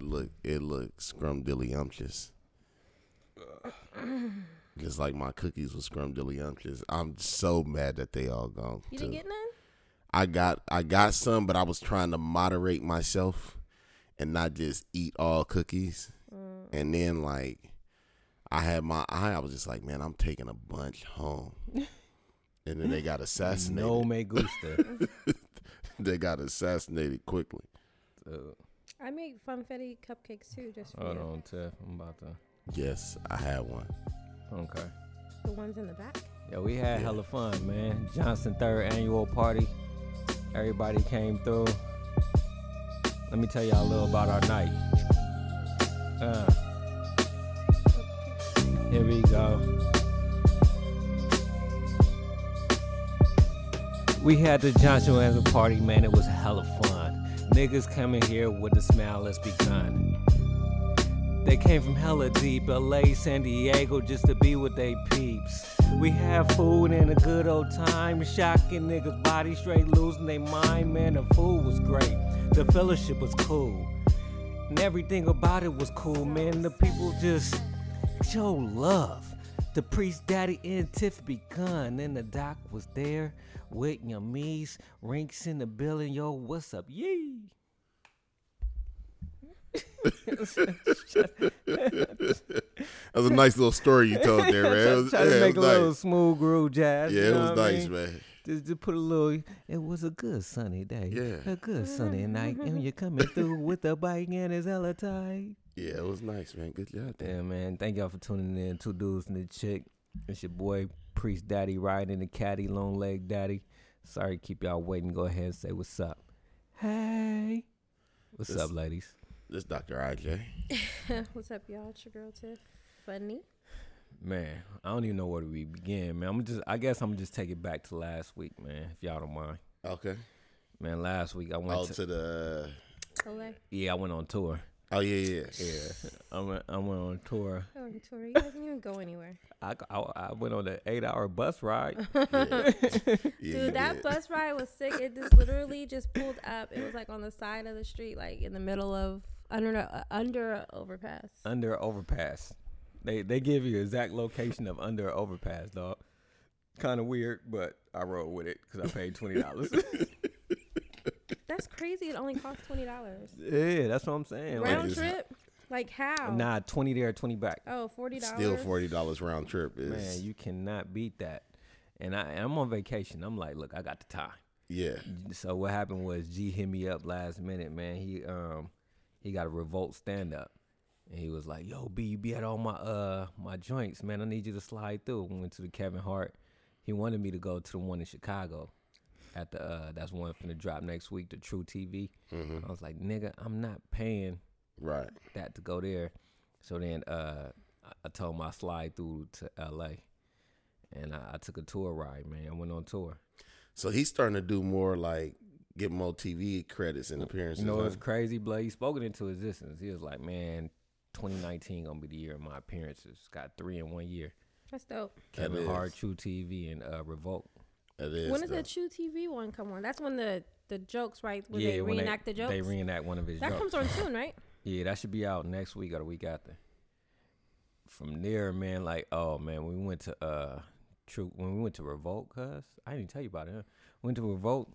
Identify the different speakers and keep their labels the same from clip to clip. Speaker 1: look it looks scrumdiddlyumptious. Just like my cookies was scrumdiddlyumptious. I'm so mad that they all gone.
Speaker 2: You
Speaker 1: too.
Speaker 2: didn't get none?
Speaker 1: I got I got some, but I was trying to moderate myself and not just eat all cookies.
Speaker 2: Mm.
Speaker 1: And then like I had my eye, I was just like, man, I'm taking a bunch home. and then they got assassinated.
Speaker 3: No me gusta.
Speaker 1: They got assassinated quickly.
Speaker 3: So,
Speaker 2: I make funfetti cupcakes too, just for
Speaker 3: hold
Speaker 2: you.
Speaker 3: on, Tiff. I'm about to.
Speaker 1: Yes, I had one.
Speaker 3: Okay.
Speaker 2: The ones in the back.
Speaker 3: Yeah, we had
Speaker 1: Yeah.
Speaker 3: hella fun, man. Johnson third annual party. Everybody came through. Let me tell y'all a little about our night. Uh, here we go. We had the Johnson annual party, man. It was hella fun. Niggas coming here with the smile. Let's be kind. They came from hella deep, LA, San Diego, just to be with they peeps. We had food and a good old time, shocking niggas body straight, losing they mind. Man, the food was great, the fellowship was cool, and everything about it was cool. Man, the people just show love. The priest daddy and Tiff begun, and the doc was there with your me's rinks in the building. Yo, what's up, yee?
Speaker 1: That was a nice little story you told there, man. It was,
Speaker 3: Try to
Speaker 1: yeah, it
Speaker 3: make
Speaker 1: was
Speaker 3: a little
Speaker 1: nice.
Speaker 3: smooth groove jazz.
Speaker 1: Yeah,
Speaker 3: you
Speaker 1: it
Speaker 3: know
Speaker 1: was
Speaker 3: what I
Speaker 1: nice,
Speaker 3: mean?
Speaker 1: man.
Speaker 3: Just, just put a little. It was a good sunny day.
Speaker 1: Yeah.
Speaker 3: a good sunny night, and you're coming through with the bike and it's hella tight.
Speaker 1: Yeah, it was nice, man. Good job, there.
Speaker 3: Yeah, man. Thank y'all for tuning in. Two dudes and a chick. It's your boy Priest Daddy riding the caddy, long leg daddy. Sorry, to keep y'all waiting. Go ahead and say what's up. Hey, what's
Speaker 1: This-
Speaker 3: up, ladies?
Speaker 1: This Dr. IJ.
Speaker 2: What's up, y'all? It's your girl Tiff. Funny.
Speaker 3: Man, I don't even know where to be- begin, man. I'm just. I guess I'm just take it back to last week, man. If y'all don't mind,
Speaker 1: Okay.
Speaker 3: man. Last week I went.
Speaker 1: Oh,
Speaker 3: to,
Speaker 1: to the.
Speaker 2: Olay.
Speaker 3: yeah, I went on tour.
Speaker 1: Oh, yeah, yeah.
Speaker 3: Yeah, I went. I went on tour.
Speaker 2: Oh, and Tori, you guys didn't even go anywhere.
Speaker 3: I, I, I went on an eight-hour bus ride.
Speaker 1: yeah. Yeah, you
Speaker 2: Dude, that
Speaker 1: did.
Speaker 2: bus ride was sick. It just literally just pulled up. It was like on the side of the street, like in the middle of under the- uh, under a overpass.
Speaker 3: under overpass. They they give you exact location of under overpass, dog. Kind of weird, but I rolled with it because I paid twenty dollars.
Speaker 2: That's crazy. It only cost twenty dollars.
Speaker 3: yeah, that's what I'm saying. Like,
Speaker 2: Round
Speaker 1: it's-
Speaker 2: trip? Like how?
Speaker 3: nah, twenty there, twenty back.
Speaker 2: Oh, forty dollars.
Speaker 1: Still $40 round trip is.
Speaker 3: Man, you cannot beat that. And I I'm on vacation. I'm like, look, I got the time.
Speaker 1: yeah.
Speaker 3: Mm-hmm. So what happened was G hit me up last minute, man. He um he got a revolt stand up. And he was like, Yo, B, you be at all my uh my joints, man. I need you to slide through. We went to the Kevin Hart. He wanted me to go to the one in Chicago at the uh that's one finna drop next week, the True TV. I was like, nigga, I'm not paying
Speaker 1: Right.
Speaker 3: that to go there. So then uh, I- I told him I slide through to LA. And I, I took a tour ride, man. I went on tour.
Speaker 1: So he's starting to do more like get more TV credits and appearances.
Speaker 3: You know
Speaker 1: huh?
Speaker 3: what's crazy, Blade? He spoke it into existence. He was like, "Man, 2019 gonna be the year of my appearances. Got three in one year.
Speaker 2: That's dope.
Speaker 1: That
Speaker 3: Kevin Hart,
Speaker 1: is-
Speaker 3: True TV, and uh, Revolt.
Speaker 1: That is.
Speaker 2: when does
Speaker 1: though.
Speaker 2: the True TV one come on? That's when the the jokes, right? When they
Speaker 3: when
Speaker 2: reenact the jokes.
Speaker 3: They reenact one of his
Speaker 2: that
Speaker 3: jokes.
Speaker 2: comes on soon, right?
Speaker 3: yeah, that should be out next week or the week after. From there, man, like, oh man, when we went to uh, True, when we went to Revolt, cuz I didn't even tell you about it. Huh? Went to Revolt.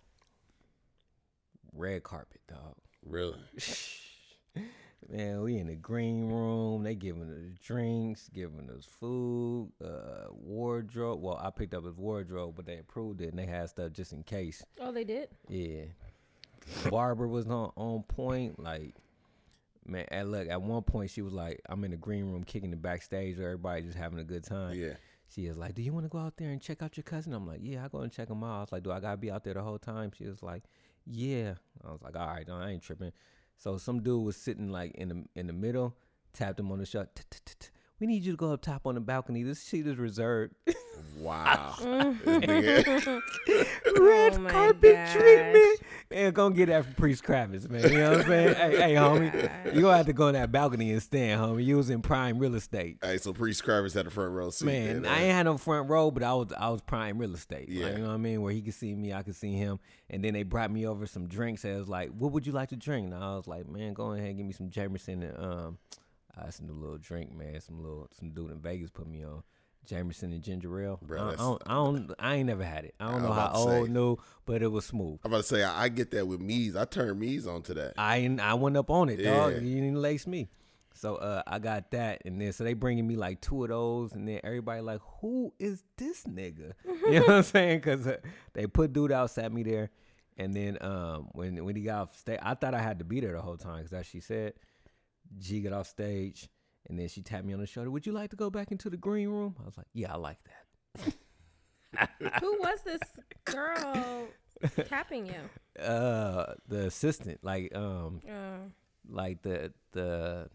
Speaker 3: Red carpet, dog.
Speaker 1: Really?
Speaker 3: Man, we in the green room. They giving us drinks, giving us food, uh, wardrobe. Well, I picked up his wardrobe, but they approved it and they had stuff just in case.
Speaker 2: Oh, they did.
Speaker 3: Yeah, Barbara was on on point. Like, man, and look, at one point she was like, "I'm in the green room, kicking the backstage, where everybody just having a good time."
Speaker 1: Yeah.
Speaker 3: She is like, "Do you want to go out there and check out your cousin?" I'm like, "Yeah, I go and check him out." I was like, "Do I gotta be out there the whole time?" She was like, "Yeah." I was like, "All right, no, I ain't tripping." So some dude was sitting like in the in the middle, tapped him on the shot. We need you to go up top on the balcony. This seat is reserved.
Speaker 2: Oh
Speaker 1: Wow. This nigga-
Speaker 3: Red
Speaker 2: Oh my
Speaker 3: carpet
Speaker 2: gosh.
Speaker 3: treatment. Man, go get that from Priest Kravitz, man. You know what I'm saying? hey, hey, homie.
Speaker 2: Gosh.
Speaker 3: You're gonna have to go on that balcony and stand, homie. You was in prime real estate.
Speaker 1: hey, so Priest Kravitz had the front row seat.
Speaker 3: Man,
Speaker 1: then,
Speaker 3: I
Speaker 1: huh?
Speaker 3: ain't had no front row, but I was I was prime real estate. Like,
Speaker 1: Yeah.
Speaker 3: you know what I mean? Where he could see me, I could see him. And then they brought me over some drinks. And I was like, "What would you like to drink?" And I was like, "Man, go ahead, give me some Jamerson and um, uh, that's a new little drink, man. Some little some dude in Vegas put me on." Jamerson and ginger ale.
Speaker 1: Bro,
Speaker 3: I- I,
Speaker 1: that's-
Speaker 3: don't, I don't. I ain't never had it. I don't
Speaker 1: I'm
Speaker 3: know how
Speaker 1: about to
Speaker 3: old,
Speaker 1: say.
Speaker 3: new, but it was smooth.
Speaker 1: I'm about to say I, I get that with Mees. I turned Mees onto that.
Speaker 3: I ain't- I went up on it, dog.
Speaker 1: Yeah.
Speaker 3: You didn't lace me. So uh, I got that, and then so they bringing me like two of those, and then everybody like, who is this nigga? You know what I'm saying? Because uh, they put dude out, sat me there, and then um, when when he got off stage, I thought I had to be there the whole time because that she said. G got off stage, and then she tapped me on the shoulder. Would you like to go back into the green room? I was like, yeah, I like that.
Speaker 2: Who was this girl tapping you?
Speaker 3: Uh, the assistant, like um,
Speaker 2: Uh,
Speaker 3: like the the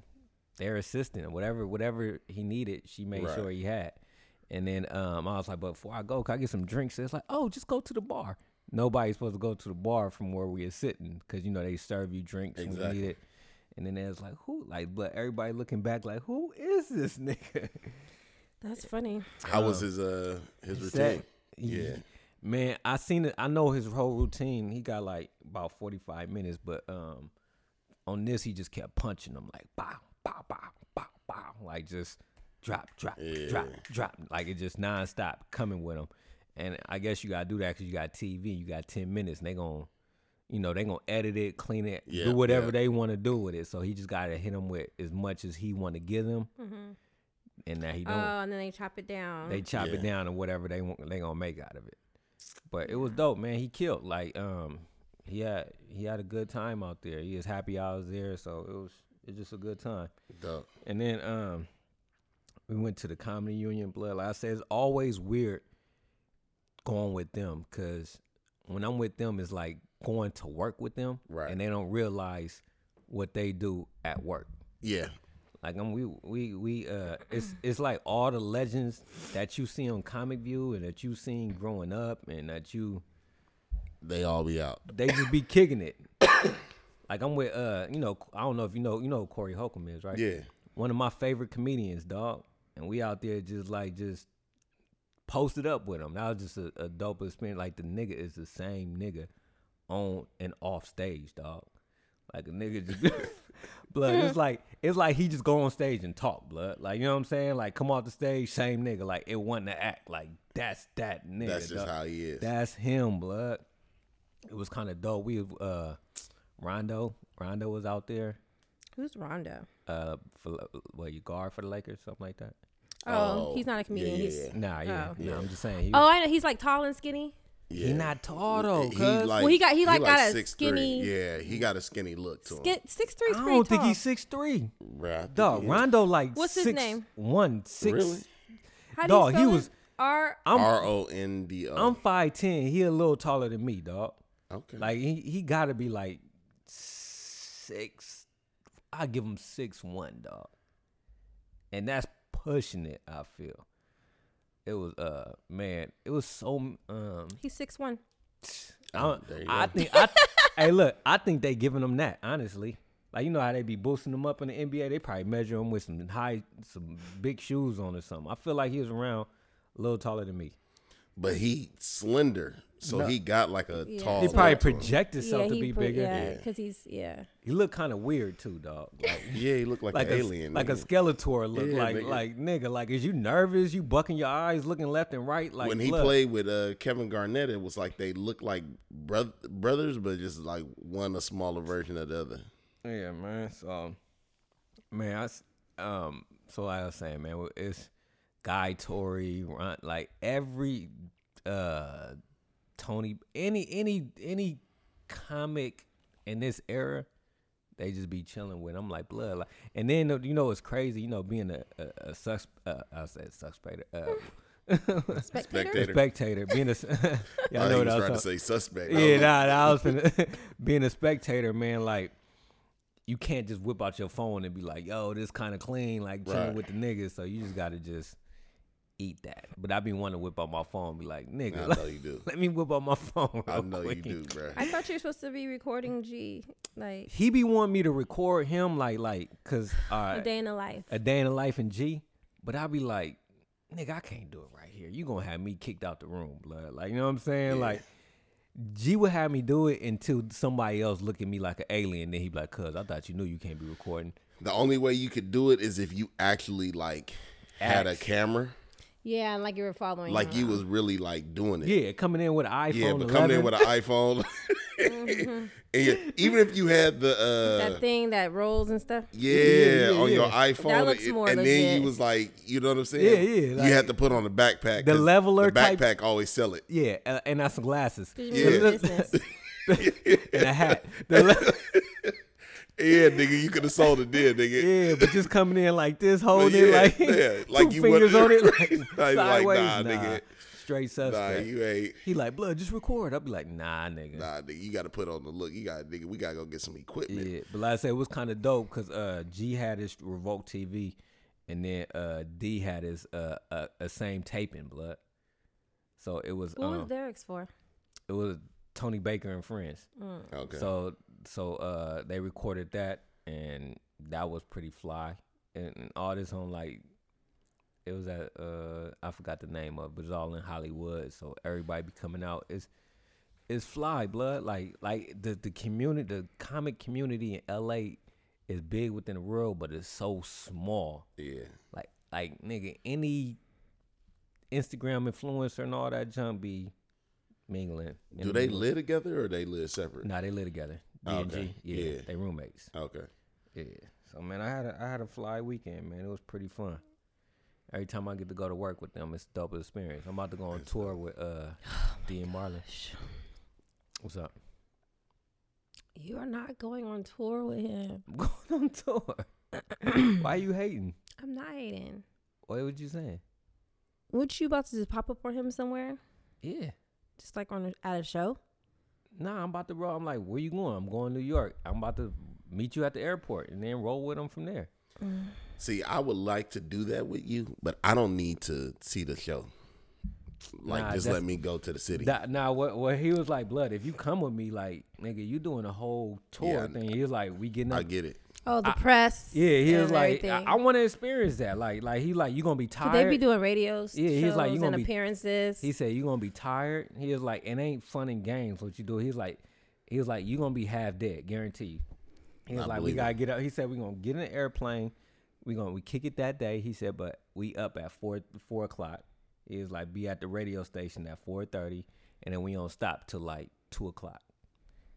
Speaker 3: their assistant, whatever whatever he needed, she made
Speaker 1: Right.
Speaker 3: sure he had. And then um, I was like, but before I go, can I get some drinks? It's like, oh, just go to the bar. Nobody's supposed to go to the bar from where we are sitting because you know they serve you drinks when
Speaker 1: Exactly.
Speaker 3: you need it. And then it's like, who? Like, but everybody looking back, like, who is this nigga?
Speaker 2: that's funny.
Speaker 1: How was his uh his routine?
Speaker 3: Set.
Speaker 1: Yeah.
Speaker 3: Man, I seen it. I know his whole routine. He got like about 45 minutes, but um on this he just kept punching them like bow, bow, bow, bow, bow. Like just drop, drop, drop, drop. Like it just nonstop coming with him. And I guess you gotta do that because you got TV, you got 10 minutes, and they gon' you know, they gonna edit it, clean it,
Speaker 1: Yeah,
Speaker 3: do whatever
Speaker 1: yeah.
Speaker 3: they wanna do with it. So he just gotta hit him with as much as he wanna give them. And that he
Speaker 2: Oh,
Speaker 3: don't
Speaker 2: and then they chop it down.
Speaker 3: they chop
Speaker 1: Yeah.
Speaker 3: it down and whatever they want, they gonna make out of it. But it was dope, man. He killed. Like, um, he had he had a good time out there. He was happy I was there, so it was it's just a good time.
Speaker 1: Dope.
Speaker 3: And then um, we went to the comedy union. Blood, like I said, it's always weird going with them because when I'm with them, it's like going to work with them,
Speaker 1: Right.
Speaker 3: And they don't realize what they do at work.
Speaker 1: Yeah.
Speaker 3: Like I'm, we we we uh, it's it's like all the legends that you see on Comic View and that you seen growing up and that you
Speaker 1: They all be out.
Speaker 3: they just be kicking it. like I'm with uh, you know, I don't know if you know you know who Corey Holcomb is right?
Speaker 1: Yeah.
Speaker 3: one of my favorite comedians, dog. And we out there just like just posted up with him. That was just a, a dope experience. Like the nigga is the same nigga on and off stage, dog. Like a nigga just blood. It's like it's like he just go on stage and talk, blood. Like you know what I'm saying? Like come off the stage, same nigga. Like it wasn't to act. Like that's that nigga.
Speaker 1: That's just
Speaker 3: dawg.
Speaker 1: how he is.
Speaker 3: That's him, blood. It was kind of dope. We uh, Rondo, Rondo was out there
Speaker 2: Who's Rondo?
Speaker 3: uh, for, what you guard for the Lakers, something like that.
Speaker 2: Oh,
Speaker 1: Oh,
Speaker 2: he's not a comedian.
Speaker 1: yeah,
Speaker 2: He's
Speaker 1: yeah.
Speaker 3: Nah, yeah,
Speaker 2: Oh.
Speaker 3: no, I'm just saying. He,
Speaker 2: oh, I know. He's like tall and skinny.
Speaker 1: yeah.
Speaker 3: he not tall though.
Speaker 1: He
Speaker 3: cuz.
Speaker 1: like-
Speaker 2: Well, he got- he like got a
Speaker 1: 6'3".
Speaker 2: skinny-
Speaker 1: Yeah, he got a skinny look to him.
Speaker 2: Get six three.
Speaker 3: I don't think he's six three.
Speaker 1: Bruh, I think
Speaker 3: Dog,
Speaker 1: he-
Speaker 3: Rondo like
Speaker 2: What's his
Speaker 3: six,
Speaker 2: name?
Speaker 3: One six.
Speaker 1: Really?
Speaker 2: How
Speaker 3: dog,
Speaker 2: do
Speaker 3: he
Speaker 2: you spell
Speaker 3: was-
Speaker 2: it? R.
Speaker 3: I'm
Speaker 1: R O N D O.
Speaker 3: I'm five ten. He a little taller than me, dog.
Speaker 1: Okay.
Speaker 3: Like he he got to be like six. I give him six one, dog. And that's pushing it. I feel. It was uh man. It was so um.
Speaker 2: He's six one.
Speaker 3: I, don't-
Speaker 1: there you
Speaker 3: Oh, I
Speaker 1: go.
Speaker 3: think I hey look, I think they giving them that, honestly. Like you know how they be boosting them up in the NBA, they probably measure him with some high some big shoes on or something. I feel like he was around a little taller than me.
Speaker 1: but he slender, so he got like a tall.
Speaker 3: He
Speaker 1: look
Speaker 3: probably
Speaker 1: to him.
Speaker 3: projected himself to
Speaker 2: he
Speaker 3: be
Speaker 2: put-
Speaker 3: bigger.
Speaker 2: Yeah,
Speaker 1: Yeah.
Speaker 2: because he's yeah.
Speaker 3: He looked kind of weird too, dog. Like,
Speaker 1: Yeah, he looked like,
Speaker 3: like
Speaker 1: an
Speaker 3: a,
Speaker 1: alien.
Speaker 3: like a
Speaker 1: nigga.
Speaker 3: Skeletor look,
Speaker 1: Yeah,
Speaker 3: like
Speaker 1: nigga.
Speaker 3: like nigga, like is you nervous? You bucking your eyes, looking left and right, like
Speaker 1: when he
Speaker 3: look.
Speaker 1: played with uh, Kevin Garnett, it was like they looked like broth- brothers, but just like one a smaller version of the other.
Speaker 3: Yeah, man. So, man, I s um, so like I was saying, man, it's Guy Tory, Ron, like every uh, Tony, any any any comic in this era, they just be chilling with. I'm like blood, like, and then uh, you know it's crazy, you know, being a a, a sus, uh, I said suspect, uh,
Speaker 2: Spectator.
Speaker 1: Spectator.
Speaker 3: spectator, being a, s- y'all
Speaker 1: I know
Speaker 3: know
Speaker 1: Oh,
Speaker 3: what
Speaker 1: he was
Speaker 3: I
Speaker 1: trying
Speaker 3: was talking-
Speaker 1: Oh. to say suspect. I
Speaker 3: yeah,
Speaker 1: was
Speaker 3: nah, nah, I was finna, being a spectator, man. Like you can't just whip out your phone and be like, yo, this kind of clean, like chilling
Speaker 1: Right.
Speaker 3: with the niggas. So you just gotta just eat that. But I be wanting to whip out my phone and be like, nigga,
Speaker 1: I know you do.
Speaker 3: let me whip out my phone.
Speaker 1: I
Speaker 3: real
Speaker 1: know you
Speaker 3: quick.
Speaker 1: do, bro.
Speaker 2: I thought you were supposed to be recording G, like
Speaker 3: He be wanting me to record him like like cause
Speaker 2: a
Speaker 3: uh,
Speaker 2: day in the life.
Speaker 3: a day in the life in G, but I be like, nigga, I can't do it right here. You gonna have me kicked out the room, blood. Like you know what I'm
Speaker 1: Yeah.
Speaker 3: saying? Like G would have me do it until somebody else look at me like an alien. Then he be like, "Cuz I thought you knew you can't be recording."
Speaker 1: The only way you could do it is if you actually like had a
Speaker 3: Act.
Speaker 1: camera,
Speaker 2: Yeah, and like you were following.
Speaker 1: like
Speaker 2: him
Speaker 1: you
Speaker 2: around.
Speaker 1: was really like doing it.
Speaker 3: Yeah, coming in with an iPhone.
Speaker 1: Yeah, but
Speaker 3: 11,
Speaker 1: coming in with an iPhone, and yeah, even if you had the uh,
Speaker 2: Mm-hmm. that thing that rolls and stuff.
Speaker 1: yeah,
Speaker 3: yeah,
Speaker 1: on your
Speaker 3: yeah.
Speaker 1: iPhone,
Speaker 2: That looks
Speaker 1: and,
Speaker 2: more
Speaker 1: and then
Speaker 2: legit.
Speaker 1: you was like, you know what I'm saying?
Speaker 3: Yeah, yeah, like-
Speaker 1: you had to put on a backpack.
Speaker 3: The
Speaker 1: 'cause
Speaker 3: leveler
Speaker 1: the
Speaker 3: type-
Speaker 1: backpack always sell it.
Speaker 3: yeah, uh, and I some glasses
Speaker 2: Did
Speaker 1: Yeah.
Speaker 2: you remember business?
Speaker 3: and a hat. The le-
Speaker 1: Yeah, nigga, you could have sold it then, nigga.
Speaker 3: yeah, but just coming in like this, holding
Speaker 1: yeah,
Speaker 3: it like
Speaker 1: yeah,
Speaker 3: two
Speaker 1: like you
Speaker 3: fingers
Speaker 1: wouldn't-
Speaker 3: on it,
Speaker 1: Like,
Speaker 3: like,
Speaker 1: like,
Speaker 3: sideways.
Speaker 1: nah,
Speaker 3: nah,
Speaker 1: nigga.
Speaker 3: straight
Speaker 1: Nah,
Speaker 3: suspect.
Speaker 1: you ain't.
Speaker 3: He like, blood, just record. I'll be like, nah, nigga.
Speaker 1: Nah, nigga, you got to put on the look. You got, nigga, we gotta go get some equipment.
Speaker 3: Yeah, but like I said, it was kind of dope because uh, G had his Revolt TV, and then uh, D had his uh, uh, uh same taping blood. So it was
Speaker 2: What was
Speaker 3: um,
Speaker 2: Derek's for? Mm.
Speaker 3: it was Tony Baker and friends.
Speaker 1: Okay.
Speaker 3: So so uh, they recorded that, and that was pretty fly. And, and all this on like it was at uh, I forgot the name of, it, but it's all in Hollywood. So everybody be coming out. It's it's fly blood. Like like the the community, the comic community in L.A. is big within the world, but it's so small.
Speaker 1: yeah.
Speaker 3: Like like nigga, any Instagram influencer and all that junk be mingling. in
Speaker 1: Do
Speaker 3: the
Speaker 1: they
Speaker 3: middle.
Speaker 1: live together or they live separate?
Speaker 3: Nah, they live together. D
Speaker 1: Oh,
Speaker 3: and
Speaker 1: okay.
Speaker 3: G. Yeah,
Speaker 1: Yeah.
Speaker 3: they roommates.
Speaker 1: Okay.
Speaker 3: Yeah. So man, I had a I had a fly weekend, man. It was pretty fun. Every time I get to go to work with them, it's a dope experience. I'm about to go on tour with uh D and Marlon. What's up?
Speaker 2: You are not going on tour with him.
Speaker 3: I'm going on tour. Why you hating?
Speaker 2: I'm not hating.
Speaker 3: What was you saying?
Speaker 2: What you about to just pop up on him somewhere?
Speaker 3: Yeah.
Speaker 2: Just like on a, at a show?
Speaker 3: Nah, I'm about to roll. I'm like, where you going? I'm going to New York. I'm about to meet you at the airport and then roll with them from there.
Speaker 1: See, I would like to do that with you, but I don't need to see the show. Like,
Speaker 3: Nah,
Speaker 1: just
Speaker 3: that's-
Speaker 1: let me go to the city.
Speaker 3: Now, now what, what he was like, blood, if you come with me, like, nigga, you doing a whole tour
Speaker 1: Yeah, I-
Speaker 3: thing. He was like, we getting up.
Speaker 1: I get it.
Speaker 2: Oh, the press.
Speaker 3: yeah, he was
Speaker 2: and
Speaker 3: like, I,
Speaker 2: everything.
Speaker 3: want to experience that. Like, like he like, you going to be tired.
Speaker 2: Could they be doing radios,
Speaker 3: Yeah, he was
Speaker 2: shows,
Speaker 3: like, you gonna
Speaker 2: and
Speaker 3: be-
Speaker 2: appearances.
Speaker 3: he said, you going to be tired. He was like, it ain't fun and games what you do. He was like, he was like, you going to be half dead, guaranteed. He was
Speaker 1: I
Speaker 3: like, we
Speaker 1: believe it.
Speaker 3: got to get up. He said, we going to get in an airplane. we going to we kick it that day. He said, but we up at 4, 4 o'clock. He was like, be at the radio station at 4.30, and then we don't stop till like 2 o'clock.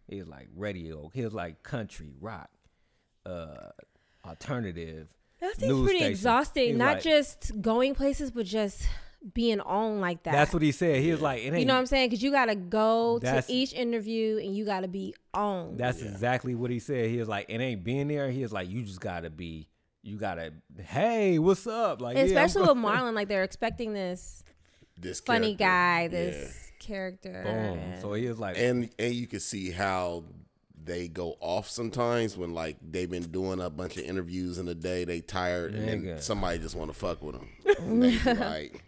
Speaker 3: He was like radio. He was like country rock, uh, alternative.
Speaker 2: that
Speaker 3: news
Speaker 2: seems pretty
Speaker 3: station.
Speaker 2: exhausting.
Speaker 3: He's
Speaker 2: not
Speaker 3: like-
Speaker 2: just going places, but just being on like that.
Speaker 3: That's what he said. He was like, it ain't.
Speaker 2: you know what I'm saying? Because you gotta go to
Speaker 3: That's-
Speaker 2: each interview and you gotta be on.
Speaker 3: that's exactly what he said. He was like, it ain't being there. He was like, you just gotta be. You gotta. Hey, what's up? Like, yeah, I'm
Speaker 2: Especially
Speaker 3: go-
Speaker 2: with Marlon, like they're expecting this
Speaker 1: This
Speaker 2: funny
Speaker 1: character.
Speaker 2: guy,
Speaker 1: Yeah.
Speaker 2: this character.
Speaker 3: Boom.
Speaker 2: and-
Speaker 3: So he was like,
Speaker 1: and and you can see how they go off sometimes when like they've been doing a bunch of interviews in a day, they tired, and then
Speaker 3: Nigga.
Speaker 1: somebody just want to fuck with them. And they be like,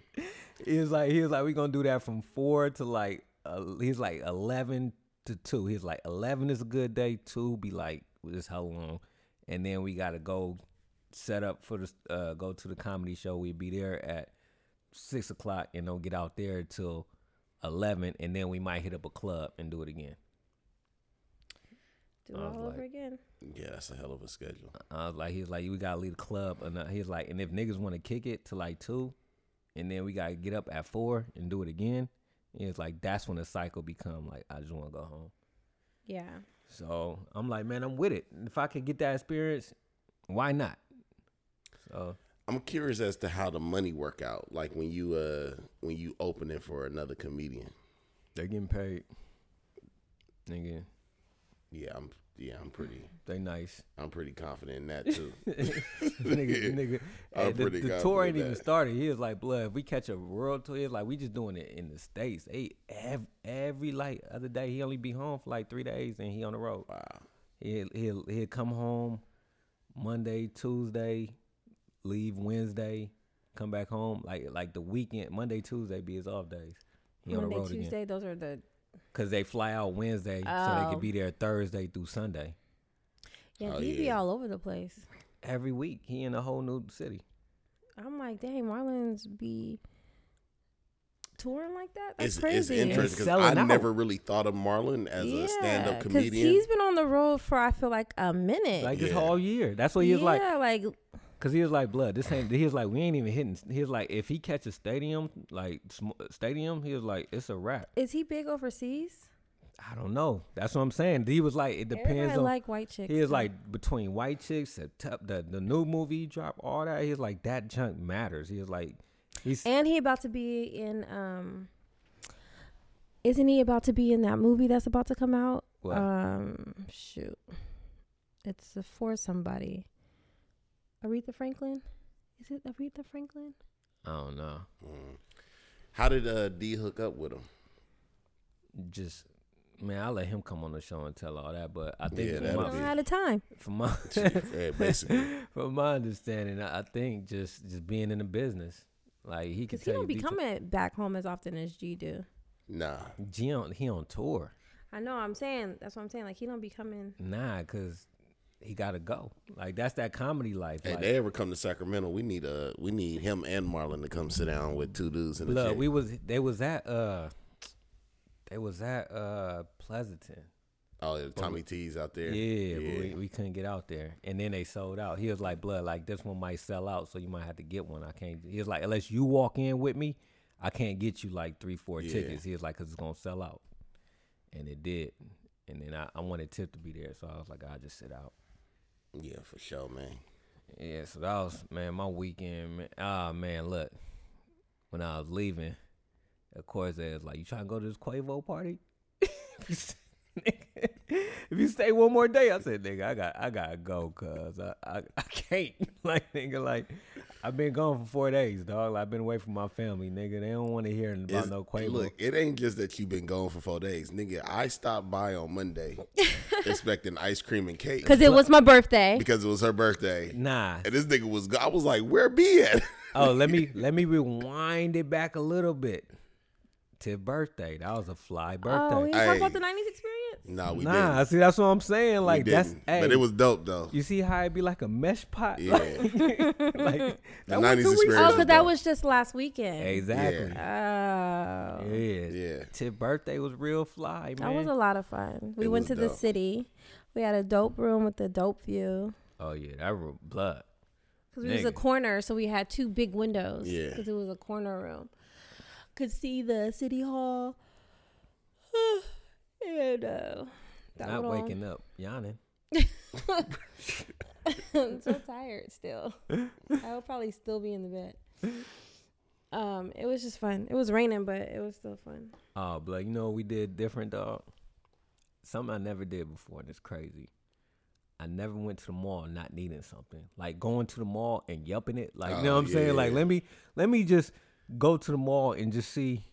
Speaker 3: he was like, he was like, we gonna do that from four to like. Uh, he's like eleven to two. He's like eleven is a good day. Two be like this how long, and then we gotta go set up for the uh, go to the comedy show. We be there at six o'clock and don't get out there till eleven, and then we might hit up a club and do it again.
Speaker 2: Do it
Speaker 3: I was
Speaker 2: all over
Speaker 3: like-
Speaker 2: again.
Speaker 1: yeah, that's a hell of a schedule.
Speaker 3: I was Uh, like, he's like, we gotta leave the club, and uh, he's like, and if niggas want to kick it to like two, and then we gotta get up at four and do it again. And it's like that's when the cycle become like I just want to go home.
Speaker 2: Yeah.
Speaker 3: So I'm like, man, I'm with it. If I could get that experience, why not? So
Speaker 1: I'm curious as to how the money work out, like when you uh when you open it for another comedian.
Speaker 3: they're getting paid, nigga.
Speaker 1: Yeah, I'm yeah, I'm pretty
Speaker 3: They nice,
Speaker 1: I'm pretty confident in that too.
Speaker 3: nigga. nigga.
Speaker 1: I'm
Speaker 3: And the
Speaker 1: pretty
Speaker 3: the tour
Speaker 1: confident
Speaker 3: ain't
Speaker 1: of
Speaker 3: even
Speaker 1: that.
Speaker 3: started. He was like, blood. If we catch a world tour, it's like we just doing it in the states. They every, every like other day, he only be home for like three days, and he on the road.
Speaker 1: wow.
Speaker 3: He'll he'll he'll come home Monday, Tuesday, leave Wednesday, come back home like like the weekend. Monday, Tuesday be his off days. He on the
Speaker 2: Monday,
Speaker 3: road again.
Speaker 2: Tuesday, those are the
Speaker 3: Cause they fly out Wednesday, so they
Speaker 2: Oh.
Speaker 3: could be there Thursday through Sunday.
Speaker 2: yeah.
Speaker 1: Oh,
Speaker 2: he be
Speaker 1: yeah.
Speaker 2: all over the place.
Speaker 3: Every week, he in a whole new city.
Speaker 2: I'm like, dang, Marlins be touring like that.
Speaker 1: It's,
Speaker 2: That's
Speaker 1: it's
Speaker 2: crazy.
Speaker 1: interesting because I
Speaker 3: Selling out.
Speaker 1: never really thought of Marlon as a stand-up
Speaker 2: 'cause
Speaker 1: comedian.
Speaker 2: he's been on the road for I feel like a minute.
Speaker 3: Like this
Speaker 1: Yeah.
Speaker 3: whole year, that's what he was like.
Speaker 2: yeah, like
Speaker 3: Cause he was like, blood. This ain't. He was like, we ain't even hitting. He was like, if he catches stadium, like sm- stadium, he was like, it's a wrap.
Speaker 2: is he big overseas?
Speaker 3: I don't know. That's what I'm saying. He was like, it depends
Speaker 2: Everybody
Speaker 3: on.
Speaker 2: like white chicks.
Speaker 3: he was
Speaker 2: though.
Speaker 3: like between white chicks, the, top, the the new movie drop, all that. He was like, that junk matters. He was like, he's
Speaker 2: and he about to be in um. Isn't he about to be in that movie that's about to come out?
Speaker 3: What?
Speaker 2: Um, shoot, it's a for somebody. Aretha Franklin, is it Aretha Franklin?
Speaker 3: I don't know,
Speaker 1: Mm. How did uh, D hook up with him?
Speaker 3: just man. I let him come on the show and tell all that, but I think
Speaker 1: Yeah,
Speaker 3: from,
Speaker 1: that'd
Speaker 2: We're
Speaker 1: be-
Speaker 3: my,
Speaker 2: out of time.
Speaker 3: from my
Speaker 1: yeah, basically.
Speaker 3: from my understanding, I, I think just just being in the business, like he could
Speaker 2: Cause he
Speaker 3: tell
Speaker 2: don't be
Speaker 3: you detail-
Speaker 2: coming back home as often as G do.
Speaker 1: Nah.
Speaker 3: G on he on tour.
Speaker 2: I know. I'm saying that's what I'm saying. Like he don't be coming.
Speaker 3: Nah, cause he gotta go. Like that's that comedy life.
Speaker 1: Hey,
Speaker 3: like,
Speaker 1: they ever come to Sacramento? We need uh we need him and Marlon to come sit down with two dudes and a
Speaker 3: look,
Speaker 1: chick.
Speaker 3: we was they was at uh they was at uh Pleasanton.
Speaker 1: oh, yeah, Tommy T's out there.
Speaker 3: Yeah, but
Speaker 1: Yeah.
Speaker 3: we, we couldn't get out there. And then they sold out. He was like, blood, like this one might sell out, so you might have to get one. I can't he was like, unless you walk in with me, I can't get you like three, four
Speaker 1: Yeah.
Speaker 3: tickets. He was like, cause it's gonna sell out. And it did. And then I, I wanted Tip to be there, so I was like, I'll just sit out.
Speaker 1: Yeah, for sure, man.
Speaker 3: Yeah, so that was man, my weekend. Man. Ah, man, look, when I was leaving, of course, they was like, "You trying to go to this Quavo party?" if, you stay, nigga, if you stay one more day, I said, "Nigga, I got, I gotta go, cause I, I, I can't." like, nigga, like I've been gone for four days, dog. I've been away from my family, nigga. They don't want to hear about
Speaker 1: It's-
Speaker 3: no Quavo.
Speaker 1: Look, it ain't just that you've been gone for four days, nigga. I stopped by on Monday expecting ice cream and cake
Speaker 2: Cause it was my birthday.
Speaker 1: because it was her birthday,
Speaker 3: Nah.
Speaker 1: and this nigga was. go- I was like, "Where be at?"
Speaker 3: Oh, let me let me rewind it back a little bit. To birthday, that was a fly birthday.
Speaker 2: Oh, we didn't talk
Speaker 1: Hey.
Speaker 2: about the '90s experience.
Speaker 1: nah, we
Speaker 3: nah,
Speaker 1: didn't.
Speaker 3: see, that's what I'm saying.
Speaker 1: We
Speaker 3: Like that's
Speaker 1: didn't.
Speaker 3: hey,
Speaker 1: but it was dope though.
Speaker 3: You see how it be like a mesh pot?
Speaker 1: Yeah,
Speaker 3: like
Speaker 1: the
Speaker 3: was
Speaker 1: nineties
Speaker 3: two weeks-
Speaker 1: experience.
Speaker 2: Oh,
Speaker 1: was
Speaker 2: cause that
Speaker 1: dope.
Speaker 2: was just last weekend.
Speaker 3: exactly.
Speaker 2: Oh,
Speaker 1: Yeah.
Speaker 3: Yeah.
Speaker 2: that
Speaker 1: Yeah.
Speaker 3: Tip birthday was real fly, man.
Speaker 2: was a lot of fun. We
Speaker 1: It
Speaker 2: went
Speaker 1: was
Speaker 2: to the
Speaker 1: dope.
Speaker 2: city. We had a dope room with a dope view.
Speaker 3: oh yeah, that real blood.
Speaker 2: Cause we was a
Speaker 3: Nigga.
Speaker 2: corner, so we had two big windows.
Speaker 1: Yeah.
Speaker 2: Cause it was a corner room. Could see the city hall. and uh, that
Speaker 3: Not
Speaker 2: little-
Speaker 3: waking up, yawning.
Speaker 2: I'm so tired still. I would probably still be in the bed. Um, it was just fun. It was raining, but it was still fun.
Speaker 3: Oh blood, you know what we did different, dog. Something I never did before, and it's crazy. I never went to the mall not needing something. Like going to the mall and yupping it. Like you know
Speaker 1: Oh,
Speaker 3: what I'm
Speaker 1: yeah.
Speaker 3: saying? Like let me let me just go to the mall and just see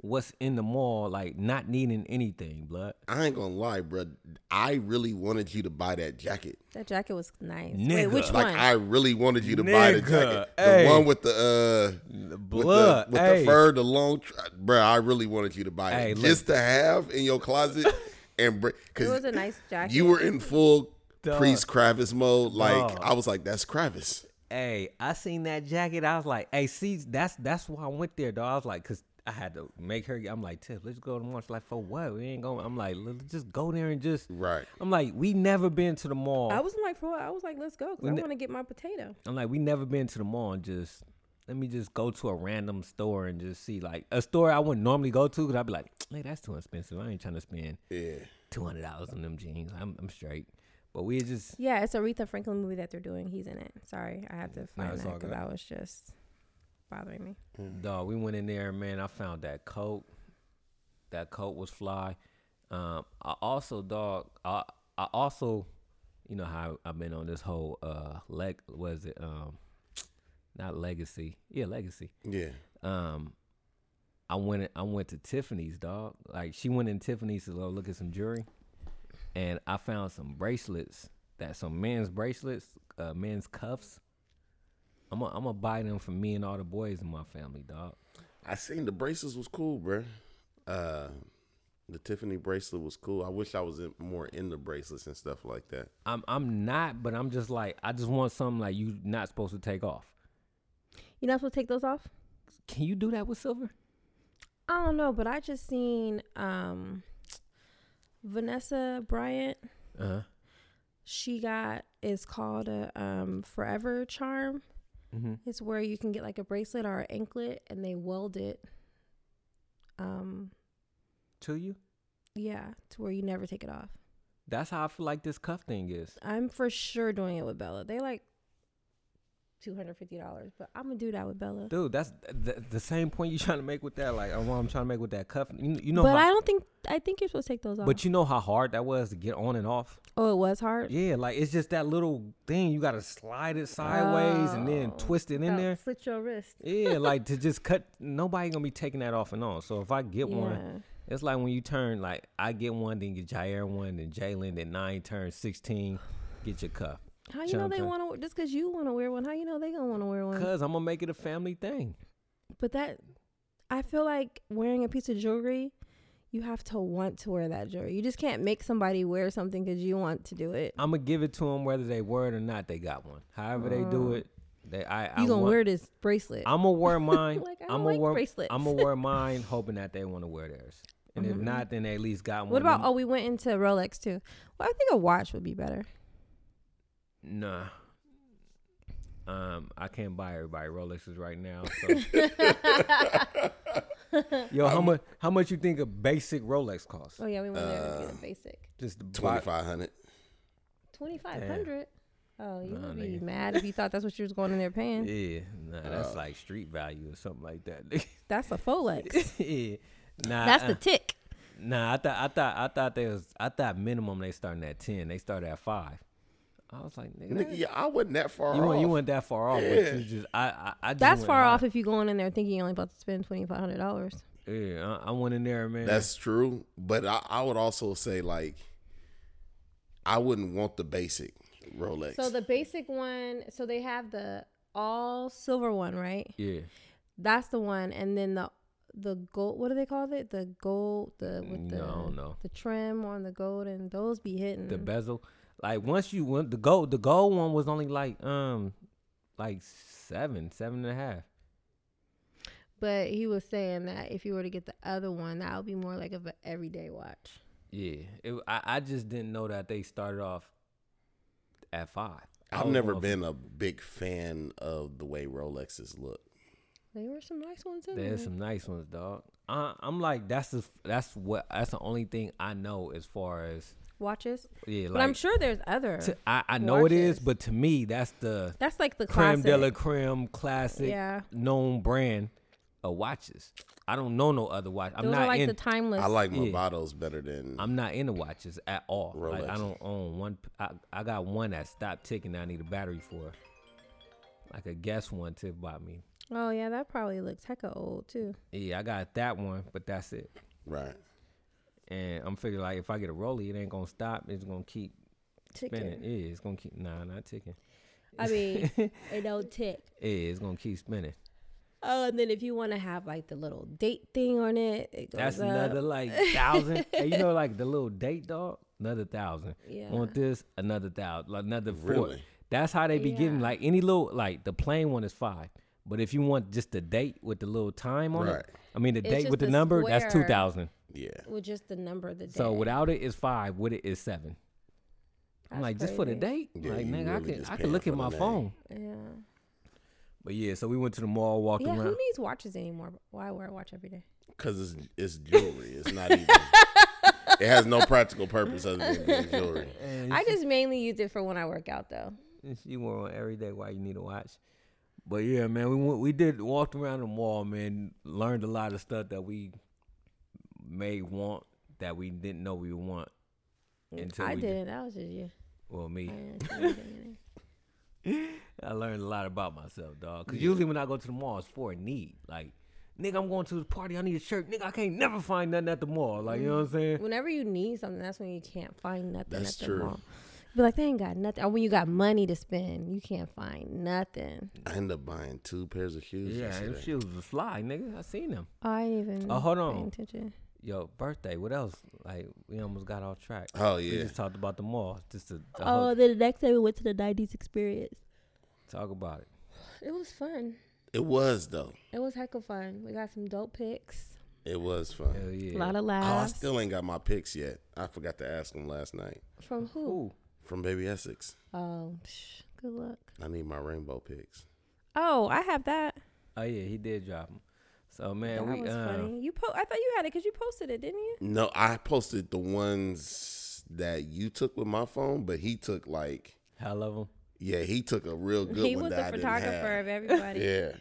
Speaker 3: what's in the mall, like not needing anything, blood.
Speaker 1: I ain't gonna lie, bro. I really wanted you to buy that jacket.
Speaker 2: That jacket was nice. Wait,
Speaker 3: Nigga.
Speaker 2: which
Speaker 1: like
Speaker 2: one?
Speaker 1: I really wanted you to buy the
Speaker 3: Nigga,
Speaker 1: jacket, the
Speaker 3: hey.
Speaker 1: one with the uh,
Speaker 3: Blood,
Speaker 1: with the, with
Speaker 3: hey.
Speaker 1: the fur, the long. Tr- bro, I really wanted you to buy
Speaker 3: Hey,
Speaker 1: it
Speaker 3: look.
Speaker 1: just to have in your closet and br-
Speaker 2: it was
Speaker 1: cause
Speaker 2: a nice jacket.
Speaker 1: you were in full
Speaker 3: Dog.
Speaker 1: priest Kravis mode. Like
Speaker 3: Dog.
Speaker 1: I was like, that's Kravis.
Speaker 3: Hey, I seen that jacket. I was like, hey, see, that's that's why I went there, dog. I was like, cause I had to make her. I'm like, Tiff, let's go to the mall. She's like, for what? We ain't going. I'm like, let's just go there and just.
Speaker 1: Right.
Speaker 3: I'm like, we never been to the mall.
Speaker 2: I was like, for I was like, let's go because I
Speaker 3: ne-
Speaker 2: want to get my potato.
Speaker 3: I'm like, we never been to the mall and just. Let me just go to a random store and just see, like a store I wouldn't normally go to, cause I'd be like, hey, that's too expensive. I ain't trying to spend
Speaker 1: Yeah.
Speaker 3: two hundred dollars on them jeans. I'm, I'm straight. But we just
Speaker 2: Yeah, it's a Aretha Franklin movie that they're doing. He's in it. Sorry, I have to find
Speaker 3: it's
Speaker 2: that
Speaker 3: all
Speaker 2: because
Speaker 3: good.
Speaker 2: that was just bothering me.
Speaker 1: Mm.
Speaker 3: Dog, we went in there, man. I found that coat. That coat was fly. Um, I also, dog, I I also, you know how I've been on this whole uh leg was it um not legacy. Yeah, legacy.
Speaker 1: Yeah.
Speaker 3: Um I went I went to Tiffany's, dog. Like she went in Tiffany's to go look at some jewelry. and I found some bracelets that some men's bracelets, uh, men's cuffs. I'm gonna I'm gonna buy them for me and all the boys in my family, dog.
Speaker 1: I seen the bracelets was cool, bruh. Uh, the Tiffany bracelet was cool. I wish I was in, more into bracelets and stuff like that.
Speaker 3: I'm I'm not, but I'm just like I just want something like you not supposed to take off.
Speaker 2: You're not supposed to take those off?
Speaker 3: Can you do that with silver?
Speaker 2: I don't know, but I just seen um Vanessa Bryant.
Speaker 3: Uh huh.
Speaker 2: She got is called a um Forever Charm.
Speaker 3: hmm
Speaker 2: It's where you can get like a bracelet or an anklet and they weld it. Um
Speaker 3: To you?
Speaker 2: yeah, to where you never take it off.
Speaker 3: That's how I feel like this cuff thing is.
Speaker 2: I'm for sure doing it with Bella. They like two hundred fifty dollars, but I'm gonna do that with Bella.
Speaker 3: Dude, that's the, the same point you're trying to make with that. Like, or what I'm trying to make with that cuff. You, you know,
Speaker 2: but I
Speaker 3: how,
Speaker 2: don't think I think you're supposed to take those off.
Speaker 3: but you know how hard that was to get on and off.
Speaker 2: oh, it was hard.
Speaker 3: Yeah, like it's just that little thing. You gotta slide it sideways and then
Speaker 2: Oh,
Speaker 3: twist it in
Speaker 2: Oh,
Speaker 3: there.
Speaker 2: Slit your wrist.
Speaker 3: Yeah, like to just cut. Nobody gonna be taking that off and on. So if I get one,
Speaker 2: Yeah.
Speaker 3: it's like when you turn. Like I get one, then get Jair one, then Jalen, then nine turns sixteen, get your cuff.
Speaker 2: How you know they
Speaker 3: Chunka.
Speaker 2: want to? Just because you want to wear one, how you know they gonna want to wear one?
Speaker 3: Cause I'm gonna make it a family thing.
Speaker 2: But that, I feel like wearing a piece of jewelry, you have to want to wear that jewelry. You just can't make somebody wear something because you want to do it.
Speaker 3: I'm gonna give it to them whether they wear it or not. They got one. However they do it, they I
Speaker 2: Mm. You
Speaker 3: I
Speaker 2: gonna
Speaker 3: want-
Speaker 2: wear this bracelet?
Speaker 3: I'm gonna wear mine.
Speaker 2: Like, I don't
Speaker 3: I'm gonna
Speaker 2: like
Speaker 3: wear.
Speaker 2: bracelets.
Speaker 3: I'm gonna wear mine, hoping that they want to wear theirs. And if
Speaker 2: Mhm.
Speaker 3: not, then they at least got one.
Speaker 2: what about?
Speaker 3: Then-
Speaker 2: Oh, we went into Rolex too. Well, I think a watch would be better.
Speaker 3: Nah. Um, I can't buy everybody Rolexes right now. So. Yo, how much? How much you think a basic Rolex costs?
Speaker 2: Oh yeah, we went there to get
Speaker 3: Uh,
Speaker 2: a basic.
Speaker 3: Just the buy-
Speaker 1: Twenty five hundred.
Speaker 2: Twenty five hundred. Oh, you
Speaker 3: Nah,
Speaker 2: would be
Speaker 3: nigga.
Speaker 2: mad if you thought that's what you was going in there paying.
Speaker 3: Yeah, nah, that's like street value or something like that.
Speaker 2: That's a Folex.
Speaker 3: yeah, nah,
Speaker 2: That's
Speaker 3: uh,
Speaker 2: the tick.
Speaker 3: Nah, I thought I thought I thought they was I thought minimum they starting at ten. They started at five. I was like, nigga, that-
Speaker 1: Nigga, yeah, I wasn't that far
Speaker 3: you
Speaker 1: off.
Speaker 3: went you went that far off. But
Speaker 1: Yeah.
Speaker 3: you just I I, I just
Speaker 2: That's
Speaker 3: went
Speaker 2: far
Speaker 3: high.
Speaker 2: off if you going in there thinking you're only about to spend twenty five hundred dollars.
Speaker 3: Yeah, I, I went in there, man.
Speaker 1: That's true, but I, I would also say like, I wouldn't want the basic Rolex.
Speaker 2: So the basic one, so they have the all silver one, right?
Speaker 3: yeah,
Speaker 2: That's the one, and then the the gold. What do they call it? The gold, the with the
Speaker 3: No, Mm, I don't know.
Speaker 2: the trim on the gold, and those be hitting.
Speaker 3: the bezel. Like once you went the gold, the gold one was only like um like seven, seven and a half.
Speaker 2: but he was saying that if you were to get the other one, that would be more like of an everyday watch.
Speaker 3: Yeah, it, I I just didn't know that they started off at five. I
Speaker 1: I've
Speaker 3: was
Speaker 1: never
Speaker 3: going-
Speaker 1: been a big fan of the way Rolexes look.
Speaker 2: They were some nice ones in there.
Speaker 3: There's some nice ones, dog. I, I'm like that's the that's what that's the only thing I know as far as
Speaker 2: watches,
Speaker 3: yeah. Like
Speaker 2: but I'm sure there's other.
Speaker 3: to- I I know it is,
Speaker 2: watches.
Speaker 3: but to me that's the
Speaker 2: That's like the
Speaker 3: creme
Speaker 2: classic.
Speaker 3: de la creme classic
Speaker 2: Yeah.
Speaker 3: known brand of watches. I don't know no other watch. I'm
Speaker 2: those
Speaker 3: not
Speaker 2: are like
Speaker 3: in.
Speaker 2: the timeless.
Speaker 1: I like
Speaker 3: Yeah.
Speaker 1: Movados better than
Speaker 3: I'm not into watches at all. Like I
Speaker 1: Rolex.
Speaker 3: don't own one. p- I, I got one that stopped ticking. that I need a battery for. Like a guess one tip bought me.
Speaker 2: oh yeah, that probably looks hecka old too.
Speaker 3: Yeah, I got that one, but that's it.
Speaker 1: right.
Speaker 3: And I'm figuring like if I get a rollie, it ain't gonna stop. It's gonna keep spinning.
Speaker 2: Ticking.
Speaker 3: Yeah, it's gonna keep nah, not ticking.
Speaker 2: I mean, it don't tick.
Speaker 3: Yeah, it's gonna keep spinning.
Speaker 2: Oh, and then if you want to have like the little date thing on it, it goes
Speaker 3: That's
Speaker 2: up.
Speaker 3: another like thousand. and you know, like the little date dog, another thousand.
Speaker 2: Yeah.
Speaker 3: On this, another thousand, another four.
Speaker 1: Really?
Speaker 3: That's how they be getting
Speaker 2: Yeah.
Speaker 3: like any little like the plain one is five. But if you want just the date with the little time on
Speaker 1: Right.
Speaker 3: it, I mean the
Speaker 2: It's
Speaker 3: date
Speaker 2: just
Speaker 3: with the,
Speaker 2: the
Speaker 3: number, that's two
Speaker 2: square.
Speaker 3: thousand.
Speaker 1: Yeah.
Speaker 2: with just the number of the day.
Speaker 3: So without it is five, with it is seven. I'm
Speaker 2: That's
Speaker 3: like just for the
Speaker 2: crazy.
Speaker 3: date,
Speaker 1: Yeah,
Speaker 3: like
Speaker 1: you
Speaker 3: nigga,
Speaker 1: really
Speaker 3: I can
Speaker 1: just
Speaker 3: I can
Speaker 1: paying
Speaker 3: look
Speaker 1: for
Speaker 3: at
Speaker 1: the
Speaker 3: my
Speaker 1: name.
Speaker 3: phone.
Speaker 2: yeah,
Speaker 3: But yeah, so we went to the mall, walked
Speaker 2: yeah.
Speaker 3: around.
Speaker 2: Who needs watches anymore? Why wear a watch every day?
Speaker 1: Cause it's it's jewelry. It's not even. it has no practical purpose other than being jewelry.
Speaker 2: I just mainly use it for when I work out, though.
Speaker 3: And she wore one every day. Why you need a watch? But yeah, man, we went, we did walked around the mall, man. Learned a lot of stuff that we may want that we didn't know we want until
Speaker 2: I
Speaker 3: we
Speaker 2: didn't. That was just you.
Speaker 3: Well, me,
Speaker 2: I didn't see anything
Speaker 3: I learned a lot about myself, dog. Because usually when I go to the mall, it's for a need. Like Nigga, I'm going to this party. I need a shirt. Nigga, I can't never find nothing at the mall. Like, you know what I'm saying?
Speaker 2: Whenever you need something, that's when you can't find nothing
Speaker 1: That's
Speaker 2: at the
Speaker 1: true.
Speaker 2: mall. Be like, they ain't got nothing. Or when you got money to spend, you can't find nothing.
Speaker 1: I end up buying two pairs of shoes.
Speaker 3: Yeah, them
Speaker 1: yesterday.
Speaker 3: shoes was a fly, nigga. I seen them.
Speaker 2: Oh, I didn't even.
Speaker 3: Oh, hold
Speaker 2: pay
Speaker 3: on.
Speaker 2: attention.
Speaker 3: Yo, birthday. What else? Like, we almost got off track.
Speaker 1: Oh
Speaker 3: We
Speaker 1: yeah.
Speaker 3: just talked about the mall. Just to, to
Speaker 2: Oh,
Speaker 3: ho-
Speaker 2: then the next day we went to the '90s experience.
Speaker 3: talk about it.
Speaker 2: It was fun.
Speaker 1: It was though.
Speaker 2: It was heck of fun. We got some dope pics,
Speaker 1: It was fun.
Speaker 3: Hell yeah.
Speaker 2: a lot of
Speaker 1: Oh, I
Speaker 2: laughs.
Speaker 1: still ain't got my picks yet. I forgot to ask them last night
Speaker 2: From who?
Speaker 3: Ooh.
Speaker 1: from Baby Essex.
Speaker 2: Oh, psh, good luck.
Speaker 1: I need my rainbow picks.
Speaker 2: Oh, I have that.
Speaker 3: Oh, yeah, he did drop them. So, man,
Speaker 2: that
Speaker 3: we.
Speaker 2: was
Speaker 3: uh,
Speaker 2: funny. You po- I thought you had it because you posted it, didn't you?
Speaker 1: No, I posted the ones that you took with my phone, but he took like
Speaker 3: Hell of him.
Speaker 1: yeah, he took a real good
Speaker 2: he
Speaker 1: one
Speaker 2: was the
Speaker 1: that I didn't
Speaker 2: photographer
Speaker 1: have.
Speaker 2: of everybody.
Speaker 1: Yeah.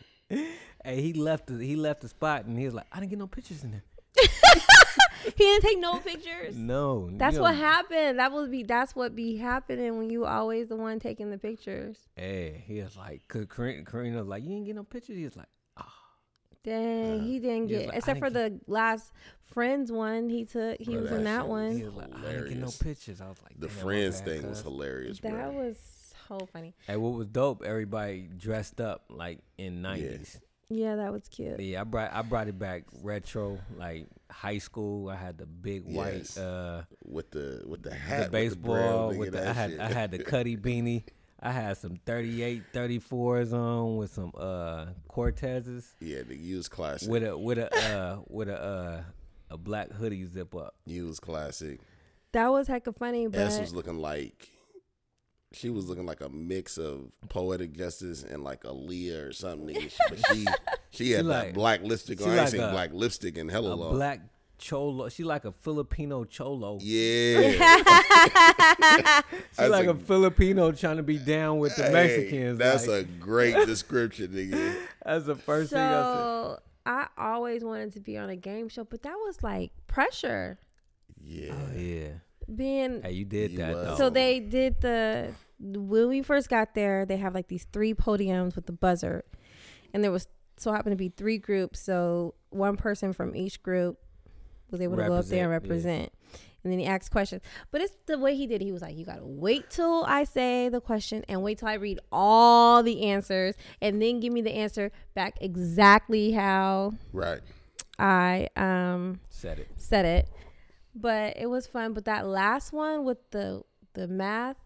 Speaker 3: Hey, he left. The, he left the spot, and he was like, "I didn't get no pictures in there."
Speaker 2: He didn't take no pictures.
Speaker 3: No,
Speaker 2: That's
Speaker 3: you
Speaker 2: what
Speaker 3: don't-
Speaker 2: happened. That would be that's what be happening when you always the one taking the pictures.
Speaker 3: Hey, he was like, "Cause Karina, Karina was like, you didn't get no pictures." He was like,
Speaker 2: Dang, he didn't
Speaker 3: He was
Speaker 2: get
Speaker 3: like, I
Speaker 2: except for
Speaker 3: didn't
Speaker 2: the last friends one he took. He
Speaker 1: Bro,
Speaker 2: was
Speaker 1: that
Speaker 2: in
Speaker 1: shit
Speaker 2: that
Speaker 1: was
Speaker 2: one.
Speaker 3: "He was like, I didn't get no
Speaker 1: Hilarious.
Speaker 3: pictures." I was like,
Speaker 1: The
Speaker 3: "Damn, my
Speaker 1: friends
Speaker 3: bad,
Speaker 1: thing was
Speaker 3: cuz."
Speaker 1: hilarious, bro.
Speaker 2: That was so funny.
Speaker 3: Hey, what was dope? Everybody dressed up like in nineties.
Speaker 2: Yeah, that was
Speaker 3: Yeah.
Speaker 2: cute.
Speaker 3: I brought I brought it back retro, like high school. I had the big white,
Speaker 1: Yes.
Speaker 3: uh,
Speaker 1: with the with the
Speaker 3: the
Speaker 1: hat,
Speaker 3: baseball.
Speaker 1: with the, brown, nigga,
Speaker 3: with the, I
Speaker 1: that
Speaker 3: had
Speaker 1: shit.
Speaker 3: I had the cutty beanie. I had some 38, 34s on with some uh Cortezes.
Speaker 1: yeah, the used classic,
Speaker 3: with a with a uh with a uh a black hoodie zip up.
Speaker 1: used classic.
Speaker 2: That was heck of funny, but
Speaker 1: S was looking like she was looking like a mix of poetic justice and like Aaliyah or something. nigga. She- But she she had
Speaker 3: like-
Speaker 1: that black lipstick.
Speaker 3: she
Speaker 1: on. I ain't
Speaker 3: like
Speaker 1: seen
Speaker 3: a-
Speaker 1: black lipstick in hella
Speaker 3: A
Speaker 1: long.
Speaker 3: black cholo. She like a Filipino cholo.
Speaker 1: yeah,
Speaker 3: She
Speaker 1: that's
Speaker 3: like
Speaker 1: a-
Speaker 3: a, Filipino trying to be down with the
Speaker 1: Hey,
Speaker 3: Mexicans.
Speaker 1: That's
Speaker 3: like,
Speaker 1: a great description, nigga.
Speaker 3: that's the first thing I said.
Speaker 2: so I always wanted to be on a game show, but that was like pressure
Speaker 1: Yeah,
Speaker 3: Oh, yeah.
Speaker 2: being
Speaker 3: Hey, you did
Speaker 1: You
Speaker 3: that
Speaker 1: was.
Speaker 3: though.
Speaker 2: So they did the when we first got there, they have like these three podiums with the buzzer, and there was so happened to be three groups. So one person from each group was able to go up there and
Speaker 3: Represent,
Speaker 2: represent. And then he asked questions, but it's the way he did. it. He was like, "You gotta wait till I say the question, and wait till I read all the answers, and then give me the answer back exactly how
Speaker 1: right.
Speaker 2: I um
Speaker 3: said it.
Speaker 2: said it. But it was fun. But that last one with the the math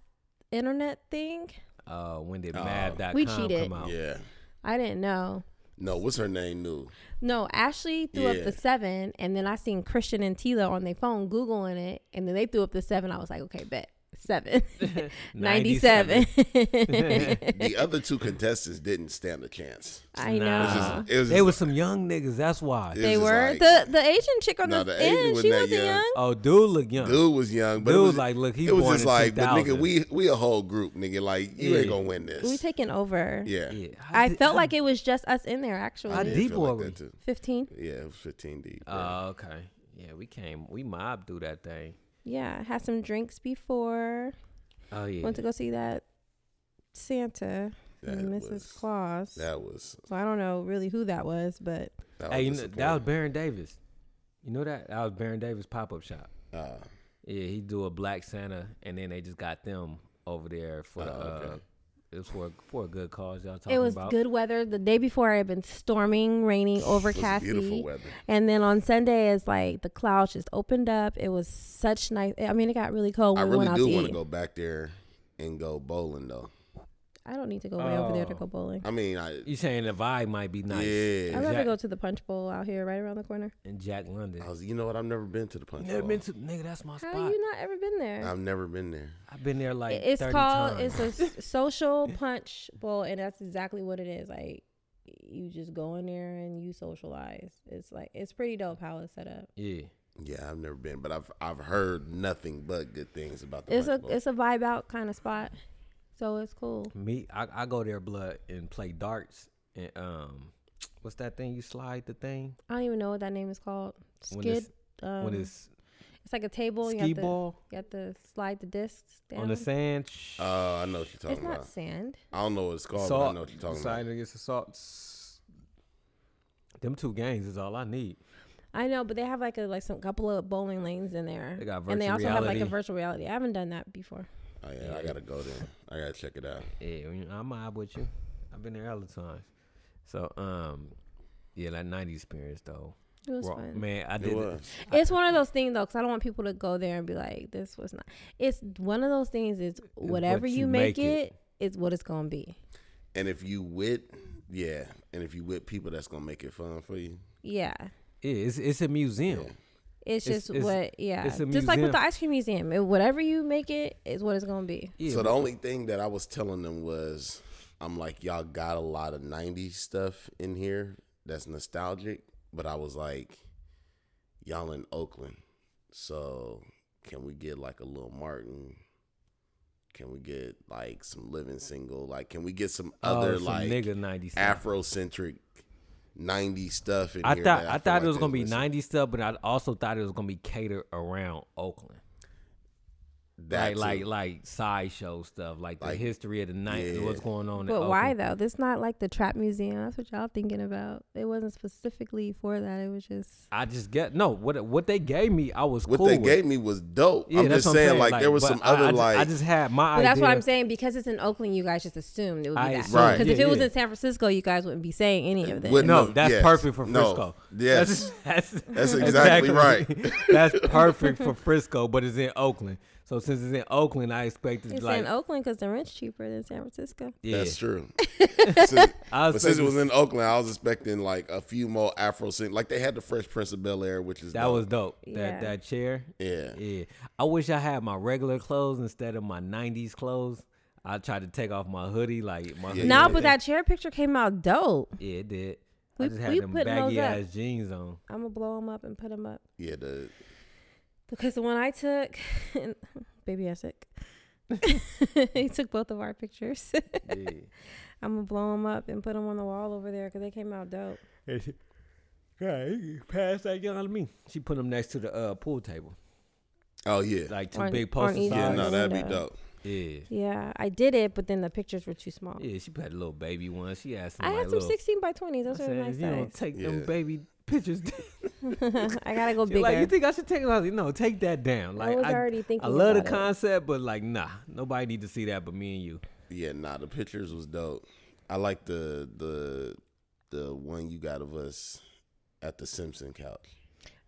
Speaker 2: internet thing,
Speaker 3: Uh, when did
Speaker 1: Oh.
Speaker 3: Mad.com
Speaker 2: We cheated.
Speaker 3: come out?
Speaker 1: Yeah.
Speaker 2: I didn't know.
Speaker 1: No, what's her name? New.
Speaker 2: No, Ashley threw up
Speaker 1: Yeah.
Speaker 2: the seven, and then I seen Christian and Tila on their phone googling it, and then they threw up the seven. I was like, okay, bet seven. 97
Speaker 1: The other two contestants didn't stand a chance.
Speaker 2: i know
Speaker 3: Nah.
Speaker 1: Just- it was
Speaker 3: They
Speaker 1: just
Speaker 3: was some young niggas. That's why.
Speaker 1: It was
Speaker 2: they
Speaker 1: just
Speaker 2: were
Speaker 1: like-
Speaker 2: the the asian chick on
Speaker 1: Nah,
Speaker 2: the,
Speaker 1: the Asian
Speaker 2: end
Speaker 1: wasn't
Speaker 2: she
Speaker 1: that
Speaker 2: wasn't
Speaker 1: young.
Speaker 2: young
Speaker 3: Oh, dude, look young.
Speaker 1: Dude was young, but it
Speaker 3: Dude,
Speaker 1: was
Speaker 3: like, look, he
Speaker 1: it was
Speaker 3: born
Speaker 1: just
Speaker 3: in
Speaker 1: like, but nigga,
Speaker 3: 2000.
Speaker 1: we we a whole group, nigga. Like you ain't
Speaker 3: Yeah.
Speaker 1: gonna win this.
Speaker 2: we taking over
Speaker 1: yeah.
Speaker 3: Yeah.
Speaker 2: i
Speaker 3: did-
Speaker 2: felt like it was just us in there actually
Speaker 3: I
Speaker 1: did
Speaker 3: deep
Speaker 1: feel
Speaker 3: were we?
Speaker 1: that too.
Speaker 2: 15
Speaker 1: Yeah, it was 15 deep.
Speaker 3: Oh,
Speaker 1: bro.
Speaker 3: okay. Yeah, we came. We mobbed through that thing.
Speaker 2: yeah had some drinks before
Speaker 3: Oh yeah.
Speaker 2: went to go see that Santa
Speaker 1: that
Speaker 2: and Mrs.
Speaker 1: was-
Speaker 2: Claus.
Speaker 1: That was
Speaker 2: so I don't know really who that was, but
Speaker 1: that was,
Speaker 3: Hey, you know, that was
Speaker 1: disappointing.
Speaker 3: Baron Davis. You know that? That was Baron Davis pop up shop.
Speaker 1: Uh,
Speaker 3: Yeah, he do a black Santa, and then they just got them over there for the.
Speaker 1: Oh,
Speaker 3: Uh,
Speaker 1: okay.
Speaker 3: it was for for a good cause. Y'all talking
Speaker 2: it was
Speaker 3: about?
Speaker 2: good weather. The day before, it had been storming, raining,
Speaker 1: it was
Speaker 2: overcast.
Speaker 1: beautiful weather.
Speaker 2: And then on Sunday, it's like the clouds just opened up. It was such nice. I mean, it got really cold.
Speaker 1: I
Speaker 2: when oh, we
Speaker 1: really
Speaker 2: went out
Speaker 1: do
Speaker 2: to
Speaker 1: want
Speaker 2: eat.
Speaker 1: to go back there and go bowling though.
Speaker 2: I don't need to go way over there to
Speaker 3: Oh.
Speaker 2: go bowling.
Speaker 1: I mean, I
Speaker 3: You saying the vibe might be nice?
Speaker 1: yeah.
Speaker 2: I'd rather
Speaker 3: Jack-
Speaker 2: go to the Punch Bowl out here, right around the corner.
Speaker 3: And Jack London.
Speaker 1: I was, oh. you know what? I've never been to the punch.
Speaker 3: Never
Speaker 1: Bowl.
Speaker 3: been to nigga. That's my
Speaker 2: How
Speaker 3: spot.
Speaker 2: you not ever been there?
Speaker 1: I've never been there.
Speaker 3: I've been there like
Speaker 2: it's
Speaker 3: 30
Speaker 2: called
Speaker 3: times.
Speaker 2: it's a s- social punch bowl and that's exactly what it is like you just go in there and you socialize it's like it's pretty dope how it's set up
Speaker 3: yeah.
Speaker 1: Yeah, I've never been, but I've I've heard nothing but good things about the
Speaker 2: it's a
Speaker 1: punch bowl.
Speaker 2: it's a vibe out kind of spot so it's cool
Speaker 3: Me, I, I go there blood and play darts and um, what's that thing you slide the thing
Speaker 2: i don't even know what that name is called
Speaker 3: When it's-
Speaker 2: skid um,
Speaker 3: when it's
Speaker 2: it's like a table you
Speaker 3: ski
Speaker 2: have, to,
Speaker 3: ball
Speaker 2: you have to slide the discs down
Speaker 3: on the sand.
Speaker 1: Oh, I know what you're
Speaker 2: it's
Speaker 1: talking
Speaker 2: not
Speaker 1: about.
Speaker 2: sand
Speaker 1: I don't know what it's called, but I know what you're talking about.
Speaker 3: Side against assault. Them two games is all I need.
Speaker 2: I know, but they have like a like some couple of bowling lanes in there.
Speaker 3: They got
Speaker 2: and they also
Speaker 3: virtual
Speaker 2: have like a
Speaker 3: reality.
Speaker 2: virtual reality. I haven't done that before.
Speaker 1: Oh yeah, I gotta go there. I gotta check it out.
Speaker 3: Yeah, you know, I'm out with you. I've been there other times. So, um, yeah, that '90s experience though.
Speaker 2: It was
Speaker 3: Well,
Speaker 2: fun.
Speaker 3: man, I did.
Speaker 1: It
Speaker 3: It
Speaker 1: was.
Speaker 2: It's one of those things though, because I don't want people to go there and be like, "This was not." It's one of those things. It's whatever
Speaker 3: what
Speaker 2: you,
Speaker 3: you
Speaker 2: make,
Speaker 3: make it.
Speaker 2: it, it's what it's gonna be.
Speaker 1: And if you with, yeah, and if you with people, that's gonna make it fun for you.
Speaker 2: Yeah,
Speaker 3: Yeah, it's it's a museum.
Speaker 2: it's
Speaker 3: It's-
Speaker 2: just
Speaker 3: it's-
Speaker 2: what. Yeah,
Speaker 3: it's
Speaker 2: just
Speaker 3: a
Speaker 2: like
Speaker 3: museum.
Speaker 2: with the ice cream museum, it, whatever you make it is what it's gonna be.
Speaker 3: Yeah,
Speaker 1: so the only thing that I was telling them was, I'm like, y'all got a lot of '90s stuff in here that's nostalgic, but I was like, y'all in Oakland, so can we get like a little Martin? Can we get like some living single? Like, can we get some
Speaker 3: oh,
Speaker 1: other
Speaker 3: some
Speaker 1: like
Speaker 3: nigga '90s. stuff.
Speaker 1: Afrocentric '90s stuff in
Speaker 3: I
Speaker 1: here?
Speaker 3: thought
Speaker 1: that
Speaker 3: I,
Speaker 1: feel
Speaker 3: thought
Speaker 1: like
Speaker 3: it was gonna
Speaker 1: that's
Speaker 3: be
Speaker 1: missing?
Speaker 3: '90s stuff, but I also thought it was gonna be catered around Oakland.
Speaker 1: That
Speaker 3: like like
Speaker 1: too.
Speaker 3: like sideshow stuff, like the
Speaker 1: Like,
Speaker 3: history of the night,
Speaker 1: yeah.
Speaker 3: what's going on. in
Speaker 2: But why
Speaker 3: Oakland.
Speaker 2: though? This not like the trap museum. That's what y'all thinking about. It wasn't specifically for that. It was just
Speaker 3: I just get no what what they gave me. I was
Speaker 1: what
Speaker 3: cool
Speaker 1: they
Speaker 3: with.
Speaker 1: gave me was dope.
Speaker 3: Yeah,
Speaker 1: I'm
Speaker 3: that's
Speaker 1: just
Speaker 3: what
Speaker 1: saying, like, there was
Speaker 3: but
Speaker 1: some
Speaker 3: I-
Speaker 1: other
Speaker 3: I, just-
Speaker 1: like
Speaker 3: I just had my.
Speaker 2: But that's what
Speaker 3: idea.
Speaker 2: I'm saying because it's in Oakland. You guys just assumed it would be
Speaker 3: I
Speaker 2: that.
Speaker 3: assumed,
Speaker 1: Right.
Speaker 2: Because if
Speaker 3: yeah,
Speaker 2: it was
Speaker 3: yeah. Uh,
Speaker 2: in San Francisco, you guys wouldn't be saying any of this.
Speaker 1: Wouldn't.
Speaker 3: No,
Speaker 1: No,
Speaker 3: that's
Speaker 1: yes.
Speaker 3: perfect for
Speaker 1: No,
Speaker 3: Frisco.
Speaker 1: yes.
Speaker 3: That's, that's,
Speaker 1: That's exactly right.
Speaker 3: that's perfect for Frisco, but it's in Oakland. So since it's in Oakland, I expected
Speaker 2: It's
Speaker 3: like
Speaker 2: in Oakland because the rent's cheaper than San Francisco.
Speaker 3: yeah.
Speaker 1: That's true. Since-
Speaker 3: I was
Speaker 1: but since it
Speaker 3: thinking-
Speaker 1: was in Oakland, I was expecting like a few more Afro sing. Like they had the Fresh Prince of Bel Air, which is
Speaker 3: That
Speaker 1: dope.
Speaker 3: was dope.
Speaker 2: Yeah.
Speaker 3: That that chair.
Speaker 1: Yeah.
Speaker 3: Yeah. I wish I had my regular clothes instead of my '90s clothes. I tried to take off my hoodie, like my hoodie
Speaker 1: Yeah,
Speaker 2: no,
Speaker 1: yeah,
Speaker 2: but that chair picture came out dope.
Speaker 3: Yeah, it did. I
Speaker 2: We-
Speaker 3: just had
Speaker 2: we
Speaker 3: them
Speaker 2: putting those
Speaker 3: baggy
Speaker 2: up.
Speaker 3: ass jeans on.
Speaker 2: I'm gonna blow them up and put them up
Speaker 1: yeah. The
Speaker 2: because the one I took, baby Essex, he took both of our pictures. I'm gonna blow them up and put them on the wall over there because they came out dope.
Speaker 3: Okay, pass that young to me. She put them next to the uh, pool table,
Speaker 1: oh yeah,
Speaker 3: like two
Speaker 2: On-
Speaker 3: big
Speaker 2: on
Speaker 3: posters.
Speaker 2: either
Speaker 1: yeah.
Speaker 2: Sorry.
Speaker 1: No, that'd be
Speaker 2: Window.
Speaker 1: dope.
Speaker 3: yeah,
Speaker 2: Yeah, I did it, but then the pictures were too small.
Speaker 3: yeah. She had a little baby one. She asked.
Speaker 2: I had some 16 by 20s.
Speaker 3: I
Speaker 2: Those are
Speaker 3: said,
Speaker 2: nice
Speaker 3: if you don't
Speaker 2: size.
Speaker 3: take them
Speaker 1: Yeah.
Speaker 3: baby pictures, down,"
Speaker 2: I gotta go
Speaker 3: she
Speaker 2: bigger.
Speaker 3: like you think I should take? it?" I was like, no, take that down. Like
Speaker 2: I was
Speaker 3: I,
Speaker 2: already thinking.
Speaker 3: I love the
Speaker 2: about it.
Speaker 3: concept, but like, nah, nobody need to see that but me and you.
Speaker 1: Yeah, nah, the pictures was dope. I like the the the one you got of us at the Simpson couch.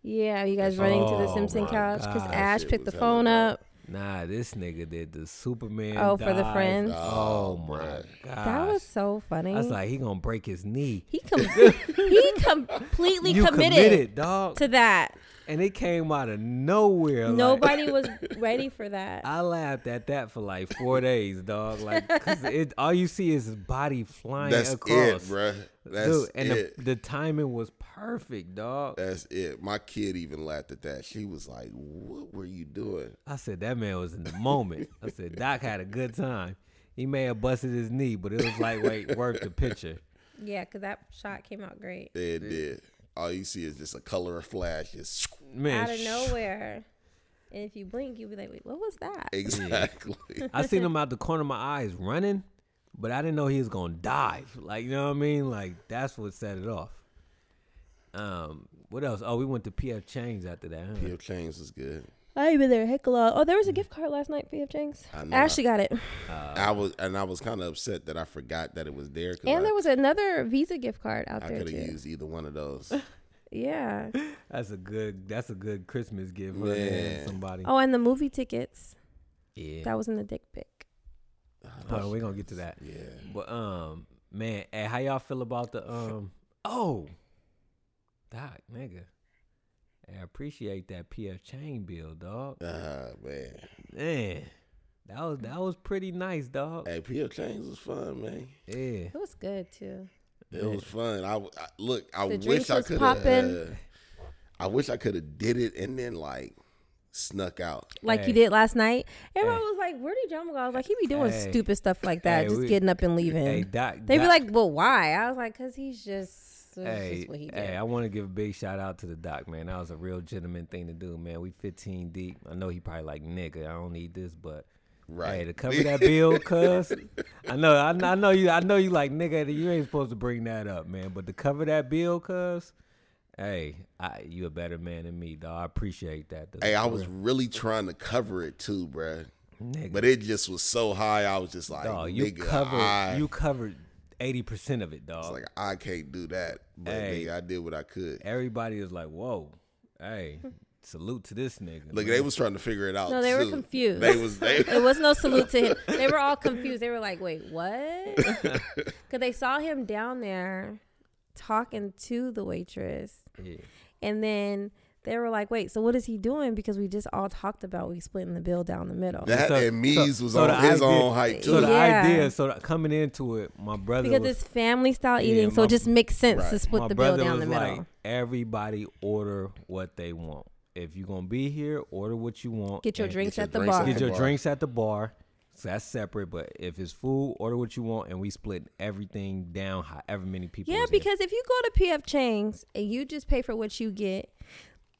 Speaker 2: Yeah, you guys
Speaker 1: That
Speaker 2: running to the
Speaker 3: shit-
Speaker 2: Simpson
Speaker 1: Oh my
Speaker 2: couch because
Speaker 3: God.
Speaker 2: Ash
Speaker 1: Shit
Speaker 2: picked the
Speaker 1: was hella
Speaker 2: phone
Speaker 1: dope.
Speaker 2: up.
Speaker 3: Nah, this nigga did the Superman.
Speaker 2: Oh, for the
Speaker 3: dive.
Speaker 2: friends?
Speaker 3: Oh,
Speaker 1: Oh,
Speaker 3: my god,
Speaker 1: bruh.
Speaker 2: That was so funny.
Speaker 3: I was like, he gonna break his knee.
Speaker 2: he com- he completely
Speaker 3: you
Speaker 2: committed,
Speaker 3: dog,
Speaker 2: to that.
Speaker 3: and it came out of nowhere. like-
Speaker 2: Nobody was ready for that.
Speaker 3: I laughed at that for like four days, dog. Like, cause it all you see is his body flying
Speaker 1: That's it,
Speaker 3: across.
Speaker 1: bruh. That's
Speaker 3: Dude, and
Speaker 1: it.
Speaker 3: The, the timing was perfect, dog.
Speaker 1: That's it. My kid even laughed at that. She was like, "What were you doing?"
Speaker 3: I said that man was in the moment. I said Doc had a good time. He may have busted his knee, but it was like wait, worth the picture.
Speaker 2: Yeah, because that shot came out great
Speaker 1: It did. All you see is just a color of flash. Just
Speaker 3: Man,
Speaker 2: out of
Speaker 3: sh-
Speaker 2: nowhere. And if you blink, you'll be like, "Wait, what was that?"
Speaker 1: exactly.
Speaker 3: I seen him out the corner of my eyes running, but I didn't know he was gonna dive. Like you know what I mean? Like that's what set it off. Um, what else? Oh, we went to PF Chang's after that. Huh?
Speaker 1: P.F. Chains was good.
Speaker 2: I even there heck a lot. Oh, there was a gift card last night for you, James.
Speaker 1: I know.
Speaker 2: Ashley got it,
Speaker 3: Uh,
Speaker 1: I was and I was kind of upset that I forgot that it was there because
Speaker 2: and there was another Visa gift card out
Speaker 1: I,
Speaker 2: there
Speaker 1: could
Speaker 2: too. Oh,
Speaker 1: have used either one of those.
Speaker 2: Yeah.
Speaker 3: That's a good. That's a good Christmas gift for
Speaker 1: Man.
Speaker 3: somebody.
Speaker 2: Oh, and the movie tickets.
Speaker 3: yeah.
Speaker 2: That was in the dick pic.
Speaker 3: Hold on, we're gonna get to that.
Speaker 1: yeah.
Speaker 3: But um, man, hey, how y'all feel about the um? Oh, doc, nigga, I appreciate that PF Chain bill, dog.
Speaker 1: Ah man.
Speaker 3: Man, that was that was pretty nice, dog.
Speaker 1: Hey, P.F. Chains was fun, man.
Speaker 3: Yeah.
Speaker 2: It was good too.
Speaker 1: It was fun. I, w- I- look. I
Speaker 2: The
Speaker 1: wish
Speaker 2: drinks
Speaker 1: I
Speaker 2: was
Speaker 1: could have. Uh,
Speaker 2: poppin'.
Speaker 1: I wish I could have did it and then like snuck out.
Speaker 2: Like
Speaker 3: Hey.
Speaker 2: you did last night. Everyone
Speaker 3: Hey.
Speaker 2: was like, "Where did John go?" I was like, "He be doing
Speaker 3: Hey.
Speaker 2: stupid stuff like that,
Speaker 3: Hey,
Speaker 2: just
Speaker 3: we-
Speaker 2: getting up and leaving."
Speaker 3: Hey, doc.
Speaker 2: they be
Speaker 3: Doc-
Speaker 2: like, "Well, why?" I was like, "Cause he's just, that's
Speaker 3: Hey,
Speaker 2: just what he did."
Speaker 3: hey, I want to give a big shout out to the doc, man. That was a real gentleman thing to do, man. We 15 deep. I know he probably like, nigga, I don't need this, but
Speaker 1: Right.
Speaker 3: Hey, to cover that bill, cuz I know, I, kn- I know you, I know you like nigga. You ain't supposed to bring that up, man. But to cover that bill, cuz, hey, I, you a better man than me, dog. I appreciate that. though.
Speaker 1: Hey, I was really trying to cover it too, bruh.
Speaker 3: nigga,
Speaker 1: But it just was so high, I was just like,
Speaker 3: dog, you
Speaker 1: nigga,
Speaker 3: covered,
Speaker 1: I,
Speaker 3: you covered eighty percent of it, dog.
Speaker 1: it's like I can't do that. But
Speaker 3: Hey.
Speaker 1: nigga, I did what I could.
Speaker 3: Everybody is like, whoa, hey, salute to this nigga.
Speaker 1: Look,
Speaker 3: man.
Speaker 1: they was trying to figure it out.
Speaker 2: No, they were
Speaker 1: too.
Speaker 2: confused.
Speaker 1: They was they,
Speaker 2: It was no salute to him. They were all confused. They were like, "Wait, what?" Because they saw him down there talking to the waitress,
Speaker 3: Yeah.
Speaker 2: and then they were like, "Wait, so what is he doing?" Because we just all talked about we splitting the bill down the middle.
Speaker 1: that
Speaker 3: So-
Speaker 1: and Mees
Speaker 3: so-
Speaker 1: was
Speaker 3: so
Speaker 1: on
Speaker 3: the
Speaker 1: his
Speaker 3: idea-
Speaker 1: own hype too.
Speaker 3: So the
Speaker 2: Yeah.
Speaker 3: idea, so the, coming into it, my brother
Speaker 2: because
Speaker 3: was,
Speaker 2: it's family style eating, so
Speaker 3: my-
Speaker 2: it just makes sense
Speaker 1: right.
Speaker 2: to
Speaker 3: my
Speaker 2: split the bill
Speaker 3: brother
Speaker 2: down
Speaker 3: was
Speaker 2: the middle.
Speaker 3: like, everybody order what they want. If you're gonna be here, order what you want.
Speaker 2: Get your
Speaker 3: and
Speaker 2: drinks
Speaker 1: your
Speaker 2: at the
Speaker 1: drinks
Speaker 2: bar.
Speaker 1: at
Speaker 3: Get your
Speaker 1: bar.
Speaker 3: drinks at the bar. So that's separate. But if it's food, order what you want, and we split everything down however many people.
Speaker 2: Yeah,
Speaker 3: is in.
Speaker 2: because if you go to PF Chang's and you just pay for what you get,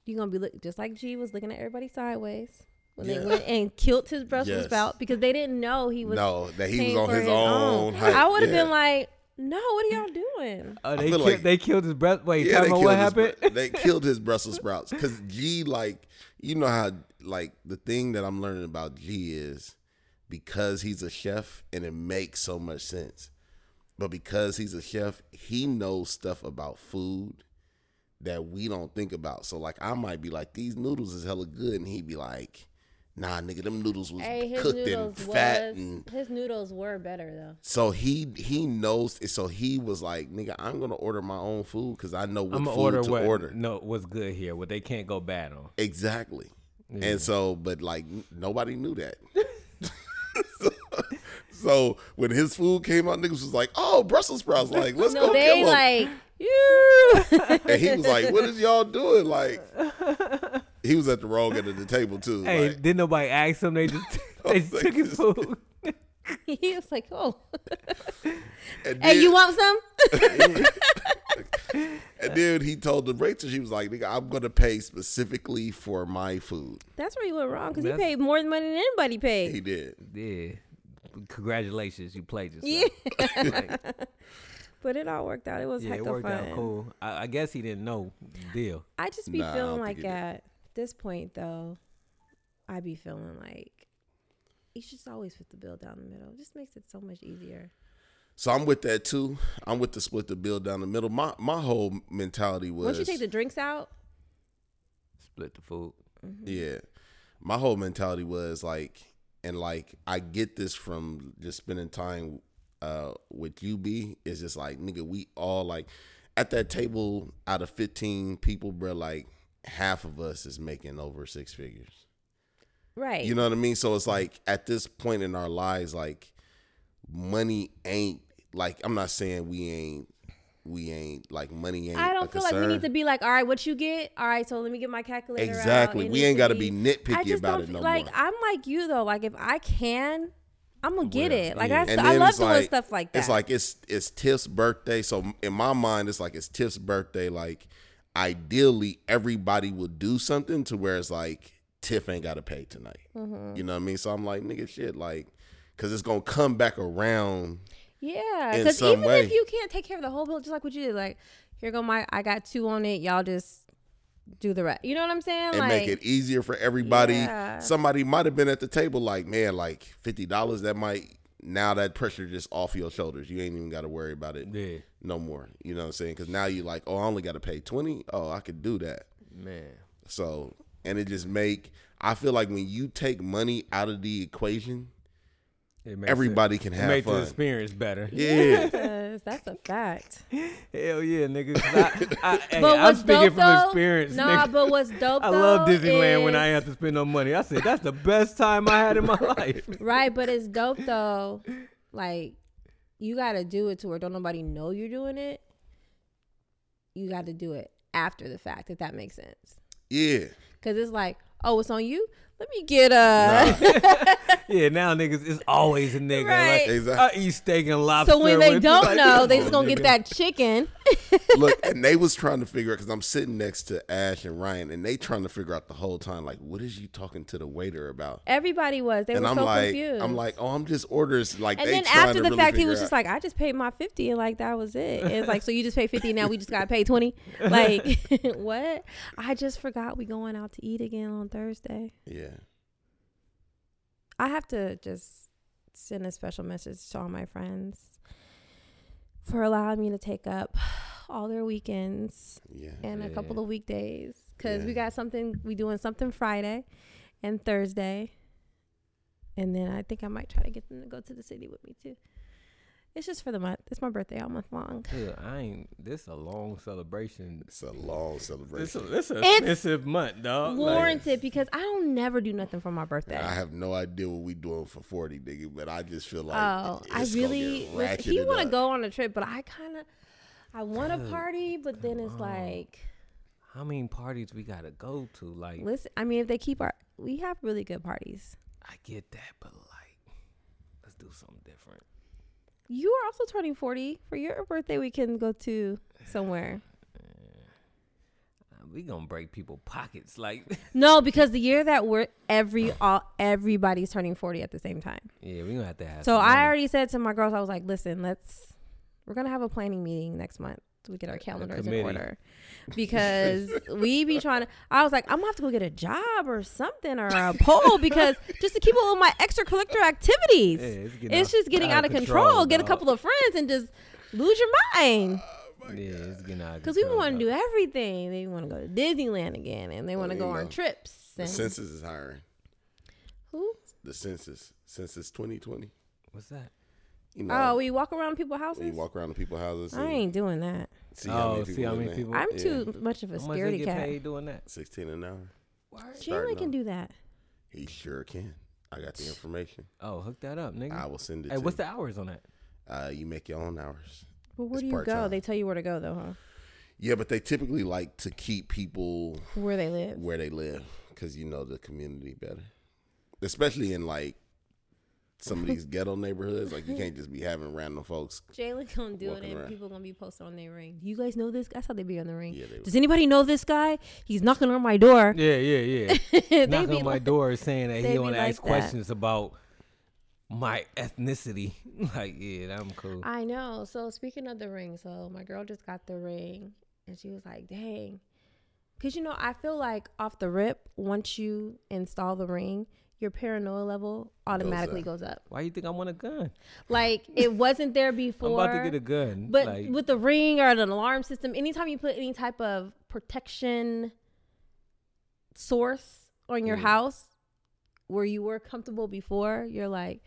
Speaker 2: you're gonna be look just like G was looking at everybody sideways when they
Speaker 1: Yeah.
Speaker 2: went and killed his Brussels
Speaker 1: Yes.
Speaker 2: spout because they didn't know he was.
Speaker 1: no, that he was
Speaker 2: paying
Speaker 1: on
Speaker 2: for
Speaker 1: his, own. hype.
Speaker 2: I would have
Speaker 1: yeah.
Speaker 2: been like, "No, what are y'all doing?"
Speaker 3: Oh, they
Speaker 1: feel
Speaker 3: killed,
Speaker 1: like-
Speaker 3: they killed his breath. Wait,
Speaker 1: yeah,
Speaker 3: tell
Speaker 1: they
Speaker 3: me
Speaker 1: killed,
Speaker 3: what
Speaker 1: his, br-
Speaker 3: happened.
Speaker 1: they killed his Brussels sprouts because G like you know how like the thing that I'm learning about G is because he's a chef and it makes so much sense, but because he's a chef, he knows stuff about food that we don't think about. So like I might be like these noodles is hella good, and he'd be like, Nah, nigga, them noodles was
Speaker 2: Hey, his
Speaker 1: cooked and
Speaker 2: noodles
Speaker 1: fat
Speaker 2: was
Speaker 1: and
Speaker 2: his noodles were better though.
Speaker 1: so he he knows. So he was like, "Nigga, I'm gonna order my own food because I know what
Speaker 3: I'm
Speaker 1: food
Speaker 3: gonna order
Speaker 1: to
Speaker 3: what?
Speaker 1: order."
Speaker 3: No, what's good here? What they can't go bad on.
Speaker 1: Exactly. And so, but like n- nobody knew that. so, so when his food came out, niggas was like, "Oh, Brussels sprouts!" Like, let's
Speaker 2: No,
Speaker 1: go
Speaker 2: they
Speaker 1: kill 'em."
Speaker 2: like
Speaker 1: and he was like, "What is y'all doing?" Like, he was at the wrong end of the table too.
Speaker 3: Hey,
Speaker 1: like,
Speaker 3: didn't nobody ask him? They just they just
Speaker 1: like,
Speaker 3: took his food.
Speaker 2: he was like, "Oh,
Speaker 1: and
Speaker 2: hey,
Speaker 1: then-
Speaker 2: you want some?"
Speaker 1: And then he told the waitress, she was like, "Nigga, I'm gonna pay specifically for my food."
Speaker 2: That's where you went wrong because you
Speaker 3: That's-
Speaker 2: paid more money than anybody paid.
Speaker 1: He did.
Speaker 3: Yeah. Congratulations, you played yourself.
Speaker 2: Yeah.
Speaker 3: Like,
Speaker 2: But it all worked out. It was
Speaker 3: yeah,
Speaker 2: heck
Speaker 3: it
Speaker 2: of
Speaker 3: worked
Speaker 2: fun.
Speaker 3: out cool. I, I guess he didn't know the deal.
Speaker 2: I just be
Speaker 1: Nah, I
Speaker 2: feeling
Speaker 1: don't
Speaker 2: like
Speaker 1: think it is.
Speaker 2: at this point though, I be feeling like you should just always put the bill down the middle. It just makes it so much easier.
Speaker 1: So I'm with that too. I'm with the split the bill down the middle. My my whole mentality was
Speaker 2: Once you take the drinks out,
Speaker 3: Split the food.
Speaker 1: Yeah. My whole mentality was like, and like, I get this from just spending time uh, with you, B. It's just like, nigga, we all like, at that table out of 15 people, bro, like, half of us is making over six figures.
Speaker 2: right?
Speaker 1: You know what I mean? So it's like, at this point in our lives, like, money ain't, like, I'm not saying we ain't. We ain't like money ain't.
Speaker 2: I
Speaker 1: a
Speaker 2: don't feel like we
Speaker 1: concern.
Speaker 2: need to be like, all right, what you get? All right, so let me get my calculator. out.
Speaker 1: Exactly.
Speaker 2: It
Speaker 1: We
Speaker 2: needs
Speaker 1: ain't
Speaker 2: to
Speaker 1: got to be
Speaker 2: I
Speaker 1: nitpicky
Speaker 2: just
Speaker 1: about
Speaker 2: don't
Speaker 1: it
Speaker 2: feel-
Speaker 1: no
Speaker 2: like
Speaker 1: more.
Speaker 2: I'm like you though. Like if I can, I'm gonna get
Speaker 3: Well,
Speaker 2: it. Like
Speaker 3: yeah.
Speaker 2: I,
Speaker 1: And
Speaker 2: I
Speaker 1: then
Speaker 2: love
Speaker 1: it's
Speaker 2: doing
Speaker 1: like-
Speaker 2: stuff like that.
Speaker 1: It's like it's it's Tiff's birthday. So in my mind, it's like it's Tiff's birthday. Like ideally, everybody will do something to where it's like Tiff ain't got to pay tonight.
Speaker 2: Mm-hmm.
Speaker 1: You know what I mean? So I'm like, nigga, shit, like, cause it's gonna come back around.
Speaker 2: Yeah,
Speaker 1: in
Speaker 2: because
Speaker 1: some
Speaker 2: even
Speaker 1: way.
Speaker 2: if you can't take care of the whole bill, just like what you did, like here go my, I got two on it. Y'all just do the rest. You know what I'm saying?
Speaker 1: and
Speaker 2: like,
Speaker 1: make it easier for everybody.
Speaker 2: Yeah.
Speaker 1: Somebody might have been at the table like, man, like fifty dollars. That might now that pressure just off your shoulders. You ain't even got to worry about it
Speaker 3: Yeah.
Speaker 1: no more. You know what I'm saying? Because now you like, oh, I only got to pay twenty. Oh, I could do that.
Speaker 3: Man.
Speaker 1: So and it just make I feel like when you take money out of the equation,
Speaker 3: It makes
Speaker 1: everybody can
Speaker 3: it,
Speaker 1: have
Speaker 3: makes the
Speaker 1: fun.
Speaker 3: experience better.
Speaker 1: Yeah,
Speaker 2: Yes, that's a fact.
Speaker 3: Hell yeah, nigga. 'cause I, I, hey,
Speaker 2: but
Speaker 3: I'm
Speaker 2: what's
Speaker 3: speaking
Speaker 2: dope
Speaker 3: from
Speaker 2: though?
Speaker 3: experience,
Speaker 2: nah,
Speaker 3: nigga.
Speaker 2: but what's dope?
Speaker 3: I love
Speaker 2: though
Speaker 3: Disneyland when I
Speaker 2: is-
Speaker 3: ain't have to spend no money. I said that's the best time I had in my life.
Speaker 2: right, but it's dope though. Like you got to do it to where don't nobody know you're doing it. You got to do it after the fact, if that makes sense.
Speaker 1: yeah.
Speaker 2: Because it's like, oh, it's on you. Let me get uh, a.
Speaker 1: Nah,
Speaker 3: Yeah, now niggas it's always a nigga.
Speaker 2: Right.
Speaker 3: Like,
Speaker 1: Exactly.
Speaker 3: I eat steak and lobster.
Speaker 2: So when they
Speaker 3: with-
Speaker 2: don't
Speaker 3: like,
Speaker 2: know, they
Speaker 3: come
Speaker 2: just
Speaker 3: on,
Speaker 2: gonna get
Speaker 3: nigga.
Speaker 2: that chicken.
Speaker 1: Look, and they was trying to figure out because I'm sitting next to Ash and Ryan, and they trying to figure out the whole time, like, what is you talking to the waiter about?
Speaker 2: Everybody was. They
Speaker 1: and
Speaker 2: were
Speaker 1: I'm
Speaker 2: so
Speaker 1: like,
Speaker 2: confused.
Speaker 1: I'm like, oh, I'm just orders. Like,
Speaker 2: and
Speaker 1: they
Speaker 2: then
Speaker 1: trying
Speaker 2: after
Speaker 1: to
Speaker 2: the
Speaker 1: really
Speaker 2: fact, he
Speaker 1: figure
Speaker 2: was just
Speaker 1: out-
Speaker 2: like, I just paid my fifty, and like that was it. And it's like, so you just paid fifty, and now we just gotta pay twenty. Like, what? I just forgot we going out to eat again on Thursday.
Speaker 1: yeah.
Speaker 2: I have to just send a special message to all my friends for allowing me to take up all their weekends
Speaker 1: Yeah.
Speaker 2: and a couple
Speaker 3: Yeah.
Speaker 2: of weekdays because we
Speaker 1: Yeah.
Speaker 2: got something we doing something Friday and Thursday, and then I think I might try to get them to go to the city with me too. It's just for the month. It's my birthday all month long.
Speaker 3: Dude, I ain't. This a long celebration.
Speaker 1: It's a long
Speaker 3: This a,
Speaker 1: celebration.
Speaker 3: this a
Speaker 2: It's
Speaker 3: expensive month, dog.
Speaker 2: Warranted because I don't never do nothing for my birthday.
Speaker 1: Uh, I have no idea what we doing for 40, nigga, but I just feel like
Speaker 2: oh, I
Speaker 1: it's gonna
Speaker 2: really
Speaker 1: get
Speaker 2: was, he
Speaker 1: ratcheted
Speaker 2: want to
Speaker 1: up.
Speaker 2: go on a trip, but I kind of I want
Speaker 3: Dude,
Speaker 2: to party, but then it's
Speaker 3: come on.
Speaker 2: like
Speaker 3: How many parties we gotta go to? Like,
Speaker 2: listen. I mean, if they keep our we have really good parties.
Speaker 3: I get that, but like, let's do something different.
Speaker 2: You are also turning forty for your birthday. We can go to somewhere.
Speaker 3: Uh, We gonna break people pockets, like.
Speaker 2: No, because the year that we're every all everybody's turning forty at the same time.
Speaker 3: yeah, we gonna have to have.
Speaker 2: So
Speaker 3: some
Speaker 2: I
Speaker 3: money.
Speaker 2: already said to my girls, I was like, listen, let's we're gonna have a planning meeting next month. So we get our calendars in
Speaker 3: committee.
Speaker 2: order. Because we be trying to I was like, I'm gonna have to go get a job or something or a poll because just to keep up with my extracurricular activities.
Speaker 3: Yeah, it's getting
Speaker 2: it's
Speaker 3: out-
Speaker 2: just getting out of control. get a
Speaker 3: dog.
Speaker 2: couple of friends and just lose your mind.
Speaker 3: Yeah, it's getting out.
Speaker 2: Because we want to do everything. They want to go to Disneyland again and they want to
Speaker 1: you
Speaker 2: go on
Speaker 1: know,
Speaker 2: trips.
Speaker 1: The
Speaker 2: And
Speaker 1: census is hiring.
Speaker 2: who?
Speaker 1: The census. Census 2020.
Speaker 3: What's that?
Speaker 1: You know,
Speaker 2: Oh, we walk around
Speaker 1: when
Speaker 2: people's
Speaker 1: you
Speaker 2: houses.
Speaker 1: walk around to people's houses.
Speaker 2: I
Speaker 1: and
Speaker 2: ain't doing that.
Speaker 1: See
Speaker 3: Oh, see how
Speaker 1: live
Speaker 3: many
Speaker 1: there.
Speaker 3: people-
Speaker 2: I'm
Speaker 1: yeah.
Speaker 2: too much of a
Speaker 3: How much they
Speaker 2: scaredy
Speaker 3: get
Speaker 2: cat.
Speaker 3: paid doing that?
Speaker 1: 16 an hour.
Speaker 2: Chandler
Speaker 1: Starting
Speaker 2: can
Speaker 1: off.
Speaker 2: do that.
Speaker 1: He sure can. I got the information.
Speaker 3: Oh, hook that up, nigga.
Speaker 1: I will send it
Speaker 3: hey,
Speaker 1: to
Speaker 3: what's the hours on that?
Speaker 1: you. Uh, you make your own hours.
Speaker 2: Well, where
Speaker 1: It's
Speaker 2: do you go?
Speaker 1: part-time.
Speaker 2: They tell you where to go though, huh?
Speaker 1: Yeah, but they typically like to keep people
Speaker 2: Where they live.
Speaker 1: where they live because you know the community better, especially in like some of these ghetto neighborhoods. Like you can't just be having random folks.
Speaker 2: Jalen gonna do
Speaker 1: Walking
Speaker 2: it, and
Speaker 1: around.
Speaker 2: people gonna be posted on their ring. Do you guys know this? guy? That's how they be on the ring.
Speaker 1: Yeah, they
Speaker 2: Does anybody know this guy? He's knocking on my door.
Speaker 3: Yeah, yeah,
Speaker 2: they
Speaker 3: yeah. Knock
Speaker 2: be
Speaker 3: on my
Speaker 2: like-
Speaker 3: door saying that
Speaker 2: they
Speaker 3: he
Speaker 2: be
Speaker 3: want to
Speaker 2: like
Speaker 3: ask
Speaker 2: that.
Speaker 3: questions about my ethnicity. like, yeah, I'm cool.
Speaker 2: I know. So speaking of the ring, so my girl just got the ring, and she was like, "Dang," because you know I feel like off the rip, once you install the ring, your paranoia level automatically
Speaker 1: up.
Speaker 2: goes up.
Speaker 3: Why you think I want a gun?
Speaker 2: Like it wasn't there before.
Speaker 3: I'm about to get a gun.
Speaker 2: But
Speaker 3: like,
Speaker 2: with the ring or an alarm system, anytime you put any type of protection source on your
Speaker 3: Mm.
Speaker 2: house where you were comfortable before, you're like,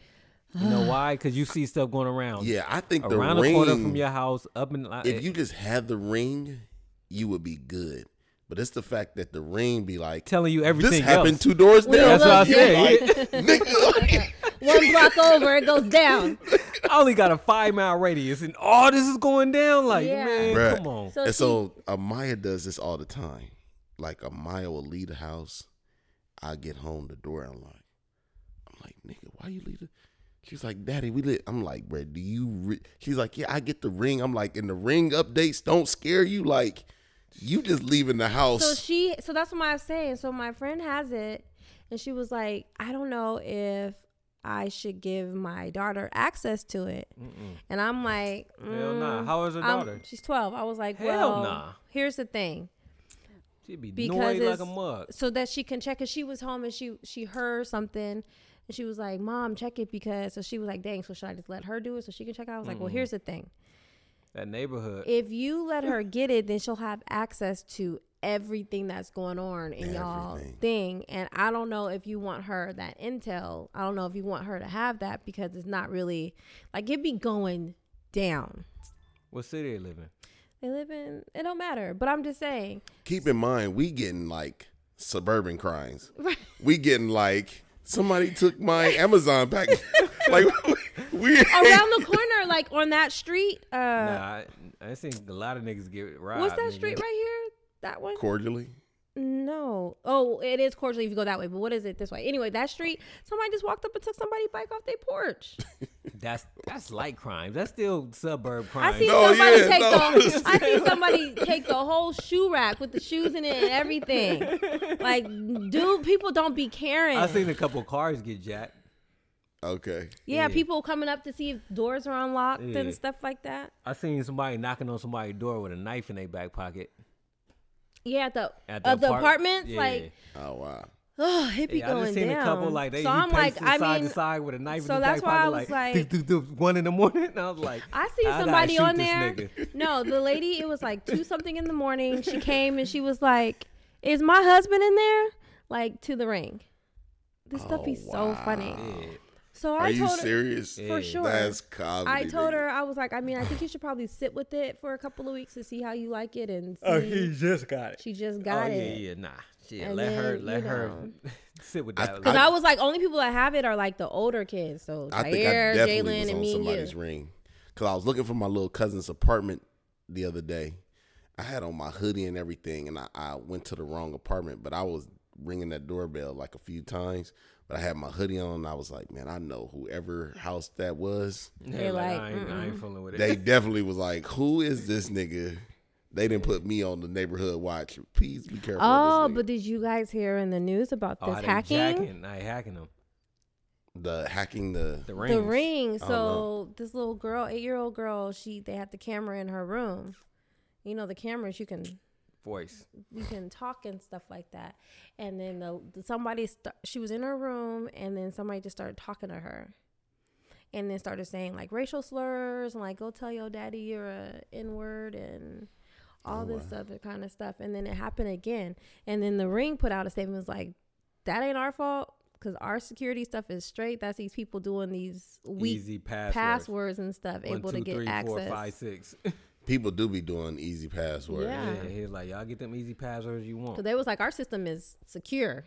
Speaker 3: you know why? Because you see stuff going around.
Speaker 1: Yeah, I think the
Speaker 3: around the,
Speaker 1: ring.
Speaker 3: corner from your house, up in. Like,
Speaker 1: if you just had the ring, you would be good. But it's the fact that the ring be like
Speaker 3: telling you everything,
Speaker 1: This happened
Speaker 3: else.
Speaker 1: two doors
Speaker 2: Well,
Speaker 1: down.
Speaker 3: That's what I
Speaker 2: look,
Speaker 3: said.
Speaker 1: Nigga,
Speaker 2: one block over, it goes down.
Speaker 3: I only got a five mile radius, and all this is going down. Like,
Speaker 2: Yeah.
Speaker 3: man,
Speaker 1: Bruh.
Speaker 3: come on.
Speaker 2: So, e
Speaker 1: and
Speaker 2: she-
Speaker 1: so Amaya does this all the time. Like Amaya will leave the house. I get home, the door unlocked. I'm like, nigga, why you leave? The-? She's like, Daddy, we lit. I'm like, bruh, do you? Re-? She's like, yeah, I get the ring. I'm like, and the ring updates don't scare you. Like, you just leaving the house.
Speaker 2: so she, so that's what I was saying. So my friend has it, and she was like, I don't know if I should give my daughter access to it, and I'm like,
Speaker 3: Hell nah.
Speaker 2: mm,
Speaker 3: How old's her
Speaker 2: I'm-
Speaker 3: daughter?
Speaker 2: she's 12. I was like,
Speaker 3: Hell
Speaker 2: well,
Speaker 3: nah.
Speaker 2: here's the thing.
Speaker 3: She be
Speaker 2: because
Speaker 3: annoyed like
Speaker 2: it's,
Speaker 3: a mug.
Speaker 2: so that she can check. Cause she was home and she she heard something, and she was like, "Mom, check it." Because so she was like, "Dang!" So should I just let her do it so she can check? It? I was like, "Well, here's the thing.
Speaker 3: That neighborhood.
Speaker 2: If you let her get it, then she'll have access to everything that's going on in y'all
Speaker 1: Everything.
Speaker 2: thing. And I don't know if you want her that intel. I don't know if you want her to have that because it's not really like it'd be going down.
Speaker 3: What city they live in?
Speaker 2: They live in it don't matter. But I'm just saying.
Speaker 1: Keep in mind, we getting like suburban crimes. We getting like somebody took my Amazon package. like we
Speaker 2: Around the corner, like on that street, uh,
Speaker 3: Nah, I, I seen a lot of niggas get robbed.
Speaker 2: What's that
Speaker 3: nigga.
Speaker 2: street right here? That one?
Speaker 1: cordially.
Speaker 2: No. Oh, it is cordially if you go that way, but what is it this way? Anyway, that street, somebody just walked up and took somebody's bike off their porch.
Speaker 3: That's that's light crimes. That's still suburb crime.
Speaker 2: I see
Speaker 1: No,
Speaker 2: somebody
Speaker 1: Oh, yeah,
Speaker 2: take
Speaker 1: no.
Speaker 2: the I see somebody take the whole shoe rack with the shoes in it and everything. Like, dude, people don't be caring.
Speaker 3: I've seen a couple cars get jacked.
Speaker 1: Okay.
Speaker 2: yeah,
Speaker 3: Yeah.
Speaker 2: people coming up to see if doors are unlocked
Speaker 3: Yeah.
Speaker 2: and stuff like that.
Speaker 3: I seen somebody knocking on somebody's door with a knife in their back pocket.
Speaker 2: Yeah, at the,
Speaker 3: At
Speaker 2: at
Speaker 3: the
Speaker 2: the,
Speaker 3: apart-
Speaker 2: apartments,
Speaker 3: yeah.
Speaker 2: like,
Speaker 1: Oh wow.
Speaker 2: oh, it be
Speaker 3: Yeah, I
Speaker 2: going
Speaker 3: just seen
Speaker 2: down.
Speaker 3: a couple like they
Speaker 2: so
Speaker 3: you
Speaker 2: I'm like,
Speaker 3: pacing
Speaker 2: I
Speaker 3: side
Speaker 2: mean,
Speaker 3: to side with a knife.
Speaker 2: so
Speaker 3: in
Speaker 2: that's
Speaker 3: his back
Speaker 2: why I was
Speaker 3: pocket, like,
Speaker 2: like-
Speaker 3: "Doo, doo, doo," one in the morning. And I was like,
Speaker 2: I see
Speaker 3: gotta
Speaker 2: somebody
Speaker 3: shoot
Speaker 2: on
Speaker 3: this
Speaker 2: there.
Speaker 3: nigga.
Speaker 2: No, the lady, it was like two something in the morning. She came and she was like, Is my husband in there? Like to the ring. This stuff
Speaker 1: Oh,
Speaker 2: is so funny.
Speaker 3: Yeah.
Speaker 2: So
Speaker 1: Are
Speaker 2: I
Speaker 1: you
Speaker 2: told her
Speaker 1: serious?
Speaker 2: for sure.
Speaker 1: That's comedy.
Speaker 2: I told
Speaker 1: nigga.
Speaker 2: her I was like, I mean, I think you should probably sit with it for a couple of weeks to see how you like it and see.
Speaker 3: Oh, he just got it.
Speaker 2: she just got
Speaker 3: oh,
Speaker 2: it.
Speaker 3: yeah, yeah, nah. Shit,
Speaker 2: And
Speaker 3: let her,
Speaker 2: then,
Speaker 3: let
Speaker 2: you
Speaker 3: her
Speaker 2: know.
Speaker 3: sit with
Speaker 1: I-
Speaker 3: that.
Speaker 2: Because
Speaker 3: like,
Speaker 2: I, was like, only people that have it are like the older kids. So
Speaker 1: I think
Speaker 2: Jair,
Speaker 1: I definitely
Speaker 2: Jalen,
Speaker 1: was
Speaker 2: and
Speaker 1: on
Speaker 2: me and
Speaker 1: somebody's
Speaker 2: you.
Speaker 1: ring because I was looking for my little cousin's apartment the other day. I had on my hoodie and everything, and I, I went to the wrong apartment, but I was ringing that doorbell like a few times. But I had my hoodie on, and I was like, man, I know whoever house that was.
Speaker 3: yeah,
Speaker 2: They
Speaker 3: like,
Speaker 2: like,
Speaker 3: I, ain't, I ain't fooling with it.
Speaker 1: They definitely was like, who is this nigga? They didn't put me on the neighborhood watch. Please be careful.
Speaker 2: Oh,
Speaker 1: of this
Speaker 2: but did you guys hear in the news about
Speaker 3: oh,
Speaker 2: this
Speaker 3: they
Speaker 2: hacking?
Speaker 3: jacking, I hacking them.
Speaker 1: nigga. the hacking the.
Speaker 3: The ring,
Speaker 2: The ring.
Speaker 1: I don't know.
Speaker 2: So this little girl, eight year old girl, she they had the camera in her room. You know the cameras you can
Speaker 3: voice.
Speaker 2: you can talk and stuff like that. And then the, the- somebody st- she was in her room, and then somebody just started talking to her, and then started saying like racial slurs and like go tell your daddy you're a n word and
Speaker 3: Oh,
Speaker 2: all this other kind of stuff. And then it happened again. And then the ring put out a statement was like that ain't our fault. Cause our security stuff is straight. That's these people doing these weak
Speaker 3: Easy passwords.
Speaker 2: passwords and stuff,
Speaker 3: One,
Speaker 2: able
Speaker 3: two,
Speaker 2: to get
Speaker 3: three,
Speaker 2: access.
Speaker 3: four, five, six.
Speaker 1: People do be doing easy passwords.
Speaker 2: Yeah.
Speaker 3: Yeah, he's like, y'all get them easy passwords you want.
Speaker 2: So they was like, our system is secure.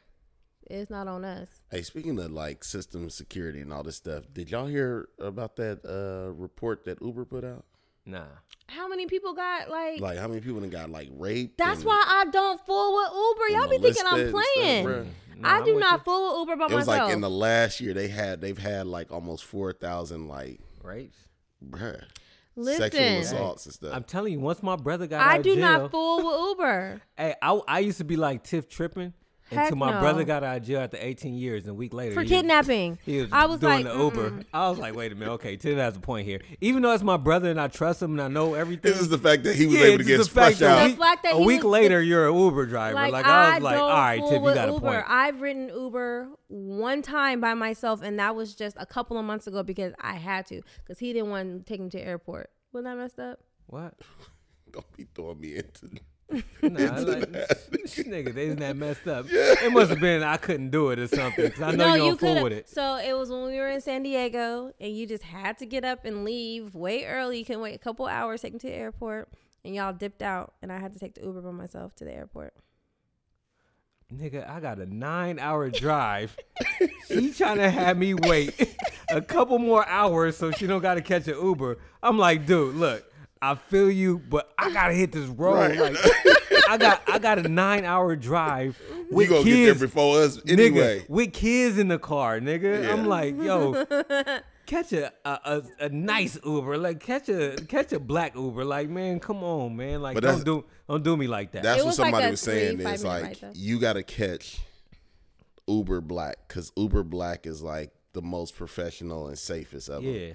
Speaker 2: It's not on us.
Speaker 1: Hey, speaking of like system security and all this stuff, did y'all hear about that uh report that Uber put out?
Speaker 3: Nah.
Speaker 2: how many people got like,
Speaker 1: Like, how many people done got like raped?
Speaker 2: that's
Speaker 1: and-
Speaker 2: why I don't fool with Uber. Y'all be thinking I'm
Speaker 1: Molested and stuff,
Speaker 2: playing.
Speaker 1: bruh.
Speaker 3: Nah,
Speaker 2: I
Speaker 3: I'm
Speaker 2: do
Speaker 3: with
Speaker 2: not fool with Uber by
Speaker 1: it was
Speaker 2: myself.
Speaker 1: like in the last year they had they've had like almost four thousand like
Speaker 3: you. Rapes.
Speaker 1: bruh, sexual
Speaker 2: Listen,
Speaker 1: assaults and stuff.
Speaker 3: I'm telling you, once my brother got out
Speaker 2: I
Speaker 3: of
Speaker 2: do
Speaker 3: jail,
Speaker 2: not fool with Uber.
Speaker 3: Hey, I, I used to be like Tiff tripping until
Speaker 2: Heck
Speaker 3: my
Speaker 2: no.
Speaker 3: brother got out of jail after 18 years. And a week later,
Speaker 2: For
Speaker 3: he was-
Speaker 2: kidnapping.
Speaker 3: He was
Speaker 2: I was like,
Speaker 3: doing the Uber.
Speaker 2: mm-mm.
Speaker 3: I was like, wait a minute. Okay, Tiff has a point here. Even though it's my brother and I trust him and I know everything.
Speaker 1: this is the fact that he was
Speaker 3: yeah,
Speaker 1: able to
Speaker 3: just
Speaker 1: get
Speaker 3: the fact
Speaker 1: fresh
Speaker 3: that
Speaker 1: out.
Speaker 2: The fact that
Speaker 3: a
Speaker 2: he
Speaker 3: week
Speaker 2: was-
Speaker 3: later, you're an Uber driver. Like,
Speaker 2: Like,
Speaker 3: I
Speaker 2: I,
Speaker 3: was like,
Speaker 2: don't
Speaker 3: all right,
Speaker 2: fool
Speaker 3: Tiff, you
Speaker 2: with
Speaker 3: got a
Speaker 2: Uber.
Speaker 3: point.
Speaker 2: I've ridden Uber one time by myself, and that was just a couple of months ago because I had to because he didn't want to take him to the airport. Wasn't that messed up?
Speaker 3: what?
Speaker 1: Don't be throwing me into.
Speaker 3: Nah, like, this nigga, they isn't that messed up. It must have been I couldn't do it or something. 'cause I know you don't fool
Speaker 2: could've-
Speaker 3: with it.
Speaker 2: So it was when we were in San Diego, and you just had to get up and leave way early. You can wait a couple hours, take them to the airport, and y'all dipped out, and I had to take the Uber by myself to the airport.
Speaker 3: Nigga, I got a nine hour drive. she trying to have me wait a couple more hours so she don't got to catch an Uber. I'm like, dude, look, I feel you, but I gotta hit this road.
Speaker 1: Right.
Speaker 3: Like, I got I got a nine hour drive
Speaker 1: We
Speaker 3: with
Speaker 1: gonna get there
Speaker 3: kids,
Speaker 1: before us
Speaker 3: nigga,
Speaker 1: anyway.
Speaker 3: with kids in the car, nigga.
Speaker 1: Yeah.
Speaker 3: I'm like, yo, catch a, a a a nice Uber, like catch a catch a black Uber, like man, come on, man, like
Speaker 1: But
Speaker 3: don't
Speaker 1: that's-
Speaker 3: do don't do me like that.
Speaker 1: That's
Speaker 2: It
Speaker 1: what
Speaker 2: was like
Speaker 1: somebody
Speaker 2: a
Speaker 1: was saying.
Speaker 2: three,
Speaker 1: is
Speaker 2: five-minute
Speaker 1: like
Speaker 2: ride, though.
Speaker 1: you got to catch Uber Black because Uber Black is like the most professional and safest of them.
Speaker 3: yeah,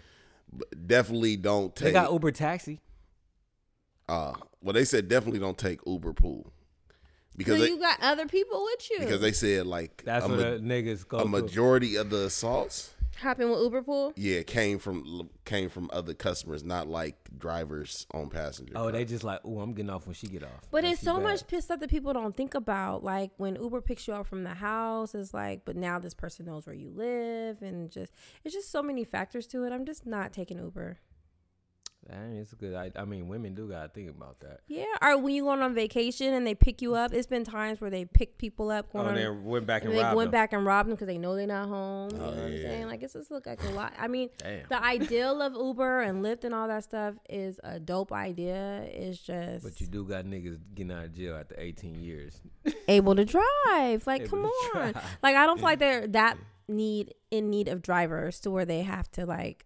Speaker 1: But definitely don't
Speaker 3: they
Speaker 1: take.
Speaker 3: got Uber taxi.
Speaker 1: uh, well, they said definitely don't take Uber Pool
Speaker 2: So
Speaker 1: because they,
Speaker 2: you got other people with you.
Speaker 1: because they said like
Speaker 3: That's
Speaker 1: a,
Speaker 3: what
Speaker 1: ma-
Speaker 3: the niggas go.
Speaker 1: a
Speaker 3: through.
Speaker 1: majority of the assaults
Speaker 2: hopping with Uber pool.
Speaker 1: yeah came from came from other customers, not like drivers on passenger.
Speaker 3: Oh, they
Speaker 1: cars.
Speaker 3: just like, oh, I'm getting off when she get off.
Speaker 2: But
Speaker 3: Like,
Speaker 2: it's
Speaker 3: she
Speaker 2: so
Speaker 3: bad.
Speaker 2: much pissed up that people don't think about. Like when Uber picks you up from the house, it's like, but now this person knows where you live, and just it's just so many factors to it. I'm just not taking Uber.
Speaker 3: Dang, it's good. I, I mean, women do gotta think about that.
Speaker 2: Yeah, or when you going on vacation and they pick you up. It's been times where they pick people up
Speaker 3: Oh,
Speaker 2: going
Speaker 3: and
Speaker 2: on
Speaker 3: they went back and,
Speaker 2: And they
Speaker 3: robbed
Speaker 2: went
Speaker 3: them.
Speaker 2: back and robbed them because they know they're not home. you
Speaker 1: Oh,
Speaker 2: know what I'm
Speaker 1: yeah.
Speaker 2: saying? Like, it's just look like a lot. I mean,
Speaker 3: Damn.
Speaker 2: the ideal of Uber and Lyft and all that stuff is a dope idea. It's just
Speaker 3: But you do got niggas getting out of jail after 18 years.
Speaker 2: able to drive. Like,
Speaker 3: Able
Speaker 2: come
Speaker 3: to
Speaker 2: on.
Speaker 3: drive.
Speaker 2: Like, I don't feel like they're that need in need of drivers to where they have to like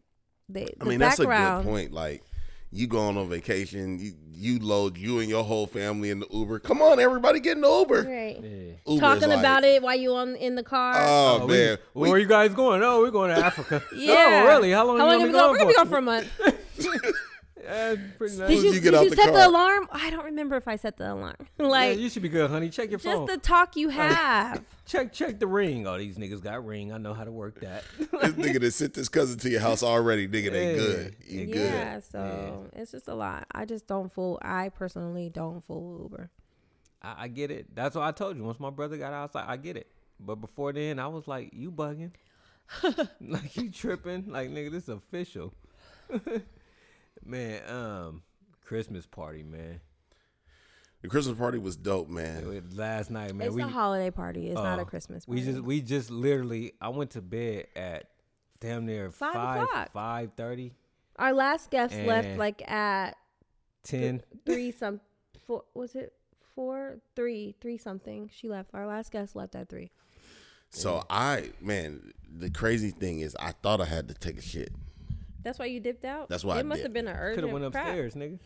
Speaker 2: they, the
Speaker 1: I mean, that's a
Speaker 2: background.
Speaker 1: good point. Like, you going on vacation, you, you load you and your whole family in the Uber. Come on, everybody get in the Uber.
Speaker 2: Right.
Speaker 3: Yeah.
Speaker 1: Uber's
Speaker 2: Talking
Speaker 1: like,
Speaker 2: about it while you on in the car.
Speaker 1: Oh,
Speaker 3: Oh, we-
Speaker 1: man,
Speaker 3: where are you guys going? Oh, we're going to Africa.
Speaker 2: yeah.
Speaker 3: Oh, really? How long?
Speaker 2: How long
Speaker 3: you
Speaker 2: have
Speaker 3: gonna
Speaker 2: we gone? We're
Speaker 3: be
Speaker 2: gonna be gone
Speaker 3: going
Speaker 2: for a month.
Speaker 3: for? Yeah, pretty nice.
Speaker 2: Did you,
Speaker 1: you
Speaker 2: did
Speaker 1: get out
Speaker 2: you
Speaker 1: the
Speaker 2: set
Speaker 1: car.
Speaker 2: the alarm? I don't remember if I set the alarm.
Speaker 3: Yeah,
Speaker 2: like
Speaker 3: you should be good, honey. Check your
Speaker 2: just
Speaker 3: phone.
Speaker 2: the talk you have.
Speaker 3: check, check the ring. Oh, these niggas got ring. I know how to work that.
Speaker 1: this nigga that sent this cousin to your house already, nigga, they
Speaker 3: Yeah.
Speaker 1: good. You good?
Speaker 2: Yeah, so it's just a lot. I just don't fool. I personally don't fool Uber.
Speaker 3: I, I get it. That's what I told you. Once my brother got out, I was like, I get it. But before then, I was like, you bugging. like, you tripping. Like, nigga, this is official. man, um, Christmas party, man.
Speaker 1: The Christmas party was dope,
Speaker 3: It
Speaker 1: man.
Speaker 3: was Last night, man.
Speaker 2: it's
Speaker 3: we,
Speaker 2: a holiday party. It's not
Speaker 3: uh,
Speaker 2: a Christmas party.
Speaker 3: we just, we just literally, I went to bed at damn near
Speaker 2: Five
Speaker 3: 5,
Speaker 2: o'clock.
Speaker 3: 5.30,
Speaker 2: Our last guest
Speaker 3: Eh.
Speaker 2: left like at
Speaker 3: 10.
Speaker 2: three some four was it four three three something. She left. Our last guest left at three.
Speaker 1: So I, man, the crazy thing is, I thought I had to take a shit.
Speaker 2: That's why you dipped out.
Speaker 1: That's why
Speaker 2: it
Speaker 1: I
Speaker 2: must
Speaker 1: dipped.
Speaker 2: have been an
Speaker 3: Could
Speaker 2: urgent.
Speaker 3: have went
Speaker 2: prep.
Speaker 3: upstairs, nigga.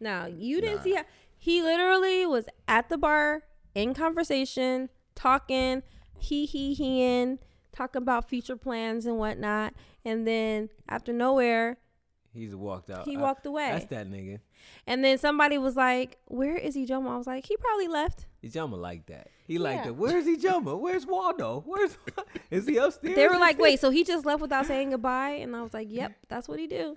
Speaker 2: No, you didn't see how he literally was at the bar in conversation, talking, he he heing, talking about future plans and whatnot. And then after nowhere,
Speaker 3: He's walked out.
Speaker 2: He walked away.
Speaker 3: That's that nigga.
Speaker 2: and then somebody was like, "Where is Ijoma?" I was like, "He probably left."
Speaker 3: Ijoma like that. He like
Speaker 2: Yeah.
Speaker 3: that. Where's Ijoma? Where's Waldo? Where's is he upstairs?
Speaker 2: They were like, "Wait, so he just left without saying goodbye?" And I was like, "Yep, that's what he do."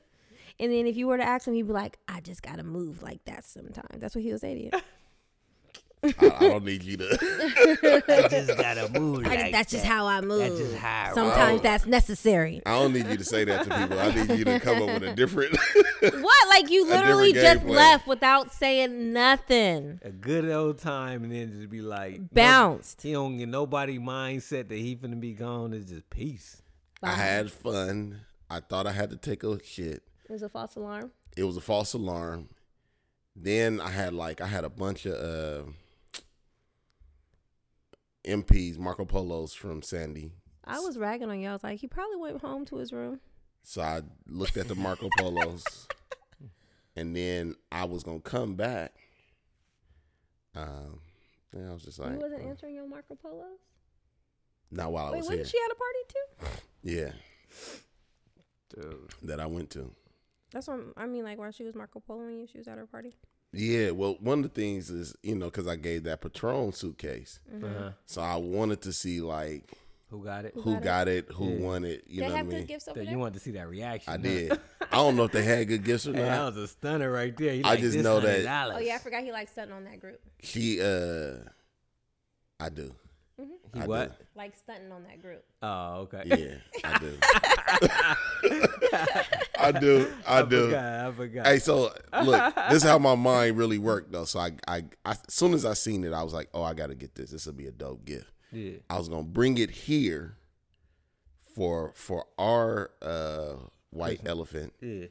Speaker 2: And then if you were to ask him, he'd be like, "I just gotta move like that sometimes." That's what he was saying. to you.
Speaker 1: I, I don't need you to.
Speaker 3: I just gotta move.
Speaker 2: I just, that's just how I move.
Speaker 3: That's just how I
Speaker 2: sometimes
Speaker 1: roll.
Speaker 2: that's necessary.
Speaker 1: I don't need you to say that to people. I need you to come up with a different.
Speaker 2: What? Like you
Speaker 1: different
Speaker 2: literally
Speaker 1: game
Speaker 2: just
Speaker 1: plan.
Speaker 2: left without saying nothing.
Speaker 3: a good old time, and then just be like no-
Speaker 2: Bounced.
Speaker 3: he don't get nobody mindset that he finna be gone. It's just peace.
Speaker 1: I had fun. I thought I had to take a shit.
Speaker 2: It was a false alarm.
Speaker 1: It was a false alarm. Then I had like I had a bunch of uh, MPs, Marco Polos from Sandy.
Speaker 2: I was ragging on you. I was like, he probably went home to his room.
Speaker 1: So I looked at the Marco Polos, and then I was gonna come back. Um, and I was just like,
Speaker 2: You wasn't
Speaker 1: uh,
Speaker 2: answering your Marco Polos.
Speaker 1: not while I
Speaker 2: Wait,
Speaker 1: was here.
Speaker 2: wasn't she at a party too?
Speaker 1: yeah,
Speaker 3: Dude.
Speaker 1: that I went to.
Speaker 2: That's what I'm- I mean. Like while she was Marco Poloing you, she was at her party.
Speaker 1: Yeah, well, one of the things is you know because I gave that Patron suitcase,
Speaker 2: Mm-hmm.
Speaker 3: Uh-huh.
Speaker 1: so I wanted to see like
Speaker 3: Who got it?
Speaker 1: who
Speaker 2: got it?
Speaker 1: got it, who
Speaker 3: Yeah.
Speaker 1: won it. You know
Speaker 2: Did they
Speaker 1: what I
Speaker 2: have good
Speaker 1: mean?
Speaker 2: gifts over
Speaker 3: That
Speaker 2: there?
Speaker 3: you want to see that reaction?
Speaker 1: I
Speaker 3: huh?
Speaker 1: did. I don't know if they had good gifts or
Speaker 3: Hey, that
Speaker 1: not.
Speaker 3: was a stunner right there. You
Speaker 1: I
Speaker 3: like,
Speaker 1: just
Speaker 3: this
Speaker 1: know that-
Speaker 3: $100.
Speaker 2: oh yeah, I forgot he likes stunting on that group.
Speaker 1: She, uh, I do.
Speaker 3: Mm-hmm. He
Speaker 1: I
Speaker 3: what?
Speaker 1: do.
Speaker 2: Like stunting on that group.
Speaker 3: Oh okay.
Speaker 1: Yeah, I do. I do. I,
Speaker 3: I
Speaker 1: do.
Speaker 3: forgot. I forgot.
Speaker 1: Hey, so look, this is how my mind really worked though. So I, I, I, as soon as I seen it, I was like, oh, I gotta get this. This will be a dope gift.
Speaker 3: yeah.
Speaker 1: I was gonna bring it here for for our uh white
Speaker 3: Mm-hmm.
Speaker 1: elephant,
Speaker 3: Yeah.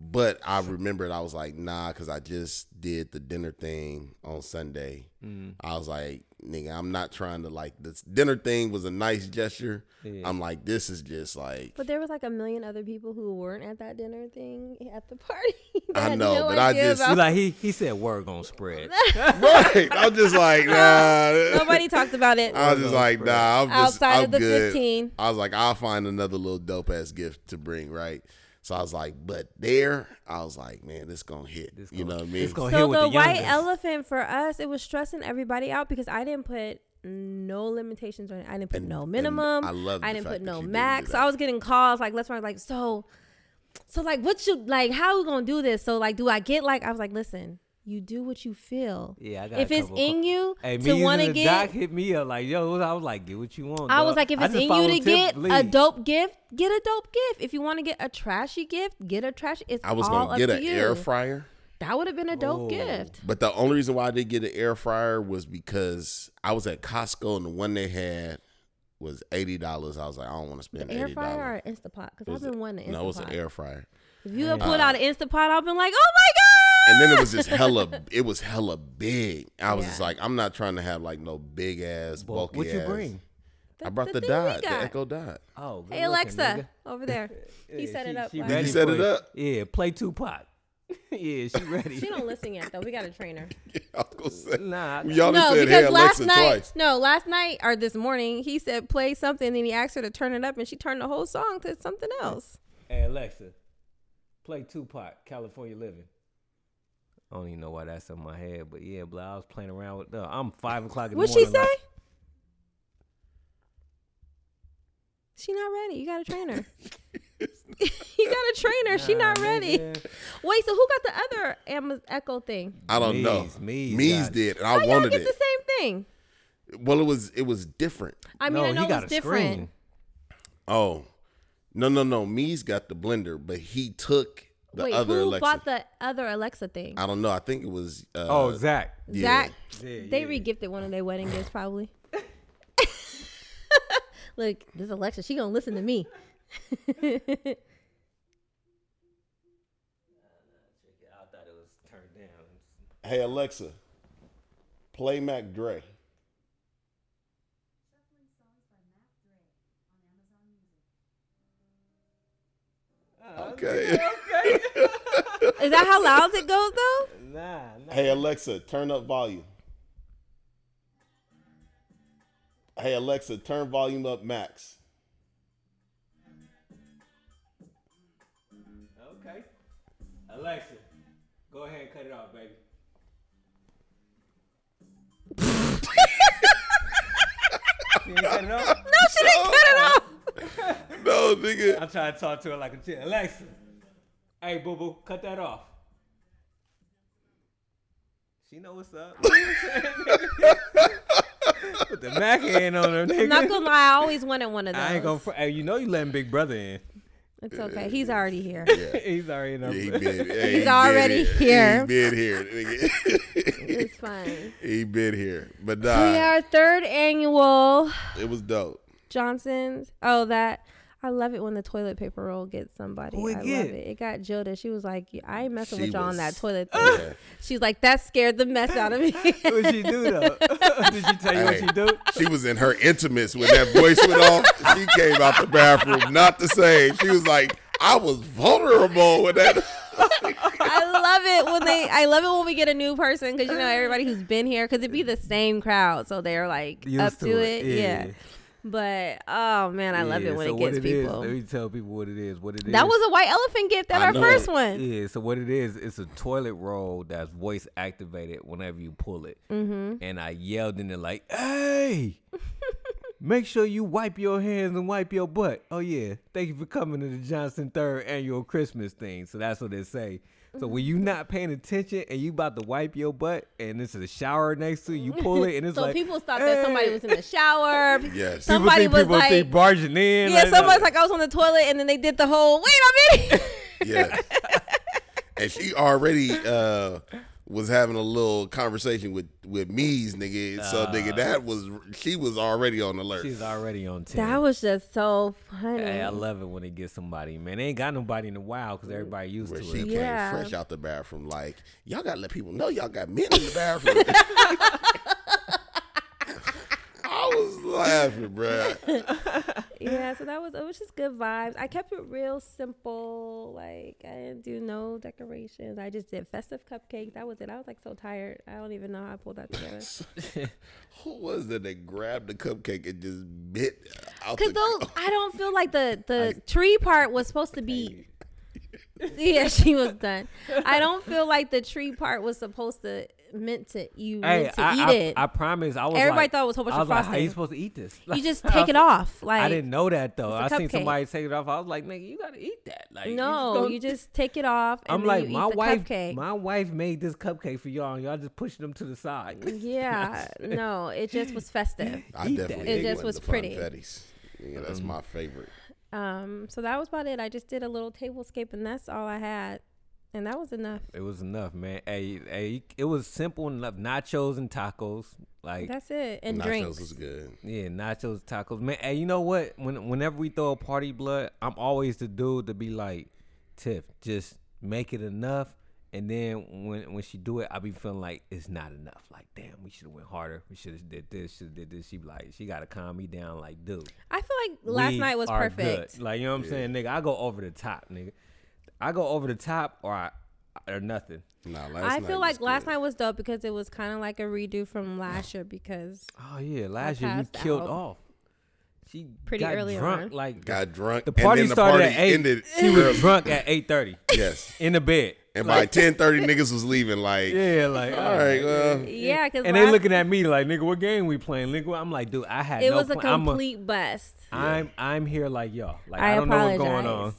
Speaker 1: but I remembered I was like, nah, because I just did the dinner thing on Sunday.
Speaker 3: Mm-hmm.
Speaker 1: I was like, nigga, I'm not trying to like this dinner thing was a nice gesture.
Speaker 3: Yeah.
Speaker 1: I'm like, this is just like
Speaker 2: But there was like a million other people who weren't at that dinner thing at the party. that
Speaker 1: I
Speaker 2: had
Speaker 1: know, but I
Speaker 2: idea
Speaker 1: just-
Speaker 2: about-
Speaker 3: You like he he said word gonna spread.
Speaker 1: right. I'm just like, nah.
Speaker 2: nobody talked about it.
Speaker 1: I was just like, nah, I'm just
Speaker 2: Outside
Speaker 1: I'm
Speaker 2: of the
Speaker 1: good.
Speaker 2: 15.
Speaker 1: I was like, I'll find another little dope ass gift to bring, right? So I was like, but there, I was like, man, this gonna hit.
Speaker 3: This
Speaker 1: you
Speaker 3: gonna-
Speaker 1: know what I mean?
Speaker 3: this gonna hit
Speaker 2: So
Speaker 3: with
Speaker 2: the,
Speaker 3: the
Speaker 2: white
Speaker 3: youngest.
Speaker 2: elephant for us, it was stressing everybody out because I didn't put no limitations on it. I didn't put no minimum.
Speaker 1: I love the
Speaker 2: I didn't
Speaker 1: fact
Speaker 2: put
Speaker 1: that
Speaker 2: no
Speaker 1: you didn't do
Speaker 2: max. So
Speaker 1: that.
Speaker 2: I was getting calls like let's like so, so like what should like how we gonna do this? So like do I get like I was like listen, you do what you feel.
Speaker 3: Yeah, I got a
Speaker 2: If it's
Speaker 3: couple
Speaker 2: in you
Speaker 3: Hey, me
Speaker 2: to want to
Speaker 3: using the doc
Speaker 2: get,
Speaker 3: hit me up like, yo, I was like, get what you want.
Speaker 2: I was
Speaker 3: dog.
Speaker 2: like if it's
Speaker 3: just
Speaker 2: in
Speaker 3: follow
Speaker 2: you to
Speaker 3: Tip
Speaker 2: get a
Speaker 3: lead.
Speaker 2: dope gift, get a dope gift. If you want to get a trashy gift, get a trash. It's
Speaker 1: I was
Speaker 2: all
Speaker 1: gonna get
Speaker 2: up
Speaker 1: an
Speaker 2: to you.
Speaker 1: air fryer,
Speaker 2: That would have been a
Speaker 3: Whoa.
Speaker 2: dope gift.
Speaker 1: but the only reason why I did get an air fryer was because I was at Costco and the one they had was eighty dollars. I was like, I don't want to spend
Speaker 2: Air
Speaker 1: eighty
Speaker 2: fryer
Speaker 1: dollars.
Speaker 2: or an Instapot? Because I've been wanting an Instapot.
Speaker 1: No, it was an air fryer.
Speaker 2: If you had pulled out an Instapot, I've been like, oh my
Speaker 1: and then it was just hella it was hella big i was just
Speaker 2: Yeah.
Speaker 1: like i'm not trying to have like no big ass
Speaker 3: Well,
Speaker 1: bulky
Speaker 3: what you
Speaker 1: ass.
Speaker 3: bring?
Speaker 1: I brought the, Dodge, the Echo Dodge.
Speaker 3: Oh, good
Speaker 2: Hey
Speaker 3: looking,
Speaker 2: Alexa,
Speaker 3: nigga.
Speaker 2: over there. He
Speaker 3: Yeah,
Speaker 2: set
Speaker 3: she-
Speaker 2: it up.
Speaker 3: she
Speaker 2: for us.
Speaker 1: Did
Speaker 3: ready
Speaker 1: you set
Speaker 3: for
Speaker 1: it up?
Speaker 3: Yeah, play Tupac. yeah, she ready.
Speaker 2: She don't listen yet though. We got to train her.
Speaker 1: Yeah, I was gonna say.
Speaker 3: Nah, I-
Speaker 1: Y'all done
Speaker 2: no,
Speaker 1: said,
Speaker 2: because
Speaker 1: hey,
Speaker 2: last
Speaker 1: Alexa
Speaker 2: night,
Speaker 1: twice.
Speaker 2: no, last night or this morning, he said play something, and he asked her to turn it up, and she turned the whole song to something else.
Speaker 3: Hey Alexa, play Tupac, California Living. I don't even know why that's in my head, but yeah, but I was playing around with. Uh, I'm five o'clock in the
Speaker 2: What'd she
Speaker 3: morning.
Speaker 2: say?
Speaker 3: like-
Speaker 2: She not ready. You gotta train her. you gotta train her. she
Speaker 3: Nah,
Speaker 2: not ready.
Speaker 3: nigga.
Speaker 2: Wait, so who got the other Amaz Echo thing?
Speaker 1: I don't know.
Speaker 3: Mees, Mees
Speaker 1: Mees,
Speaker 3: got it.
Speaker 1: did, and
Speaker 2: How
Speaker 1: I
Speaker 2: y'all
Speaker 1: wanted
Speaker 2: get
Speaker 1: it.
Speaker 2: the same thing?
Speaker 1: Well, it was it was different.
Speaker 2: I mean,
Speaker 3: no,
Speaker 2: I know
Speaker 3: he got
Speaker 2: it's
Speaker 3: a
Speaker 2: different.
Speaker 3: screen.
Speaker 1: Oh, no, no, no. Mees got the blender, but he took the
Speaker 2: Wait,
Speaker 1: other
Speaker 2: who
Speaker 1: Alexa.
Speaker 2: bought the other Alexa thing?
Speaker 1: I don't know. I think it was. Uh,
Speaker 3: Oh, Zach.
Speaker 1: yeah.
Speaker 2: Zach.
Speaker 3: Yeah,
Speaker 2: They
Speaker 3: yeah.
Speaker 2: regifted one of their wedding gifts, probably. Look, this Alexa, she gonna listen to me.
Speaker 3: I thought it was turned down.
Speaker 1: Hey Alexa, play Mac Dre. Okay.
Speaker 2: Is that how loud it goes though?
Speaker 3: Nah, nah.
Speaker 1: Hey Alexa, turn up volume. Hey Alexa, turn volume up max.
Speaker 3: Okay. Alexa, go ahead and cut it off, baby. she ain't cut it off?
Speaker 2: No, she didn't cut it off.
Speaker 1: No, nigga.
Speaker 3: I'm trying to talk to her like a chick. Alexa, hey, boo boo, cut that off. She know what's up. Put the Mac hand on her,
Speaker 2: I'm not
Speaker 3: nigga.
Speaker 2: gonna lie, I always wanted one of those.
Speaker 3: I ain't gonna. Fr- hey, you know you letting Big Brother in.
Speaker 2: It's okay. He's already here.
Speaker 3: He's already in. Her-
Speaker 1: He been, hey, he
Speaker 2: He's
Speaker 1: been
Speaker 2: already
Speaker 1: He
Speaker 2: here.
Speaker 1: been here. nigga.
Speaker 2: It's fine.
Speaker 1: he been here. But nah,
Speaker 2: We are third annual
Speaker 1: it was dope.
Speaker 2: Johnson's. Oh, that I love it when the toilet paper roll gets somebody.
Speaker 3: Who it
Speaker 2: I
Speaker 3: get?
Speaker 2: love it. It got Jilda. She was like, "I ain't messing
Speaker 1: She
Speaker 2: with y'all on
Speaker 1: was-
Speaker 2: that toilet." Thing. She's like, "That scared the mess out of me."
Speaker 3: what she do though? Did she tell you what
Speaker 1: Hey.
Speaker 3: she do?
Speaker 1: She was in her intimates when that voice went off. She came out the bathroom not the same. She was like, I was vulnerable with that.
Speaker 2: I love it when they. I love it when we get a new person because you know everybody who's been here because it be the same crowd, so they're like
Speaker 3: Used
Speaker 2: up
Speaker 3: to
Speaker 2: to,
Speaker 3: it,
Speaker 2: it.
Speaker 3: yeah.
Speaker 2: Yeah. But oh man, I love
Speaker 3: Yeah,
Speaker 2: it when
Speaker 3: so
Speaker 2: it
Speaker 3: what
Speaker 2: gets
Speaker 3: it is-
Speaker 2: people.
Speaker 3: let me tell people what it is. What it is.
Speaker 2: that was a white elephant gift at
Speaker 1: I
Speaker 2: our
Speaker 1: know.
Speaker 2: first one.
Speaker 3: Yeah, so what it is, it's a toilet roll that's voice activated whenever you pull it. Mm-hmm. And I yelled in it like, hey, make sure you wipe your hands and wipe your butt. Oh, yeah. Thank you for coming to the Johnson Third Annual Christmas thing. So that's what they say. So when you not paying attention and you about to wipe your butt and it's a shower next to you, you pull it and it's
Speaker 2: So
Speaker 3: like
Speaker 2: people thought that somebody
Speaker 3: "Hey."
Speaker 2: was in the shower.
Speaker 1: Yes.
Speaker 3: People
Speaker 2: Somebody
Speaker 3: think
Speaker 2: was
Speaker 3: people
Speaker 2: like,
Speaker 3: think barging in.
Speaker 2: yeah,
Speaker 3: that.
Speaker 2: somebody's like, I was on the toilet, and then they did the whole wait a minute.
Speaker 1: Yeah. And she already uh, was having a little conversation with with me's nigga. So nigga, that was she was already on alert.
Speaker 3: She's already on 10.
Speaker 2: that was just so funny.
Speaker 3: Hey, I love it when they get somebody, man. They ain't got nobody in the wild because everybody used
Speaker 1: where
Speaker 3: to
Speaker 1: she
Speaker 3: it.
Speaker 2: Yeah.
Speaker 1: came fresh out the bathroom, like y'all gotta let people know y'all got men in the bathroom. I was laughing, bruh.
Speaker 2: yeah, so that was it was just good vibes. I kept it real simple. Like I didn't do no decorations. I just did festive cupcakes. That was it. I was like so tired. I don't even know how I pulled that together.
Speaker 1: Who was it that grabbed the cupcake and just bit out
Speaker 2: Cause
Speaker 1: the
Speaker 2: those, I don't feel like the the tree part was supposed to be. yeah, she was done. I don't feel like the tree part was supposed to meant to you
Speaker 3: Hey,
Speaker 2: meant to eat
Speaker 3: I, I,
Speaker 2: it.
Speaker 3: I promise. I was
Speaker 2: Everybody
Speaker 3: like,
Speaker 2: thought it was a whole bunch
Speaker 3: I was
Speaker 2: of
Speaker 3: like, how you
Speaker 2: frosting.
Speaker 3: supposed to eat this?
Speaker 2: you
Speaker 3: Like,
Speaker 2: just
Speaker 3: I
Speaker 2: take
Speaker 3: was
Speaker 2: it
Speaker 3: like-
Speaker 2: off. Like
Speaker 3: I didn't know that though. I
Speaker 2: It's a
Speaker 3: seen
Speaker 2: cupcake.
Speaker 3: somebody take it off. I was like, nigga, you gotta eat that. Like, you
Speaker 2: No,
Speaker 3: just gonna-
Speaker 2: you just take it off. And
Speaker 3: I'm
Speaker 2: then
Speaker 3: like,
Speaker 2: you eat
Speaker 3: my
Speaker 2: the
Speaker 3: wife,
Speaker 2: Cupcake.
Speaker 3: my wife made this cupcake for y'all, and y'all just pushing them to the side.
Speaker 2: Mm. yeah, no, it just was festive.
Speaker 1: I
Speaker 3: Eat that.
Speaker 1: definitely
Speaker 3: It Mm.
Speaker 1: ate
Speaker 2: just
Speaker 1: one of
Speaker 2: was
Speaker 1: the
Speaker 2: pretty.
Speaker 1: Funfettis. Yeah, that's my favorite.
Speaker 2: Um, so that was about it. I just did a little tablescape, and that's all I had, and that was enough.
Speaker 3: It was enough, man. Hey, hey, it was simple enough. Nachos and tacos, like
Speaker 2: That's it, and
Speaker 1: Nachos
Speaker 2: drinks.
Speaker 1: was good.
Speaker 3: Yeah, nachos, tacos, man. Hey, you know what? When whenever we throw a party, blood, I'm always the dude to be like, Tiff, just make it enough And then when when she do it, I be feeling like it's not enough. Like damn, we should have went harder. We should have did this. Should have did this. She be like, she gotta calm me down. Like dude,
Speaker 2: I feel like last
Speaker 3: we
Speaker 2: night was
Speaker 3: are
Speaker 2: perfect.
Speaker 3: good. Like you know what I'm saying, nigga. I go over the top, nigga. I go over the top or I, or nothing.
Speaker 1: Nah, last
Speaker 2: I
Speaker 1: night
Speaker 2: feel
Speaker 1: was
Speaker 2: like last
Speaker 1: good.
Speaker 2: night was dope because it was kind of like a redo from last year because
Speaker 3: Oh yeah, last year you
Speaker 2: passed
Speaker 3: killed
Speaker 2: out.
Speaker 3: off. She
Speaker 2: Pretty
Speaker 3: got
Speaker 2: early
Speaker 3: drunk
Speaker 2: on.
Speaker 3: like
Speaker 1: got drunk.
Speaker 3: the party
Speaker 1: and then the
Speaker 3: started
Speaker 1: party
Speaker 3: at eight.
Speaker 1: Ended
Speaker 3: she was
Speaker 1: early.
Speaker 3: drunk at eight thirty
Speaker 1: Yes,
Speaker 3: in the bed.
Speaker 1: and
Speaker 3: like,
Speaker 1: by ten thirty, niggas was leaving. Like,
Speaker 3: yeah, like all
Speaker 1: all right, well,
Speaker 2: yeah, because
Speaker 3: And they looking at me like, nigga, what game we playing? Nigga, I'm like, dude, I had
Speaker 2: it
Speaker 3: no
Speaker 2: was a
Speaker 3: plan. I'm a-
Speaker 2: complete bust.
Speaker 3: I'm I'm here like y'all. Like
Speaker 2: I,
Speaker 3: I, don't
Speaker 2: apologize.
Speaker 3: know what's going on.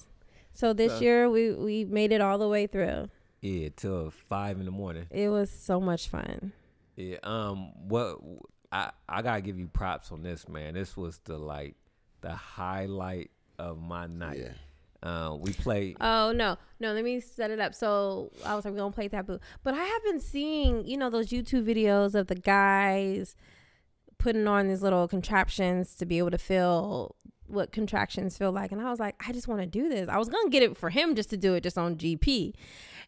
Speaker 2: So this year we we made it all the way through.
Speaker 3: Yeah, till five in the morning.
Speaker 2: It was so much fun.
Speaker 3: Yeah. Um. What I I gotta give you props on this, man. This was the like the highlight of my night.
Speaker 1: Yeah.
Speaker 3: Uh, we played.
Speaker 2: Oh no, no. Let me set it up. So I was like, we're gonna play taboo, but I have been seeing, you know, those YouTube videos of the guys putting on these little contraptions to be able to feel what contractions feel like, and I was like, I just want to do this. I was gonna get it for him just to do it just on GP,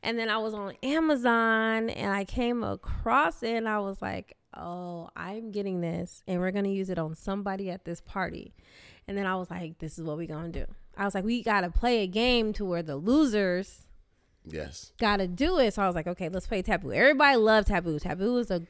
Speaker 2: and then I was on Amazon and I came across it, and I was like, oh, I'm getting this, and we're gonna use it on somebody at this party. And then I was like, this is what we going to do. I was like, we got to play a game to where the losers
Speaker 1: yes,
Speaker 2: got to do it. So I was like, okay, let's play Taboo. Everybody loved Taboo. Taboo is a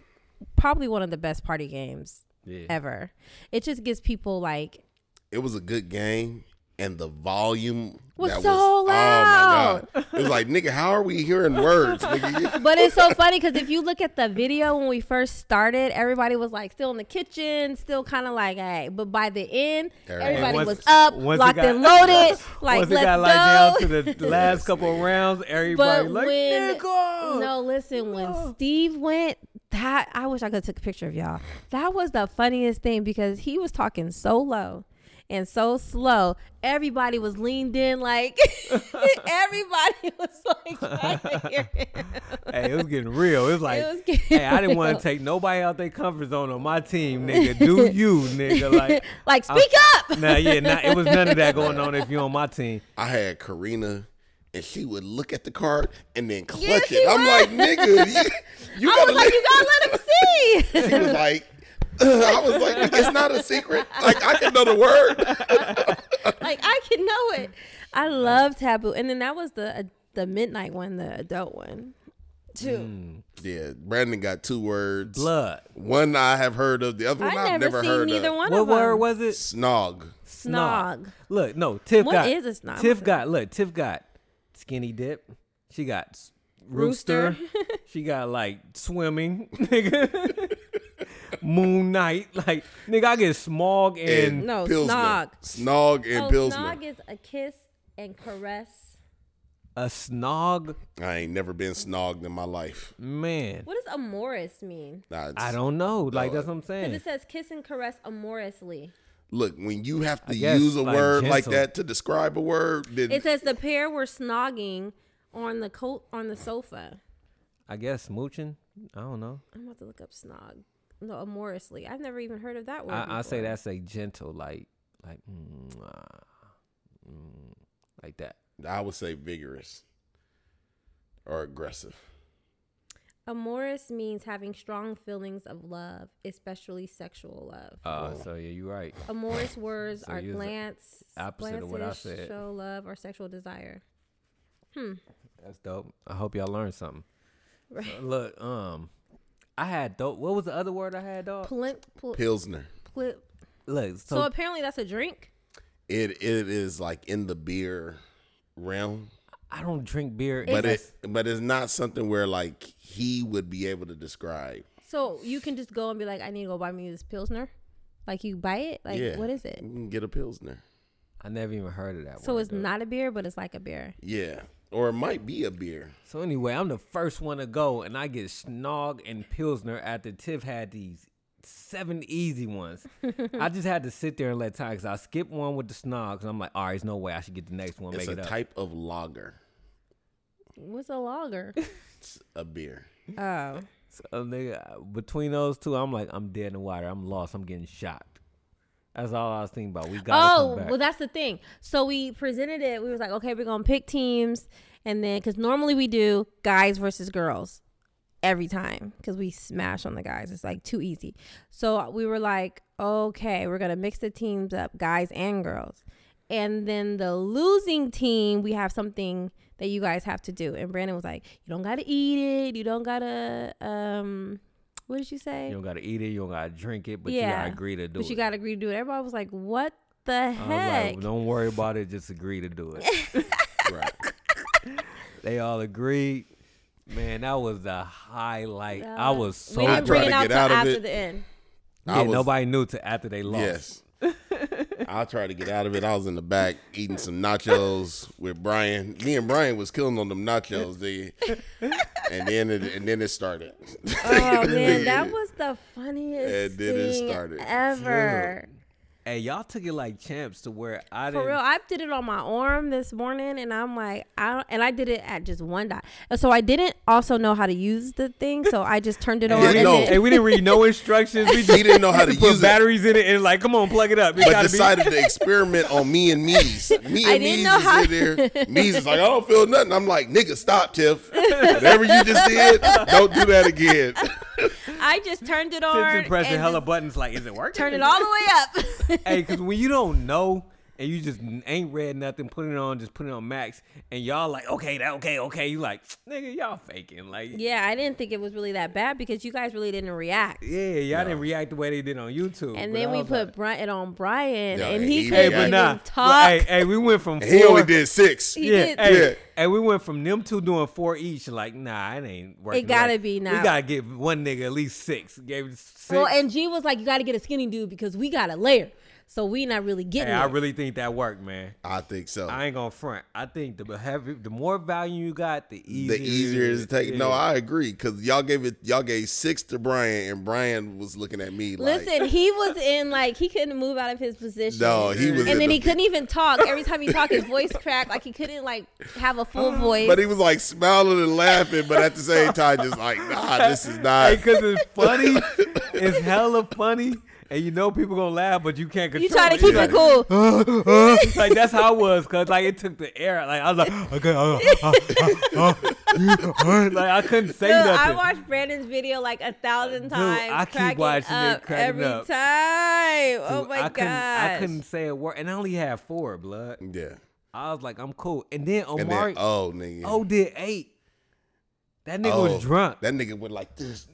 Speaker 2: probably one of the best party games
Speaker 3: yeah.
Speaker 2: ever. It just gets people like
Speaker 1: it was a good game, and the volume
Speaker 2: Was
Speaker 1: that
Speaker 2: so
Speaker 1: was,
Speaker 2: loud.
Speaker 1: Oh my god, it was like, nigga, how are we hearing words? Nigga?
Speaker 2: but it's so funny because if you look at the video when we first started, everybody was like still in the kitchen, still kind of like, hey. But by the end,
Speaker 1: Everybody-
Speaker 2: everybody
Speaker 1: Once-
Speaker 2: was up,
Speaker 3: once it
Speaker 2: locked
Speaker 3: got-
Speaker 2: and loaded. Like,
Speaker 3: Once it
Speaker 2: let's
Speaker 3: got
Speaker 2: go.
Speaker 3: like down to the the last couple of rounds, everybody
Speaker 2: But
Speaker 3: like,
Speaker 2: when
Speaker 3: nigga.
Speaker 2: no, listen, when Steve went, that I wish I could have took a picture of y'all. That was the funniest thing because he was talking so low and so slow. Everybody was leaned in, like everybody was like trying to hear him.
Speaker 3: hey, it was getting real. It was like,
Speaker 2: was getting
Speaker 3: hey, I didn't want
Speaker 2: real.
Speaker 3: to take nobody out their comfort zone on my team, nigga. Do you, nigga? Like,
Speaker 2: Like,
Speaker 3: I'm-
Speaker 2: speak up.
Speaker 3: Nah, yeah, nah, it was none of that going on if you on my team.
Speaker 1: I had Karina. And she would look at the card and then clutch
Speaker 2: Yes, she
Speaker 1: it. I'm
Speaker 2: would.
Speaker 1: like, nigga, you, you
Speaker 2: I
Speaker 1: gotta
Speaker 2: was like,
Speaker 1: let-
Speaker 2: you gotta let him see.
Speaker 1: She was like, I was like, it's not a secret. Like I can know the word.
Speaker 2: like I can know it. I love taboo, and then that was the uh, the midnight one, the adult one, too.
Speaker 1: Yeah, Brandon got two words.
Speaker 3: Blood.
Speaker 1: One I have heard of, the other one
Speaker 2: I
Speaker 1: I've
Speaker 2: never,
Speaker 1: never,
Speaker 2: seen
Speaker 1: heard
Speaker 2: neither
Speaker 1: of.
Speaker 2: one
Speaker 3: what
Speaker 2: of them.
Speaker 3: word was it?
Speaker 1: Snog.
Speaker 2: Snog.
Speaker 3: Look, no, Tiff
Speaker 2: What
Speaker 3: got.
Speaker 2: is a snog?
Speaker 3: Tiff got. Look, Tiff got skinny dip. She got s- rooster. she got like swimming, nigga. Moon night, like nigga, I get smog and
Speaker 1: And
Speaker 2: No,
Speaker 1: Pilsner.
Speaker 2: snog.
Speaker 1: Snog and
Speaker 2: oh,
Speaker 1: Pilsner.
Speaker 2: snog is a kiss and caress.
Speaker 3: a snog
Speaker 1: I ain't never been snogged in my life.
Speaker 3: man.
Speaker 2: What does amoris mean?
Speaker 1: Nah, it's-
Speaker 3: I don't know. Like that's what I'm
Speaker 2: Because
Speaker 3: saying.
Speaker 2: it says kiss and caress amorously.
Speaker 1: Look, when you have to
Speaker 3: guess,
Speaker 1: use a
Speaker 3: like,
Speaker 1: word like
Speaker 3: gentle.
Speaker 1: that to describe a word, then
Speaker 2: It says the pair were snogging on the coat on the sofa.
Speaker 3: I guess smooching. I don't know.
Speaker 2: I'm about to look up snog. No, amorously. I've never even heard of that word.
Speaker 3: I, I say
Speaker 2: before.
Speaker 3: that's a gentle, like like mm, ah, mm, like that.
Speaker 1: I would say vigorous or aggressive.
Speaker 2: Amorous means having strong feelings of love, especially sexual love.
Speaker 3: Uh, so yeah, you're right.
Speaker 2: Amorous words
Speaker 3: So
Speaker 2: are
Speaker 3: you was the
Speaker 2: glance,
Speaker 3: opposite
Speaker 2: glances,
Speaker 3: of what I said.
Speaker 2: show love, or sexual desire.
Speaker 3: That's dope. I hope y'all learned something.
Speaker 2: Right.
Speaker 3: So, look, um, I had dope. What was the other word I had, dog?
Speaker 2: Plimp, pl-
Speaker 1: Pilsner.
Speaker 2: pl-
Speaker 3: Look,
Speaker 2: so,
Speaker 3: so,
Speaker 2: apparently that's a drink.
Speaker 1: It it is like in the beer realm.
Speaker 3: I don't drink beer.
Speaker 1: But
Speaker 3: unless-
Speaker 1: it but it's not something where like he would be able to describe.
Speaker 2: So you can just go and be like, I need to go buy me this pilsner. Like you buy it. Like
Speaker 1: yeah.
Speaker 2: what is it?
Speaker 1: You can get a pilsner.
Speaker 3: I never even heard of that.
Speaker 2: So
Speaker 3: word,
Speaker 2: it's
Speaker 3: dog.
Speaker 2: not a beer, but it's like a beer.
Speaker 1: Yeah. Or it might be a beer.
Speaker 3: So anyway, I'm the first one to go, and I get snog and pilsner after Tiff had these seven easy ones. I just had to sit there and let time because I skipped one with the snog, and I'm like, all right, there's no way I should get the next one.
Speaker 1: It's
Speaker 3: make
Speaker 1: a
Speaker 3: it up.
Speaker 1: type of lager.
Speaker 2: What's a lager?
Speaker 1: It's a beer.
Speaker 2: oh,
Speaker 3: uh, So nigga, between those two, I'm like, I'm dead in the water. I'm lost. I'm getting shocked. That's all I was thinking about. We got.
Speaker 2: Oh, well, that's the thing. So we presented it. We was like, okay, we're gonna pick teams, and then because normally we do guys versus girls every time because we smash on the guys. It's like too easy. So we were like, okay, we're gonna mix the teams up, guys and girls, and then the losing team, we have something that you guys have to do. And Brandon was like, you don't gotta eat it. You don't gotta um. What did you say?
Speaker 3: you don't gotta eat it. You don't gotta drink it, but you
Speaker 2: Yeah,
Speaker 3: gotta agree to do
Speaker 2: but
Speaker 3: it.
Speaker 2: you gotta agree to do it. Everybody was like, "What the
Speaker 3: I was like,
Speaker 2: heck?"
Speaker 3: don't worry about it. Just agree to do it.
Speaker 1: Right.
Speaker 3: they all agreed. Man, that was the highlight.
Speaker 2: That
Speaker 3: I was so.
Speaker 2: we
Speaker 1: I
Speaker 2: didn't
Speaker 1: tried
Speaker 2: bring it
Speaker 1: to
Speaker 2: out
Speaker 1: get
Speaker 2: till
Speaker 1: out of
Speaker 2: after
Speaker 1: it.
Speaker 2: the end.
Speaker 1: I
Speaker 3: Yeah,
Speaker 1: was-
Speaker 3: nobody knew till after they lost.
Speaker 1: Yes. I tried to get out of it. I was in the back eating some nachos with Brian. Me and Brian was killing on them nachos, dude. and then it, and then it started.
Speaker 2: Oh man, that was the funniest
Speaker 1: And then it
Speaker 2: thing
Speaker 1: started.
Speaker 2: ever.
Speaker 3: Hey, y'all took it like champs to where I didn't.
Speaker 2: For real, I did it on my arm this morning, and I'm like, I don't, and I did it at just one dot. And So I didn't also know how to use the thing, so I just turned it on.
Speaker 1: didn't
Speaker 2: and
Speaker 1: know.
Speaker 2: then-
Speaker 3: Hey, we didn't read no instructions. We
Speaker 1: He
Speaker 3: just
Speaker 1: didn't know how to
Speaker 3: put
Speaker 1: use it,
Speaker 3: batteries in it and like, come on, plug it up. It
Speaker 1: but
Speaker 3: gotta
Speaker 1: decided to experiment on me and Mees. Me
Speaker 2: I
Speaker 1: and
Speaker 2: didn't
Speaker 1: Mees
Speaker 2: know
Speaker 1: is
Speaker 2: how-
Speaker 1: in there. Mees is like, I don't feel nothing. I'm like, nigga, stop, Tiff. Whatever you just did, don't do that again.
Speaker 2: I just turned it
Speaker 3: be
Speaker 2: on.
Speaker 3: to pressing
Speaker 2: and
Speaker 3: hella
Speaker 2: just
Speaker 3: buttons. Like, is it working?
Speaker 2: Turned it all the way up.
Speaker 3: Hey, because when you don't know and you just n- ain't read nothing, put it on, just put it on max, and y'all like, okay, that okay, okay. You like, nigga, y'all faking. Like, yeah,
Speaker 2: yeah, I didn't think it was really that bad because you guys really didn't react.
Speaker 3: y'all didn't react the way they did on YouTube.
Speaker 2: And
Speaker 3: but
Speaker 2: then
Speaker 3: I
Speaker 2: we
Speaker 3: was
Speaker 2: put
Speaker 3: like,
Speaker 2: Bryant on Brian,
Speaker 1: Yeah,
Speaker 2: and
Speaker 1: and
Speaker 2: he
Speaker 1: he Yeah, I
Speaker 2: couldn't
Speaker 3: Hey, but
Speaker 2: even
Speaker 3: nah.
Speaker 2: talk.
Speaker 3: Well, hey, hey, we went from
Speaker 1: He
Speaker 3: four.
Speaker 1: only did six.
Speaker 2: He
Speaker 3: Yeah,
Speaker 2: did
Speaker 3: hey,
Speaker 1: Yeah.
Speaker 3: hey, we went from them two doing four each. Like, nah, it ain't working.
Speaker 2: gotta
Speaker 3: Like,
Speaker 2: be
Speaker 3: We
Speaker 2: now.
Speaker 3: gotta give one nigga at least six. Gave it six.
Speaker 2: Well, and Gene was like, "You got to get a skinny dude because we got a layer, so we not really
Speaker 3: hey,
Speaker 2: getting
Speaker 3: I
Speaker 2: it."
Speaker 3: really think that worked, man.
Speaker 1: I think so.
Speaker 3: I ain't gonna front. I think the heavy, the more value you got, the easier.
Speaker 1: the easier
Speaker 3: it
Speaker 1: it is to take. No, I agree because y'all gave it. Y'all gave six to Brian, and Brian was looking at me like,
Speaker 2: Listen, he was in like he couldn't move out of his position.
Speaker 1: No, he was in
Speaker 2: and then
Speaker 1: the-
Speaker 2: he couldn't even talk. Every time he talked, his voice cracked. Like he couldn't like have a full voice.
Speaker 1: but he was like smiling and laughing, but at the same time, just like, nah, this is not.
Speaker 3: Hey, cause it's funny. it's hella funny, and you know people gonna laugh, but you can't control.
Speaker 2: you try to
Speaker 3: You
Speaker 2: keep it cool.
Speaker 3: like, like that's how I was, cause like it took the air. Like I was like, okay, uh, uh, uh, uh, uh, like I couldn't say
Speaker 2: Dude, I
Speaker 3: nothing.
Speaker 2: watched Brandon's video like a thousand
Speaker 3: Dude,
Speaker 2: times.
Speaker 3: I keep
Speaker 2: cracking
Speaker 3: watching it,
Speaker 2: up
Speaker 3: cracking
Speaker 2: every
Speaker 3: up.
Speaker 2: time. oh
Speaker 3: Dude,
Speaker 2: my
Speaker 3: I
Speaker 2: god!
Speaker 3: couldn't, I couldn't say a word, and I only had four blood.
Speaker 1: yeah.
Speaker 3: I was like, I'm cool. And then
Speaker 1: And
Speaker 3: Omari,
Speaker 1: then, oh nigga,
Speaker 3: oh, did eight. That nigga
Speaker 1: Oh,
Speaker 3: was drunk.
Speaker 1: That nigga went like this.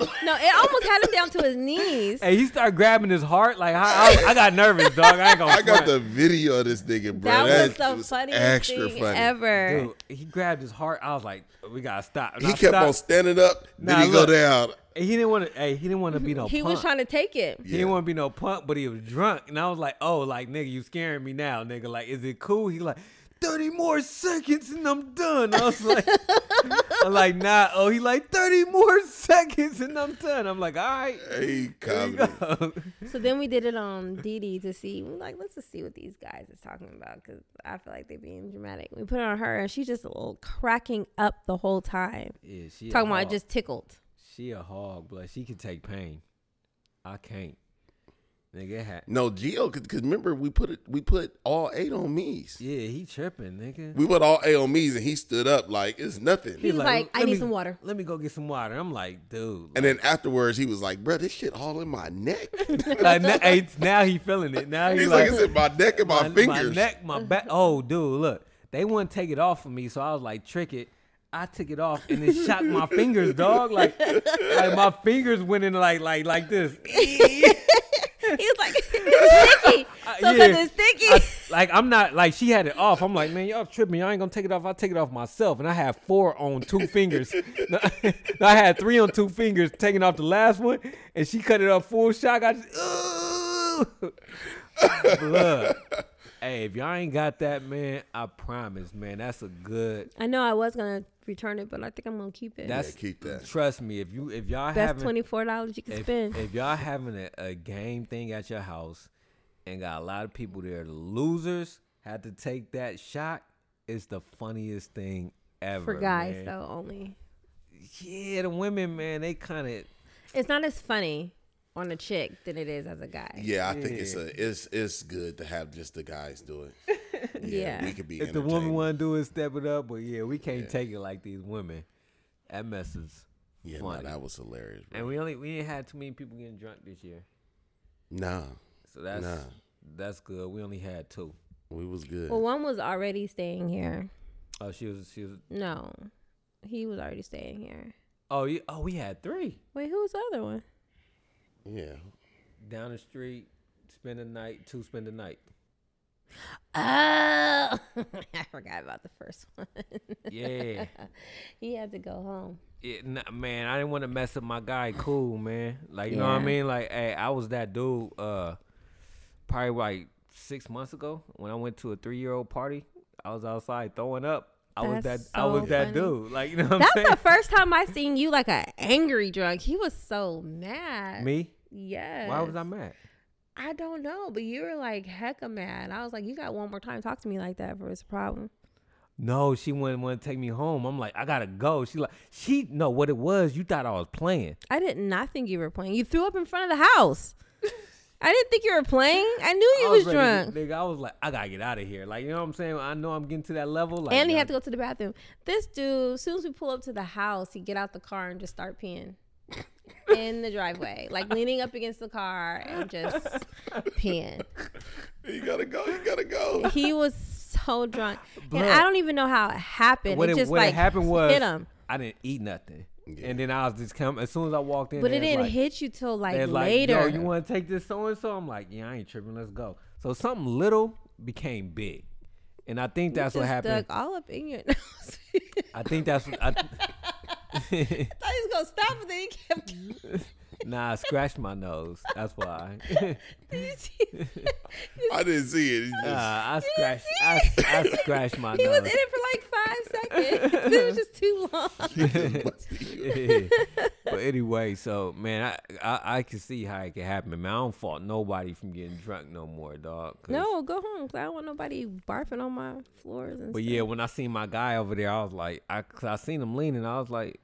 Speaker 2: No, it almost had him down to his knees.
Speaker 3: Hey, he started grabbing his heart. Like I, I, I got nervous, dog. I ain't gonna.
Speaker 1: I got
Speaker 3: front.
Speaker 1: the video of this nigga, bro.
Speaker 2: that was
Speaker 1: That
Speaker 2: the funniest
Speaker 1: extra
Speaker 2: thing
Speaker 1: funny.
Speaker 2: ever.
Speaker 3: Dude, he grabbed his heart. I was like, we gotta stop. And
Speaker 1: He
Speaker 3: I
Speaker 1: kept on
Speaker 3: stopped.
Speaker 1: standing up.
Speaker 3: Nah,
Speaker 1: then he
Speaker 3: look.
Speaker 1: go down.
Speaker 3: And he didn't want to. Hey, he didn't want to be no.
Speaker 2: he
Speaker 3: punk.
Speaker 2: was trying to take it.
Speaker 3: He didn't want to be no punk, but he was drunk, and I was like, "Oh, like nigga, you scaring me now, nigga. Like, is it cool?" He like, 30 more seconds and I'm done." I was like, "I'm like, nah." Oh, he like, "30 more seconds and I'm done." I'm like, "All right."
Speaker 1: Hey,
Speaker 3: here you
Speaker 1: comedy.
Speaker 3: go."
Speaker 2: So then we did it on Didi to see, we're like, let's just see what these guys is talking about because I feel like they're being dramatic. We put it on her and she just a little cracking up the whole time,
Speaker 3: Yeah, she a
Speaker 2: talking about
Speaker 3: hog.
Speaker 2: it just tickled.
Speaker 3: she a hog, but she can take pain. I can't. Nigga, it had,
Speaker 1: No, Gio, because remember we put it. We put all eight on me's.
Speaker 3: yeah, he tripping, nigga.
Speaker 1: We put all eight on me's, and he stood up like it's nothing.
Speaker 2: He was like, "I
Speaker 3: "Let
Speaker 2: need
Speaker 3: me-
Speaker 2: some water."
Speaker 3: Let me go get some water. I'm like, dude.
Speaker 1: And then afterwards, he was like, "Bro, this shit all in my neck."
Speaker 3: like, now, hey, now he feeling it. Now he
Speaker 1: He's like,
Speaker 3: like,
Speaker 1: "It's in my neck and my, fingers."
Speaker 3: my neck, my back. Oh, dude, look, they wouldn't take it off of me, so I was like, trick it. I took it off and it shocked my fingers, dog. Like, like my fingers went in like, like, like this.
Speaker 2: He was like, "It's sticky," so because
Speaker 3: Uh, yeah.
Speaker 2: it's sticky.
Speaker 3: Like I'm not like she had it off. I'm like, man, y'all tripping. Y'all ain't gonna take it off. I take it off myself. And I had four on two fingers. No, I had three on two fingers, taking off the last one, and she cut it off full shock. I just Ugh. blood. Hey, if y'all ain't got that, man, I promise, man, that's a good.
Speaker 2: I know I was gonna return it, but I think I'm gonna keep it.
Speaker 3: That's
Speaker 1: keep that.
Speaker 3: Trust me, if you if y'all
Speaker 2: Best
Speaker 3: haven't
Speaker 2: twenty four dollars you can
Speaker 3: if,
Speaker 2: spend.
Speaker 3: if y'all having a, a game thing at your house and got a lot of people there, the losers had to take that shot. It's the funniest thing ever.
Speaker 2: for guys
Speaker 3: man.
Speaker 2: though only.
Speaker 3: Yeah, the women, man, they kind of
Speaker 2: It's not as funny. on a chick than it is as a guy.
Speaker 1: Yeah, I think it's a it's it's good to have just the guys do it.
Speaker 2: Yeah.
Speaker 1: we could be
Speaker 3: If the woman
Speaker 1: entertaining.
Speaker 3: want to do it, step it up. But yeah, we can't take it like these women. That messes.
Speaker 1: Yeah, no,
Speaker 3: funny.
Speaker 1: that was hilarious. Bro.
Speaker 3: And we only we didn't have too many people getting drunk this year,
Speaker 1: Nah,
Speaker 3: so that's
Speaker 1: Nah.
Speaker 3: that's good. We only had two.
Speaker 1: we was good.
Speaker 2: Well, one was already staying here.
Speaker 3: Oh, she was she was.
Speaker 2: No, he was already staying here.
Speaker 3: Oh, you, oh, we had three
Speaker 2: Wait, who was the other one?
Speaker 1: yeah,
Speaker 3: down the street. Spend the night. Two spend the night.
Speaker 2: Oh, I forgot about the first one.
Speaker 3: Yeah,
Speaker 2: he had to go home.
Speaker 3: It- nah, man. I didn't want to mess up my guy. Cool, man. Like you know what I
Speaker 2: Yeah.
Speaker 3: mean. Like hey, I was that dude. Uh, probably like six months ago when I went to a three year old party. I was outside throwing up. I was that.
Speaker 2: That's
Speaker 3: I
Speaker 2: so
Speaker 3: was that
Speaker 2: funny.
Speaker 3: dude. Like you know what
Speaker 2: That
Speaker 3: I'm
Speaker 2: was the
Speaker 3: saying.
Speaker 2: first time I seen you like a angry drunk. He was so mad.
Speaker 3: Me?
Speaker 2: Yes.
Speaker 3: Why was I mad?
Speaker 2: I don't know, but you were like hecka mad. I was like, you got one more time to talk to me like that, for it's a problem.
Speaker 3: No, she wouldn't want to take me home. I'm like, I gotta go. She like, she no, what it was. You thought I was playing.
Speaker 2: I did not think you were playing. You threw up in front of the house. I didn't think you were playing. I knew you
Speaker 3: I
Speaker 2: was,
Speaker 3: ready to-
Speaker 2: drunk.
Speaker 3: Nigga, I was like, I gotta get out of here. Like, you know what I'm saying? I know I'm getting to that level. Like,
Speaker 2: and he
Speaker 3: nah,
Speaker 2: had to go to the bathroom. This dude, as soon as we pull up to the house, he get out the car and just start peeing in the driveway, like leaning up against the car and just peeing.
Speaker 1: you gotta go. You gotta go.
Speaker 2: He was so drunk, and
Speaker 3: Blood.
Speaker 2: I don't even know how it happened.
Speaker 3: What
Speaker 2: it,
Speaker 3: it-
Speaker 2: just
Speaker 3: what it
Speaker 2: like
Speaker 3: happened was-
Speaker 2: hit him,
Speaker 3: I didn't eat nothing. And then I was just come as soon as I walked in.
Speaker 2: but it
Speaker 3: they was
Speaker 2: didn't
Speaker 3: like-
Speaker 2: hit you till like
Speaker 3: they was
Speaker 2: later.
Speaker 3: Like, Yo, you want to take this so and so? I'm like, yeah, I ain't tripping. Let's go. So something little became big, and I think that's
Speaker 2: just
Speaker 3: what happened.
Speaker 2: Dug all up in your. I thought he
Speaker 3: I think that's what. I,
Speaker 2: was gonna stop, but then he kept.
Speaker 3: nah, I scratched my nose. That's why.
Speaker 2: Did you see?
Speaker 1: I didn't see it. He just-
Speaker 3: Uh, I scratched. I, I scratched my
Speaker 2: He was in
Speaker 3: nose.
Speaker 2: it for like five seconds. it was just too long.
Speaker 1: he just busted you.
Speaker 3: but anyway, so man, I, I I can see how it can happen. Man, I don't fault nobody from getting drunk no more, dog.
Speaker 2: No, go home. 'cause I don't want nobody barfing on my floors. And
Speaker 3: But
Speaker 2: stuff.
Speaker 3: yeah, when I seen my guy over there, I was like, I cause I seen him leaning. I was like,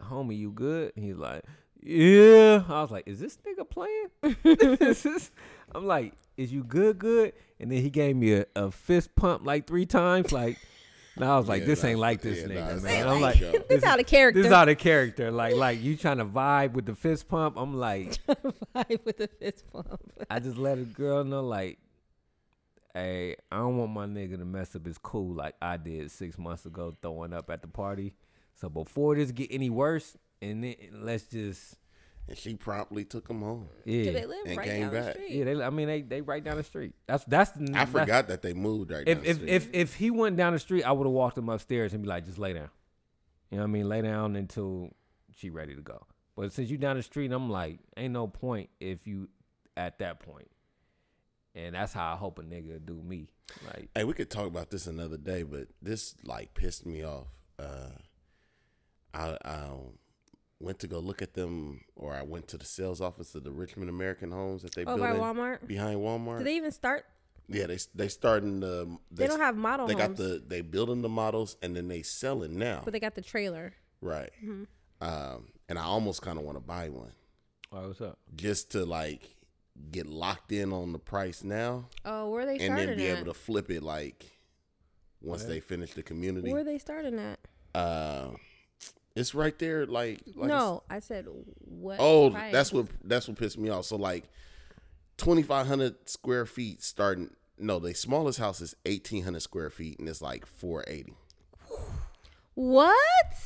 Speaker 3: homie, you good? And he's like, yeah. I was like, is this nigga playing? Is this- I'm like, is you good? Good. And then he gave me a, a fist pump like three times. Like, and I was like,
Speaker 1: Yeah,
Speaker 3: this ain't
Speaker 1: nah,
Speaker 3: like this
Speaker 1: yeah, nah,
Speaker 3: nigga,
Speaker 1: it's
Speaker 3: man.
Speaker 1: not
Speaker 3: I'm
Speaker 1: like
Speaker 3: like,
Speaker 1: that.
Speaker 2: This out of character.
Speaker 3: This out of character. Like, like you trying to vibe with the fist pump. I'm like,
Speaker 2: Vibe with a fist bump.
Speaker 3: I just let a girl know, like, hey, I don't want my nigga to mess up his cool like I did six months ago throwing up at the party. So before this get any worse, and then let's just
Speaker 1: And she promptly took him home.
Speaker 2: Do
Speaker 3: yeah,
Speaker 2: they live
Speaker 1: And
Speaker 2: right
Speaker 1: came
Speaker 2: down the
Speaker 1: back.
Speaker 2: street?
Speaker 3: yeah. They, I mean, they they right down the street. That's that's.
Speaker 1: I
Speaker 3: that's-
Speaker 1: forgot that they moved right
Speaker 3: If
Speaker 1: now.
Speaker 3: if, if if he went down the street, I would have walked him upstairs and be like, just lay down. You know what I mean? Lay down until she ready to go. But since you down the street, I'm like, ain't no point if you at that point. And that's how I hope a nigga do me. Like
Speaker 1: Hey, we could talk about this another day, but this like pissed me off. Uh, I, I went to go look at them, or I went to the sales office of the Richmond American Homes that they
Speaker 2: Over
Speaker 1: built
Speaker 2: at
Speaker 1: in-
Speaker 2: Oh, Walmart?
Speaker 1: behind Walmart.
Speaker 2: Do they even start?
Speaker 1: yeah, they they starting the.
Speaker 2: They don't have model
Speaker 1: They got
Speaker 2: homes.
Speaker 1: the they building the models and then they selling now.
Speaker 2: But Mm-hmm. they got the trailer.
Speaker 1: right. Um, and I almost kind of want to buy one
Speaker 3: All right, what's up?
Speaker 1: just to like get locked in on the price now,
Speaker 2: Oh, where are they
Speaker 1: and
Speaker 2: starting
Speaker 1: then be
Speaker 2: at?
Speaker 1: able to flip it like once they finish the community.
Speaker 2: where are they starting at?
Speaker 1: uh, it's right there. Like, like it's-
Speaker 2: no, I said what?
Speaker 1: oh,
Speaker 2: price?
Speaker 1: that's what that's what pissed me off. So like, twenty five hundred square feet starting. No, the smallest house is eighteen hundred square feet, and it's like four eighty.
Speaker 2: What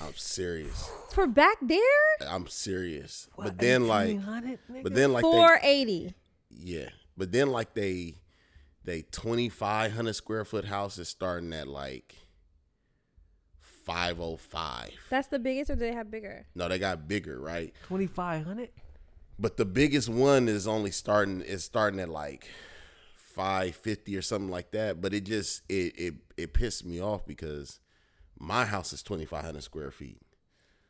Speaker 1: I'm serious.
Speaker 2: for back there?
Speaker 1: I'm serious. But then like, but then like they,
Speaker 2: Four eighty.
Speaker 1: yeah. But then like they, they twenty five hundred square foot house is starting at like five oh five.
Speaker 2: That's the biggest, or do they have bigger?
Speaker 1: No, they got bigger, right?
Speaker 3: Twenty five hundred?
Speaker 1: But the biggest one is only starting is starting at like five fifty or something like that. But it just it it it pissed me off because my house is twenty five hundred square feet.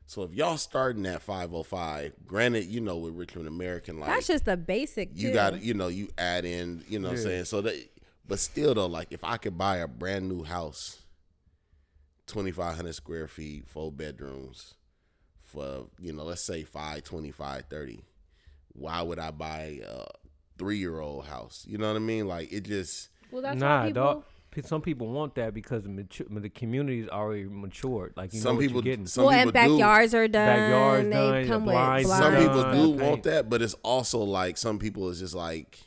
Speaker 1: So if y'all starting at five oh five, granted, you know, with Richmond American, like
Speaker 2: That's just the basic.
Speaker 1: you
Speaker 2: too.
Speaker 1: got you know, you add in, you know what I'm
Speaker 3: Yeah.
Speaker 1: saying? So that but still though, like if I could buy a brand new house, twenty five hundred square feet, four bedrooms, for you know, let's say five twenty, five thirty, why would I buy a three year old house? You know what I mean? Like it just
Speaker 2: Well, that's
Speaker 3: nah,
Speaker 2: why people.
Speaker 3: dog. Some people want that because the, mature, the community's already matured. Like you know
Speaker 1: some
Speaker 3: what
Speaker 1: people
Speaker 3: you're getting.
Speaker 1: some
Speaker 2: well,
Speaker 1: people
Speaker 2: and backyards are done.
Speaker 3: Backyards
Speaker 2: they
Speaker 3: done,
Speaker 2: come
Speaker 3: your blinds
Speaker 2: with
Speaker 1: do. Some
Speaker 3: done.
Speaker 2: blinds.
Speaker 1: people do
Speaker 3: Okay.
Speaker 1: want that, but it's also like some people is just like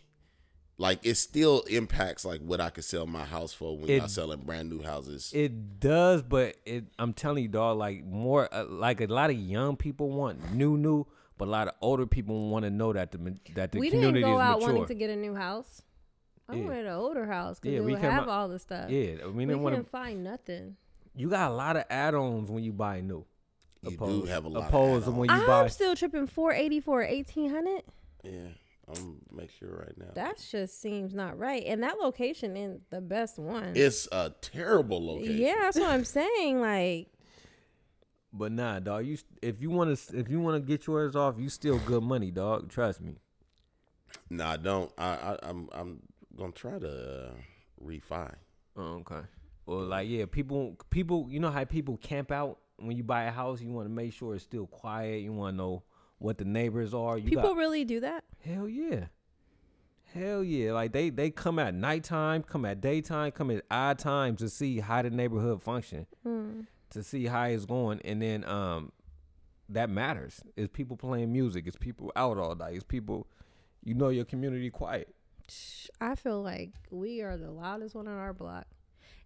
Speaker 1: like it still impacts like what I could sell my house for when
Speaker 3: It-
Speaker 1: y'all selling brand new houses.
Speaker 3: It does, but it. I'm telling you, dog. Like more, uh, like a lot of young people want new, new, but a lot of older people want to know that the ma- that the
Speaker 2: we didn't
Speaker 3: community
Speaker 2: go
Speaker 3: is
Speaker 2: out wanting
Speaker 3: mature.
Speaker 2: to get a new house. I
Speaker 3: Yeah.
Speaker 2: wanted an older house because
Speaker 3: Yeah, we
Speaker 2: we would
Speaker 3: came
Speaker 2: have
Speaker 3: out-
Speaker 2: all the stuff.
Speaker 3: yeah, we
Speaker 2: uh, we
Speaker 3: didn't
Speaker 2: couldn't
Speaker 3: want to.
Speaker 2: find nothing.
Speaker 3: You got a lot of add-ons when you buy new.
Speaker 1: You do
Speaker 3: Opposed-
Speaker 1: have a lot
Speaker 3: opposed
Speaker 1: of add-ons.
Speaker 3: when you
Speaker 2: I'm
Speaker 3: buy.
Speaker 2: still tripping 480 for 1800.
Speaker 1: Yeah, I'm gonna make sure right now.
Speaker 2: That just seems not right. And that location ain't the best one.
Speaker 1: it's a terrible location.
Speaker 2: Yeah, that's what I'm saying. Like,
Speaker 3: But nah, dog. You st- if you want to if you want to get yours off, you still good money, dog. Trust me.
Speaker 1: No, I don't. I, I I'm I'm gonna try to uh, refi.
Speaker 3: Oh, okay. Well, like yeah, people people you know how people camp out when you buy a house, you want to make sure it's still quiet. You want to know what the neighbors are. You
Speaker 2: people
Speaker 3: got,
Speaker 2: really do that?
Speaker 3: hell yeah, hell yeah. Like they they come at nighttime, come at daytime, come at odd times to see how the neighborhood function,
Speaker 2: Hmm.
Speaker 3: to see how it's going, and then um, that matters. Is people playing music? Is people out all night? Is people, you know, your community quiet?
Speaker 2: Shh, I feel like we are the loudest one on our block.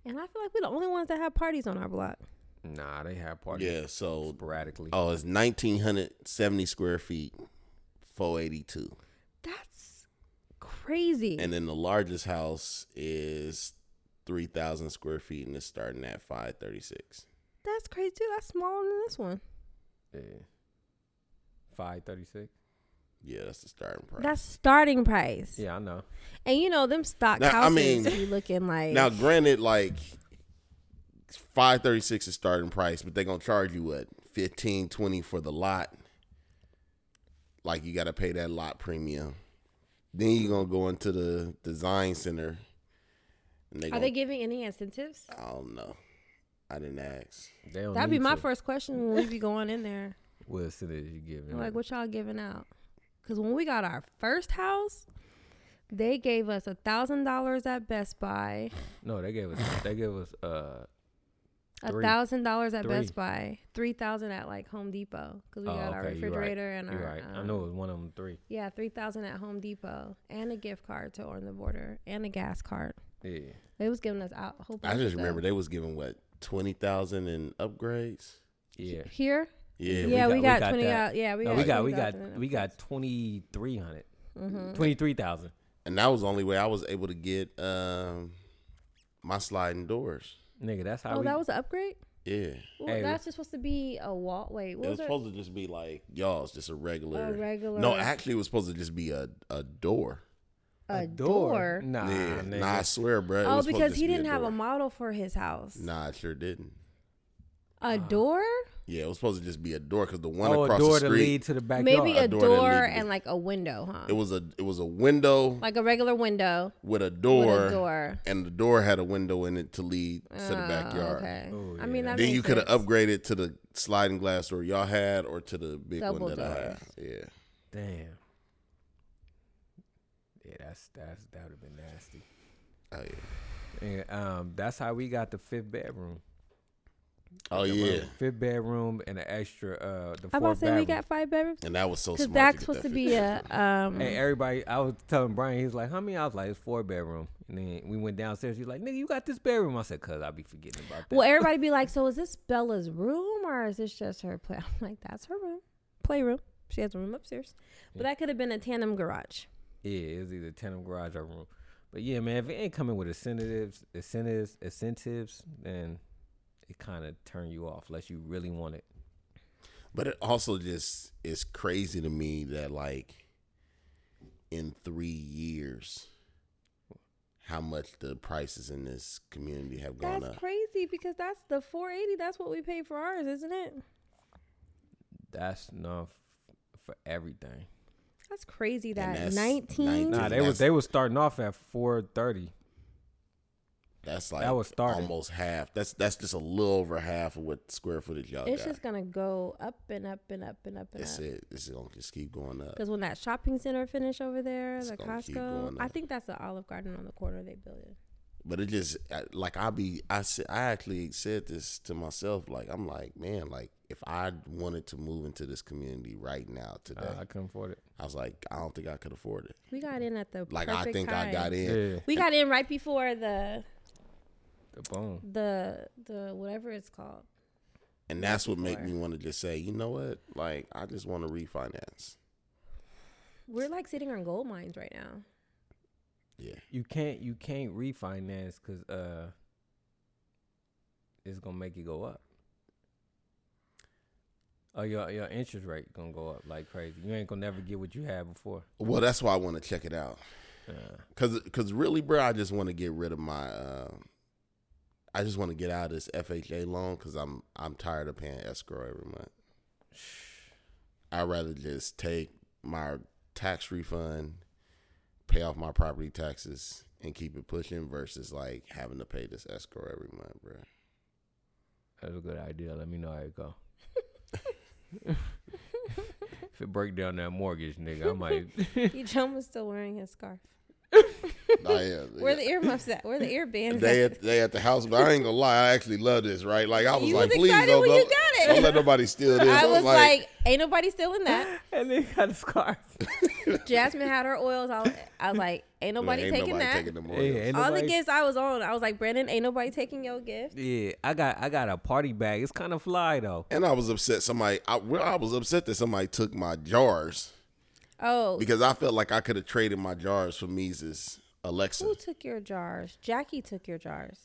Speaker 2: And I feel like we're the only ones that have parties on our block.
Speaker 3: Nah, they have parties
Speaker 1: Yeah. So
Speaker 3: sporadically.
Speaker 1: oh, it's nineteen hundred seventy square feet, four eighty two,
Speaker 2: That's crazy.
Speaker 1: and then the largest house is three thousand square feet, and it's starting at five thirty six.
Speaker 2: that's crazy too. That's smaller than this one.
Speaker 3: Yeah. Five thirty six.
Speaker 1: Yeah, that's the starting price.
Speaker 2: That's starting price.
Speaker 3: Yeah, I know.
Speaker 2: And you know them stock
Speaker 1: Now, I
Speaker 2: houses
Speaker 1: mean-
Speaker 2: be looking like
Speaker 1: now, granted, like five thirty six is starting price, but they're gonna charge you what 15 20 for the lot. Like you gotta pay that lot premium. Then you're gonna go into the design center. And they
Speaker 2: Are
Speaker 1: gonna,
Speaker 2: they giving any incentives?
Speaker 1: I don't know. I didn't ask.
Speaker 3: They don't
Speaker 2: That'd be
Speaker 3: need
Speaker 2: my
Speaker 3: to.
Speaker 2: first question when we be going in there.
Speaker 3: What incentives you give
Speaker 2: Like, what y'all giving out? Because when we got our first house, they gave us a thousand dollars at Best Buy,
Speaker 3: No, they gave us. They gave us. Uh,
Speaker 2: a
Speaker 3: Three.
Speaker 2: thousand dollars at
Speaker 3: Three.
Speaker 2: Best Buy, three thousand at like Home Depot because we
Speaker 3: Oh,
Speaker 2: got our
Speaker 3: okay, you right,
Speaker 2: refrigerator and
Speaker 3: you're
Speaker 2: our
Speaker 3: right. I
Speaker 2: um,
Speaker 3: know it was one of them three.
Speaker 2: yeah three thousand at Home Depot and a gift card to On the Border and a gas card.
Speaker 3: Yeah.
Speaker 2: They was giving us out. Whole
Speaker 1: I
Speaker 2: bunch of
Speaker 1: just
Speaker 2: stuff.
Speaker 1: remember they was giving what twenty thousand in upgrades.
Speaker 3: Yeah.
Speaker 2: here.
Speaker 1: Yeah,
Speaker 2: Yeah,
Speaker 1: we
Speaker 3: got-
Speaker 2: we,
Speaker 3: we
Speaker 2: got,
Speaker 3: got
Speaker 2: twenty
Speaker 3: that.
Speaker 2: out. Yeah, we
Speaker 3: No,
Speaker 2: got.
Speaker 3: we got. We
Speaker 2: 20,000
Speaker 3: got.
Speaker 2: in
Speaker 3: We
Speaker 2: it.
Speaker 3: got twenty three hundred.
Speaker 2: Mhm.
Speaker 3: three thousand.
Speaker 1: and that was the only way I was able to get um my sliding doors.
Speaker 3: Nigga, that's how
Speaker 2: Oh,
Speaker 3: we.
Speaker 2: that was an upgrade.
Speaker 1: Yeah.
Speaker 2: Well,
Speaker 3: Hey,
Speaker 2: that's just supposed to be a wall. Wait,
Speaker 1: it
Speaker 2: what
Speaker 1: was
Speaker 2: was our-
Speaker 1: supposed to just be like y'all's just a regular,
Speaker 2: A regular-
Speaker 1: No, actually, it was supposed to just be a, a door.
Speaker 2: a door?
Speaker 3: Nah,
Speaker 1: yeah,
Speaker 3: nigga.
Speaker 1: nah, I swear, bro. it
Speaker 2: Oh,
Speaker 1: was supposed to
Speaker 2: because
Speaker 1: just
Speaker 2: he
Speaker 1: be
Speaker 2: didn't have a
Speaker 1: door.
Speaker 2: model for his house.
Speaker 1: Nah, it sure didn't.
Speaker 2: A
Speaker 3: Uh-huh.
Speaker 2: door?
Speaker 1: Yeah, it was supposed to just be a door because the one
Speaker 3: Oh, a
Speaker 1: across
Speaker 3: door
Speaker 1: the
Speaker 3: to
Speaker 1: street.
Speaker 3: lead to the backyard.
Speaker 2: Maybe a
Speaker 1: door
Speaker 2: door,
Speaker 1: that leads-
Speaker 2: and like a window, huh?
Speaker 1: It was a it was a window
Speaker 2: like a regular window
Speaker 1: with a door,
Speaker 2: with a door.
Speaker 1: and the door had a window in it to lead to the
Speaker 2: Oh,
Speaker 1: backyard.
Speaker 2: okay.
Speaker 3: Oh,
Speaker 2: I
Speaker 3: yeah,
Speaker 2: mean,
Speaker 3: that-
Speaker 2: that
Speaker 1: Then
Speaker 2: makes
Speaker 1: you could have
Speaker 2: sense.
Speaker 1: upgraded to the sliding glass door y'all had, or to the big
Speaker 2: Double
Speaker 1: one that I had.
Speaker 2: doors.
Speaker 1: Yeah.
Speaker 3: Damn. Yeah, that's that's that would have been nasty.
Speaker 1: Oh yeah.
Speaker 3: And um, that's how we got the fifth bedroom.
Speaker 1: Oh
Speaker 3: The
Speaker 1: yeah.
Speaker 3: room- Fifth bedroom and an extra uh the
Speaker 2: I'm about to
Speaker 3: fourth
Speaker 2: say
Speaker 3: bedroom.
Speaker 2: we got five bedrooms
Speaker 1: And that was so
Speaker 2: because
Speaker 1: smart.
Speaker 2: that's
Speaker 1: get
Speaker 2: supposed
Speaker 1: that
Speaker 2: to be a um.
Speaker 3: and everybody, I was telling Brian, he's like, "How many?" I was like, "It's four bedroom." And then we went downstairs. He's like, "Nigga, you got this bedroom?" I said, "Cause I be forgetting about that."
Speaker 2: Well, everybody be like, so is this Bella's room or is this just her play? I'm like, that's her room, playroom. She has a room upstairs, but that could have been a tandem garage.
Speaker 3: yeah, it was either tenant garage or room. But yeah, man, if it ain't coming with incentives, incentives, incentives, then it kind of turn you off unless you really want it.
Speaker 1: But it also just is crazy to me that like in three years, how much the prices in this community have gone
Speaker 2: That's
Speaker 1: up.
Speaker 2: crazy because that's the 480. That's what we paid for ours, isn't it?
Speaker 3: That's enough for everything.
Speaker 2: That's crazy.
Speaker 1: And
Speaker 2: That
Speaker 1: that's
Speaker 2: 19.
Speaker 1: Nah,
Speaker 3: Nah,
Speaker 1: 19.
Speaker 3: they was
Speaker 1: that's-
Speaker 3: they was starting off at four thirty.
Speaker 1: That's like
Speaker 3: was started.
Speaker 1: almost half. That's that's just a little over half of what square footage y'all
Speaker 2: it's
Speaker 1: got.
Speaker 2: just gonna go up and up and up and up and
Speaker 1: That's
Speaker 2: up.
Speaker 1: it. Oh, It's gonna just keep going up.
Speaker 2: Because when that shopping center finish over there,
Speaker 1: It's
Speaker 2: the
Speaker 1: gonna keep
Speaker 2: Costco,
Speaker 1: going
Speaker 2: I
Speaker 1: up.
Speaker 2: think that's the Olive Garden on the corner they building.
Speaker 1: But it just I- like I be I said I actually said this to myself. Like I'm like man, like if I wanted to move into this community right now today,
Speaker 3: Uh, I couldn't afford it.
Speaker 1: I was like I don't think I could afford it.
Speaker 2: We got in at the
Speaker 1: Like
Speaker 2: perfect
Speaker 1: I think
Speaker 2: time.
Speaker 1: I got
Speaker 3: Yeah.
Speaker 1: in.
Speaker 2: We got in right before the
Speaker 3: The boom.
Speaker 2: the the whatever it's called.
Speaker 1: And that's what make
Speaker 2: before.
Speaker 1: me want to just say, you know what? Like I just want to refinance.
Speaker 2: We're like sitting on gold mines right now.
Speaker 1: Yeah.
Speaker 3: You can't you can't refinance because uh it's gonna make it go up. Oh, your your interest rate gonna go up like crazy. You ain't gonna never get what you had before.
Speaker 1: Well, that's why I want to check it out.
Speaker 3: Uh,
Speaker 1: Cause, cause really, bro, I just want to get rid of my. Uh, I just want to get out of this FHA loan because I'm I'm tired of paying escrow every month. I'd rather just take my tax refund, pay off my property taxes, and keep it pushing versus like having to pay this escrow every month, bro.
Speaker 3: that's a good idea. Let me know how it go. if it break down that mortgage, nigga, I might.
Speaker 2: John was still wearing his scarf.
Speaker 1: I am,
Speaker 2: Where the earmuffs at? Where the earbands
Speaker 1: they
Speaker 2: at?
Speaker 1: at, they at the house, but I ain't gonna lie, I actually love this, right? Like I was
Speaker 2: You
Speaker 1: like,
Speaker 2: was
Speaker 1: please
Speaker 2: excited
Speaker 1: don't,
Speaker 2: when you
Speaker 1: don't,
Speaker 2: got it.
Speaker 1: don't let nobody steal this.
Speaker 2: I was like, ain't nobody stealing that.
Speaker 3: and then got a scarf.
Speaker 2: Jasmine had her oils. I was, I was like, ain't nobody
Speaker 1: ain't
Speaker 2: taking
Speaker 1: nobody
Speaker 2: that.
Speaker 1: taking them
Speaker 3: Yeah,
Speaker 1: oils.
Speaker 3: ain't
Speaker 2: All the
Speaker 3: nobody-
Speaker 2: gifts I was on, I was like, Brandon, ain't nobody taking your gift.
Speaker 3: Yeah, I got I got a party bag. It's kind of fly though.
Speaker 1: And I was upset. Somebody, I, well, I was upset that somebody took my jars
Speaker 2: Oh,
Speaker 1: because I felt like I could have traded my jars for Mises Alexa.
Speaker 2: who took your jars? Jackie took your jars.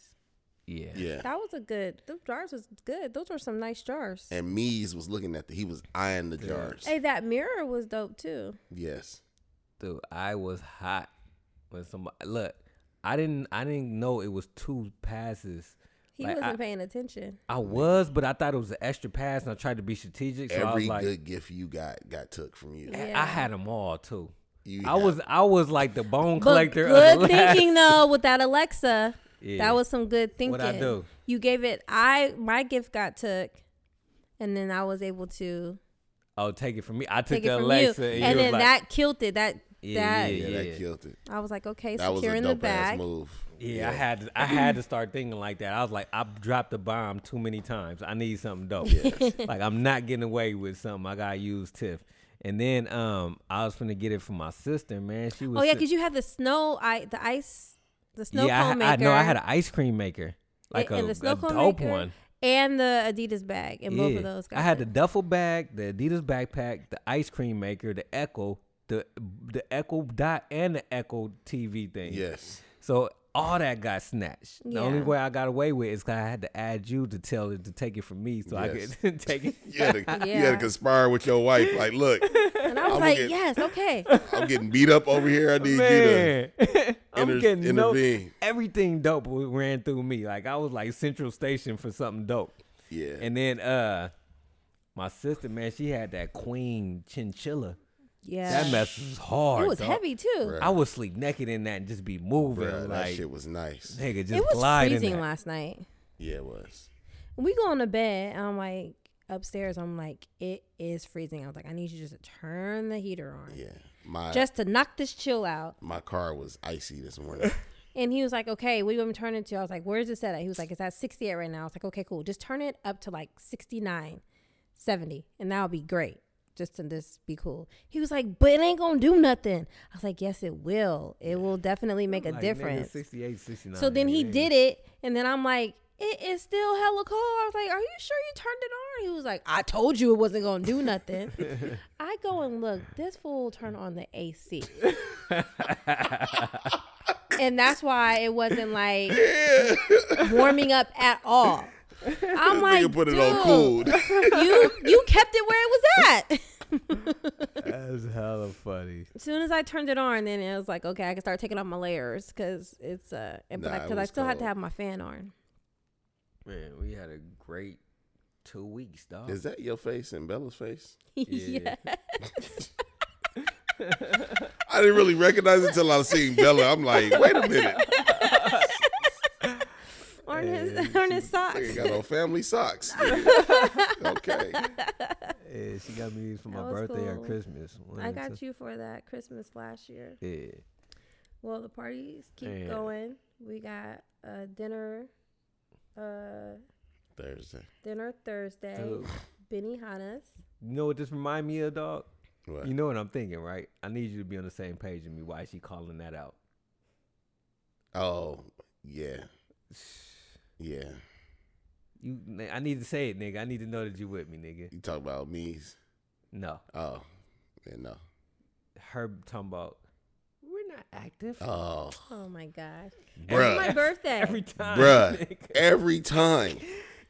Speaker 3: Yeah.
Speaker 1: Yeah.
Speaker 2: That was a good. Those jars was good. Those were some nice jars.
Speaker 1: And Mies was looking at the. He was eyeing the jars.
Speaker 2: Hey, that mirror was dope too.
Speaker 1: Yes.
Speaker 3: Dude, I was hot when somebody look. I didn't I didn't know it was two passes.
Speaker 2: He
Speaker 3: Like,
Speaker 2: wasn't
Speaker 3: I-
Speaker 2: paying attention.
Speaker 3: I was, but I thought it was an extra pass, and I tried to be strategic. So I
Speaker 1: Every
Speaker 3: was like,
Speaker 1: good gift you got got took from you.
Speaker 2: Yeah.
Speaker 3: I had them all too.
Speaker 1: You
Speaker 3: I
Speaker 1: got-
Speaker 3: was I was like the bone
Speaker 2: But
Speaker 3: collector. of the
Speaker 2: good
Speaker 3: last-
Speaker 2: thinking though with that Alexa.
Speaker 3: Yeah.
Speaker 2: That was some good thinking.
Speaker 3: What'd I do?
Speaker 2: You gave it. I my gift got took, and then I was able to
Speaker 3: Oh, take it from me. I took
Speaker 2: take it
Speaker 3: the
Speaker 2: from
Speaker 3: Alexa,
Speaker 2: you, and,
Speaker 3: and, you was
Speaker 2: then
Speaker 3: like,
Speaker 2: that killed it. That
Speaker 3: Yeah,
Speaker 2: that
Speaker 1: Yeah,
Speaker 3: Yeah.
Speaker 1: that killed it.
Speaker 2: I was like, okay,
Speaker 1: That was a
Speaker 2: securing the
Speaker 1: dope ass
Speaker 2: bag.
Speaker 1: move.
Speaker 3: Yeah, I had to, I had to start thinking like that. I was like, I've dropped the bomb too many times. I need something dope. like I'm not getting away with something. I gotta use Tiff. And then um, I was gonna get it from my sister. Man, she was.
Speaker 2: Oh yeah,
Speaker 3: sit-
Speaker 2: because you had the snow. I the ice, the snow
Speaker 3: yeah. I,
Speaker 2: cone
Speaker 3: ha-
Speaker 2: maker.
Speaker 3: I know I had an ice cream maker, like
Speaker 2: and- and
Speaker 3: a,
Speaker 2: the snow
Speaker 3: a
Speaker 2: cone
Speaker 3: dope
Speaker 2: maker,
Speaker 3: one.
Speaker 2: and the Adidas bag, and both
Speaker 3: Yeah.
Speaker 2: of those. Got
Speaker 3: I had the
Speaker 2: took.
Speaker 3: duffel bag, the Adidas backpack, the ice cream maker, the Echo, the the Echo Dot, and the Echo TV thing.
Speaker 1: Yes.
Speaker 3: So all that got snatched. The only
Speaker 2: Yeah.
Speaker 3: way I got away with it is 'cause I had to add you to tell it to take it from me so
Speaker 1: Yes.
Speaker 3: I could take it.
Speaker 1: You had, to, you had
Speaker 2: Yeah.
Speaker 1: to conspire with your wife. Like, look,
Speaker 2: and I
Speaker 1: I'ma
Speaker 2: was like,
Speaker 1: get-
Speaker 2: yes, okay.
Speaker 1: I'm getting beat up over here. I need
Speaker 3: Man, I'm
Speaker 1: inter-
Speaker 3: getting no,
Speaker 1: intervene.
Speaker 3: everything dope wa- ran through me. Like I was like Central Station for something dope.
Speaker 1: you to. Yeah.
Speaker 3: And then uh my sister, man, she had that queen chinchilla.
Speaker 2: Yeah,
Speaker 3: That mess was hard.
Speaker 2: it was
Speaker 3: dog.
Speaker 2: heavy too.
Speaker 1: Bruh.
Speaker 3: I would sleep naked in that and just be moving.
Speaker 1: Bruh,
Speaker 3: like
Speaker 1: that shit was nice.
Speaker 3: nigga, just
Speaker 2: It was
Speaker 3: glide
Speaker 2: freezing
Speaker 3: in that.
Speaker 2: last night.
Speaker 1: Yeah, it was.
Speaker 2: We going to bed. And I'm like upstairs. I'm like, it is freezing. I was like, I need you just to turn the heater on,
Speaker 1: Yeah. My
Speaker 2: just to knock this chill out.
Speaker 1: my car was icy this morning.
Speaker 2: And he was like, okay, what do you want me to turn it to? I was like, where's it set at? He was like, it's at 68 right now. I was like, okay, cool. Just turn it up to like 69, 70, and that'll be great. Just to just be cool. He was like, but it ain't gonna do nothing. I was like, yes, it will. It will definitely make a
Speaker 3: Like, nigga,
Speaker 2: difference.
Speaker 3: 68, 69,
Speaker 2: So then he
Speaker 3: nigga.
Speaker 2: did it, and then I'm like, it is still hella cold. I was like, are you sure you turned it on? He was like, I told you it wasn't gonna do nothing. I go and look. This fool turned on the AC, and that's why it wasn't like warming up at all. I'm
Speaker 1: You
Speaker 2: like,
Speaker 1: put it
Speaker 2: Dude,
Speaker 1: on cool.
Speaker 2: you you kept it where it was at.
Speaker 3: That's hella funny.
Speaker 2: as soon as I turned it on, then it was like, okay, I can start taking off my layers because it's uh, and
Speaker 1: Nah,
Speaker 2: but
Speaker 1: it
Speaker 2: because I
Speaker 1: was
Speaker 2: still had to
Speaker 1: cold.
Speaker 2: have my fan on.
Speaker 3: Man, we had a great two weeks, dog.
Speaker 1: Is that your face and Bella's face?
Speaker 2: yeah.
Speaker 1: I didn't really recognize it until I seen Bella. I'm like, wait a minute.
Speaker 2: on his on his socks.
Speaker 1: Nigga got on family socks. okay.
Speaker 3: Yeah, she got me these for my
Speaker 2: That was
Speaker 3: birthday or
Speaker 2: cool.
Speaker 3: Christmas. One
Speaker 2: I
Speaker 3: or
Speaker 2: got
Speaker 3: two.
Speaker 2: you for that Christmas last year.
Speaker 3: Yeah.
Speaker 2: Well, the parties keep
Speaker 3: Yeah.
Speaker 2: going. We got a dinner, uh,
Speaker 1: Thursday.
Speaker 2: dinner Thursday.
Speaker 3: Dope.
Speaker 2: Benny Hannes.
Speaker 3: You know what this remind me of, dog?
Speaker 1: What?
Speaker 3: You know what I'm thinking, right? I need you to be on the same page with me. Why is she calling that out?
Speaker 1: oh, yeah. Yeah.
Speaker 3: You, I need to say it, nigga. I need to know that you with me, nigga.
Speaker 1: You talk about me's.
Speaker 3: No,
Speaker 1: Oh, yeah, no.
Speaker 3: her talking about we're not active.
Speaker 1: Oh,
Speaker 2: Oh my gosh! It's my
Speaker 1: bruh,
Speaker 2: birthday.
Speaker 3: Every time,
Speaker 1: bruh.
Speaker 3: nigga.
Speaker 1: Every time,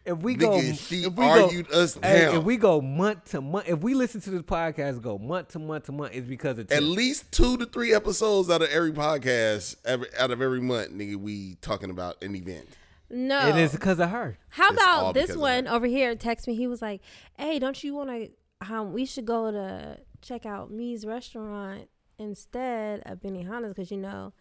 Speaker 3: If we go,
Speaker 1: nigga, she
Speaker 3: if we go,
Speaker 1: argued us
Speaker 3: hey,
Speaker 1: down.
Speaker 3: if we go month to month, if we listen to this podcast go month to month to month, it's because of
Speaker 1: At
Speaker 3: Tiff.
Speaker 1: least two to three episodes out of every podcast, every out of every month, nigga, we talking about an event.
Speaker 2: no,
Speaker 3: it is because of her.
Speaker 2: How
Speaker 1: It's all
Speaker 2: about this
Speaker 1: because of
Speaker 2: one
Speaker 1: that.
Speaker 2: over here? Text me. He was like, "Hey, don't you want to? Um, we should go to check out Me's restaurant instead of Benihana's because you know,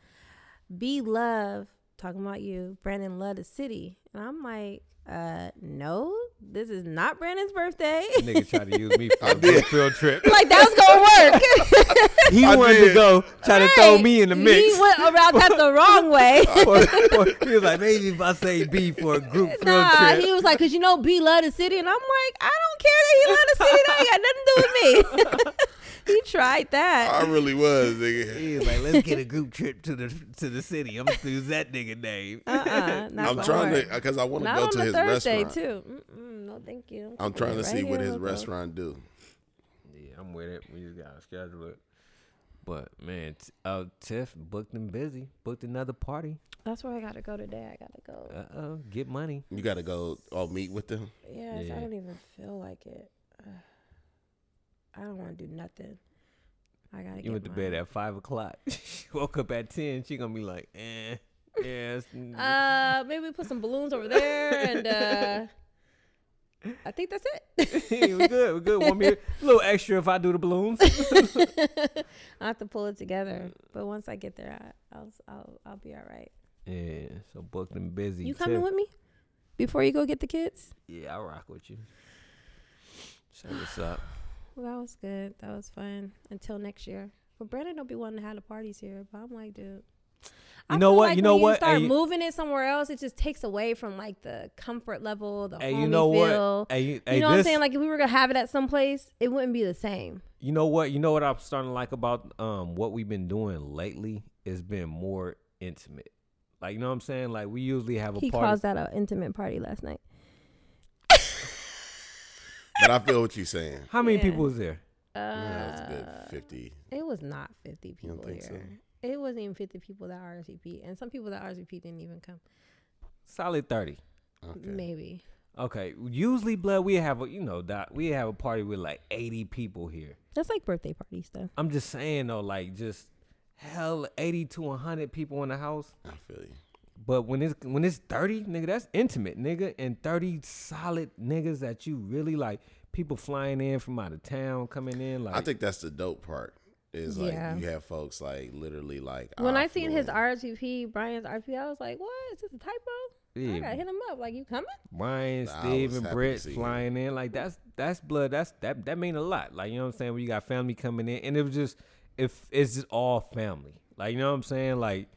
Speaker 2: B Love talking about you. Brandon loved the city, and I'm like, uh, no, this is not Brandon's birthday.
Speaker 3: Nigga tried to use me for a
Speaker 1: did.
Speaker 3: field trip.
Speaker 2: like that was gonna work.
Speaker 3: He
Speaker 1: I
Speaker 3: wanted to
Speaker 1: did.
Speaker 3: go try to throw
Speaker 2: Right.
Speaker 3: me in the mix.
Speaker 2: He went around that the wrong way.
Speaker 3: Or- or he was like, maybe if I say B for a group field
Speaker 2: Nah,
Speaker 3: trip.
Speaker 2: he was like, cause you know B love the city, and I'm like, I don't care that he love the city. That ain't got nothing to do with me. he tried that.
Speaker 1: I really was, nigga.
Speaker 3: He was like, let's get a group trip to the to the city. I'm gonna use that nigga name.
Speaker 2: Uh uh
Speaker 1: I'm trying to because I want to
Speaker 2: Not
Speaker 1: go
Speaker 2: on
Speaker 1: to
Speaker 2: the
Speaker 1: his
Speaker 2: Thursday
Speaker 1: restaurant.
Speaker 2: too. Mm-mm, no, thank you.
Speaker 1: I'm trying to
Speaker 2: Right
Speaker 1: see what
Speaker 2: here,
Speaker 1: his
Speaker 2: local.
Speaker 1: restaurant do.
Speaker 3: Yeah, I'm with it. We just gotta schedule it. But man, t- uh, Tiff booked and busy. Booked another party.
Speaker 2: That's where I gotta go today. I gotta go.
Speaker 3: Uh oh, get money.
Speaker 1: You gotta go all meet with them.
Speaker 2: Yes,
Speaker 3: Yeah.
Speaker 2: I don't even feel like it. Ugh. I don't want to do nothing. I gotta.
Speaker 3: You
Speaker 2: get
Speaker 3: went to
Speaker 2: mine.
Speaker 3: bed at five o'clock. She woke up at ten. She gonna be like, eh, yeah. it's-
Speaker 2: Uh, maybe we put some balloons over there, and uh, I think that's
Speaker 3: Yeah, we
Speaker 2: it.
Speaker 3: good. We good. Want me a little extra if I do the balloons?
Speaker 2: I have to pull it together, but once I get there, I, I'll, I'll I'll be all right.
Speaker 3: Yeah. So booked and busy.
Speaker 2: You coming
Speaker 3: Tiff.
Speaker 2: with me before you go get the kids?
Speaker 3: Yeah, I rock with you. Say what's up.
Speaker 2: Well, that was good. That was fun. Until next year, but Brandon don't be wanting to have the parties here. But I'm like, dude. I
Speaker 3: You know
Speaker 2: feel
Speaker 3: what?
Speaker 2: Like
Speaker 3: You know
Speaker 2: when
Speaker 3: what?
Speaker 2: You start
Speaker 3: And you-
Speaker 2: moving it somewhere else. It just takes away from like the comfort level, the
Speaker 3: Hey,
Speaker 2: homey
Speaker 3: you know
Speaker 2: feel.
Speaker 3: what? Hey, you,
Speaker 2: You
Speaker 3: hey,
Speaker 2: know what I'm
Speaker 3: this-
Speaker 2: saying? Like if we were gonna have it at some place, it wouldn't be the same.
Speaker 3: you know what? You know what I'm starting to like about um what we've been doing lately is been more intimate. Like you know what I'm saying? Like we usually have a
Speaker 2: He
Speaker 3: party.
Speaker 2: calls that an intimate party last night.
Speaker 1: But I feel what you're saying.
Speaker 3: How many
Speaker 2: Yeah.
Speaker 3: people was there?
Speaker 1: Yeah, it's a good
Speaker 2: Uh,
Speaker 1: fifty.
Speaker 2: It was not 50
Speaker 1: You don't
Speaker 2: people
Speaker 1: think so?
Speaker 2: here. It wasn't even 50 people that RSVP, and some people that RSVP didn't even come.
Speaker 3: Solid thirty.
Speaker 1: Okay.
Speaker 2: Maybe.
Speaker 3: Okay. Usually, blood, we have a you know that we have a party with like eighty people here.
Speaker 2: That's like birthday party stuff.
Speaker 3: I'm just saying though, like just hell, eighty to hundred people in the house.
Speaker 1: I feel you.
Speaker 3: But when it's when it's thirty, nigga, that's intimate, nigga, and thirty solid niggas that you really like. People flying in from out of town, coming in like
Speaker 1: I think that's the dope part. Is like
Speaker 2: Yeah.
Speaker 1: you have folks like literally like
Speaker 2: when
Speaker 3: Ah,
Speaker 1: our
Speaker 2: I seen his
Speaker 1: floor.
Speaker 2: RSVP, Brian's RSVP, I was like, what? Is this a typo? I gotta
Speaker 3: yeah,
Speaker 2: hit him up. Like, you coming?
Speaker 3: Brian,
Speaker 1: Nah, I
Speaker 3: Steve,
Speaker 1: was
Speaker 3: and
Speaker 1: happy to
Speaker 3: Britt
Speaker 1: see
Speaker 3: flying in like that's that's blood. That's that that mean a lot. Like you know what I'm saying. When you got family coming in, and it was just if it's just all family. Like you know what I'm saying. Like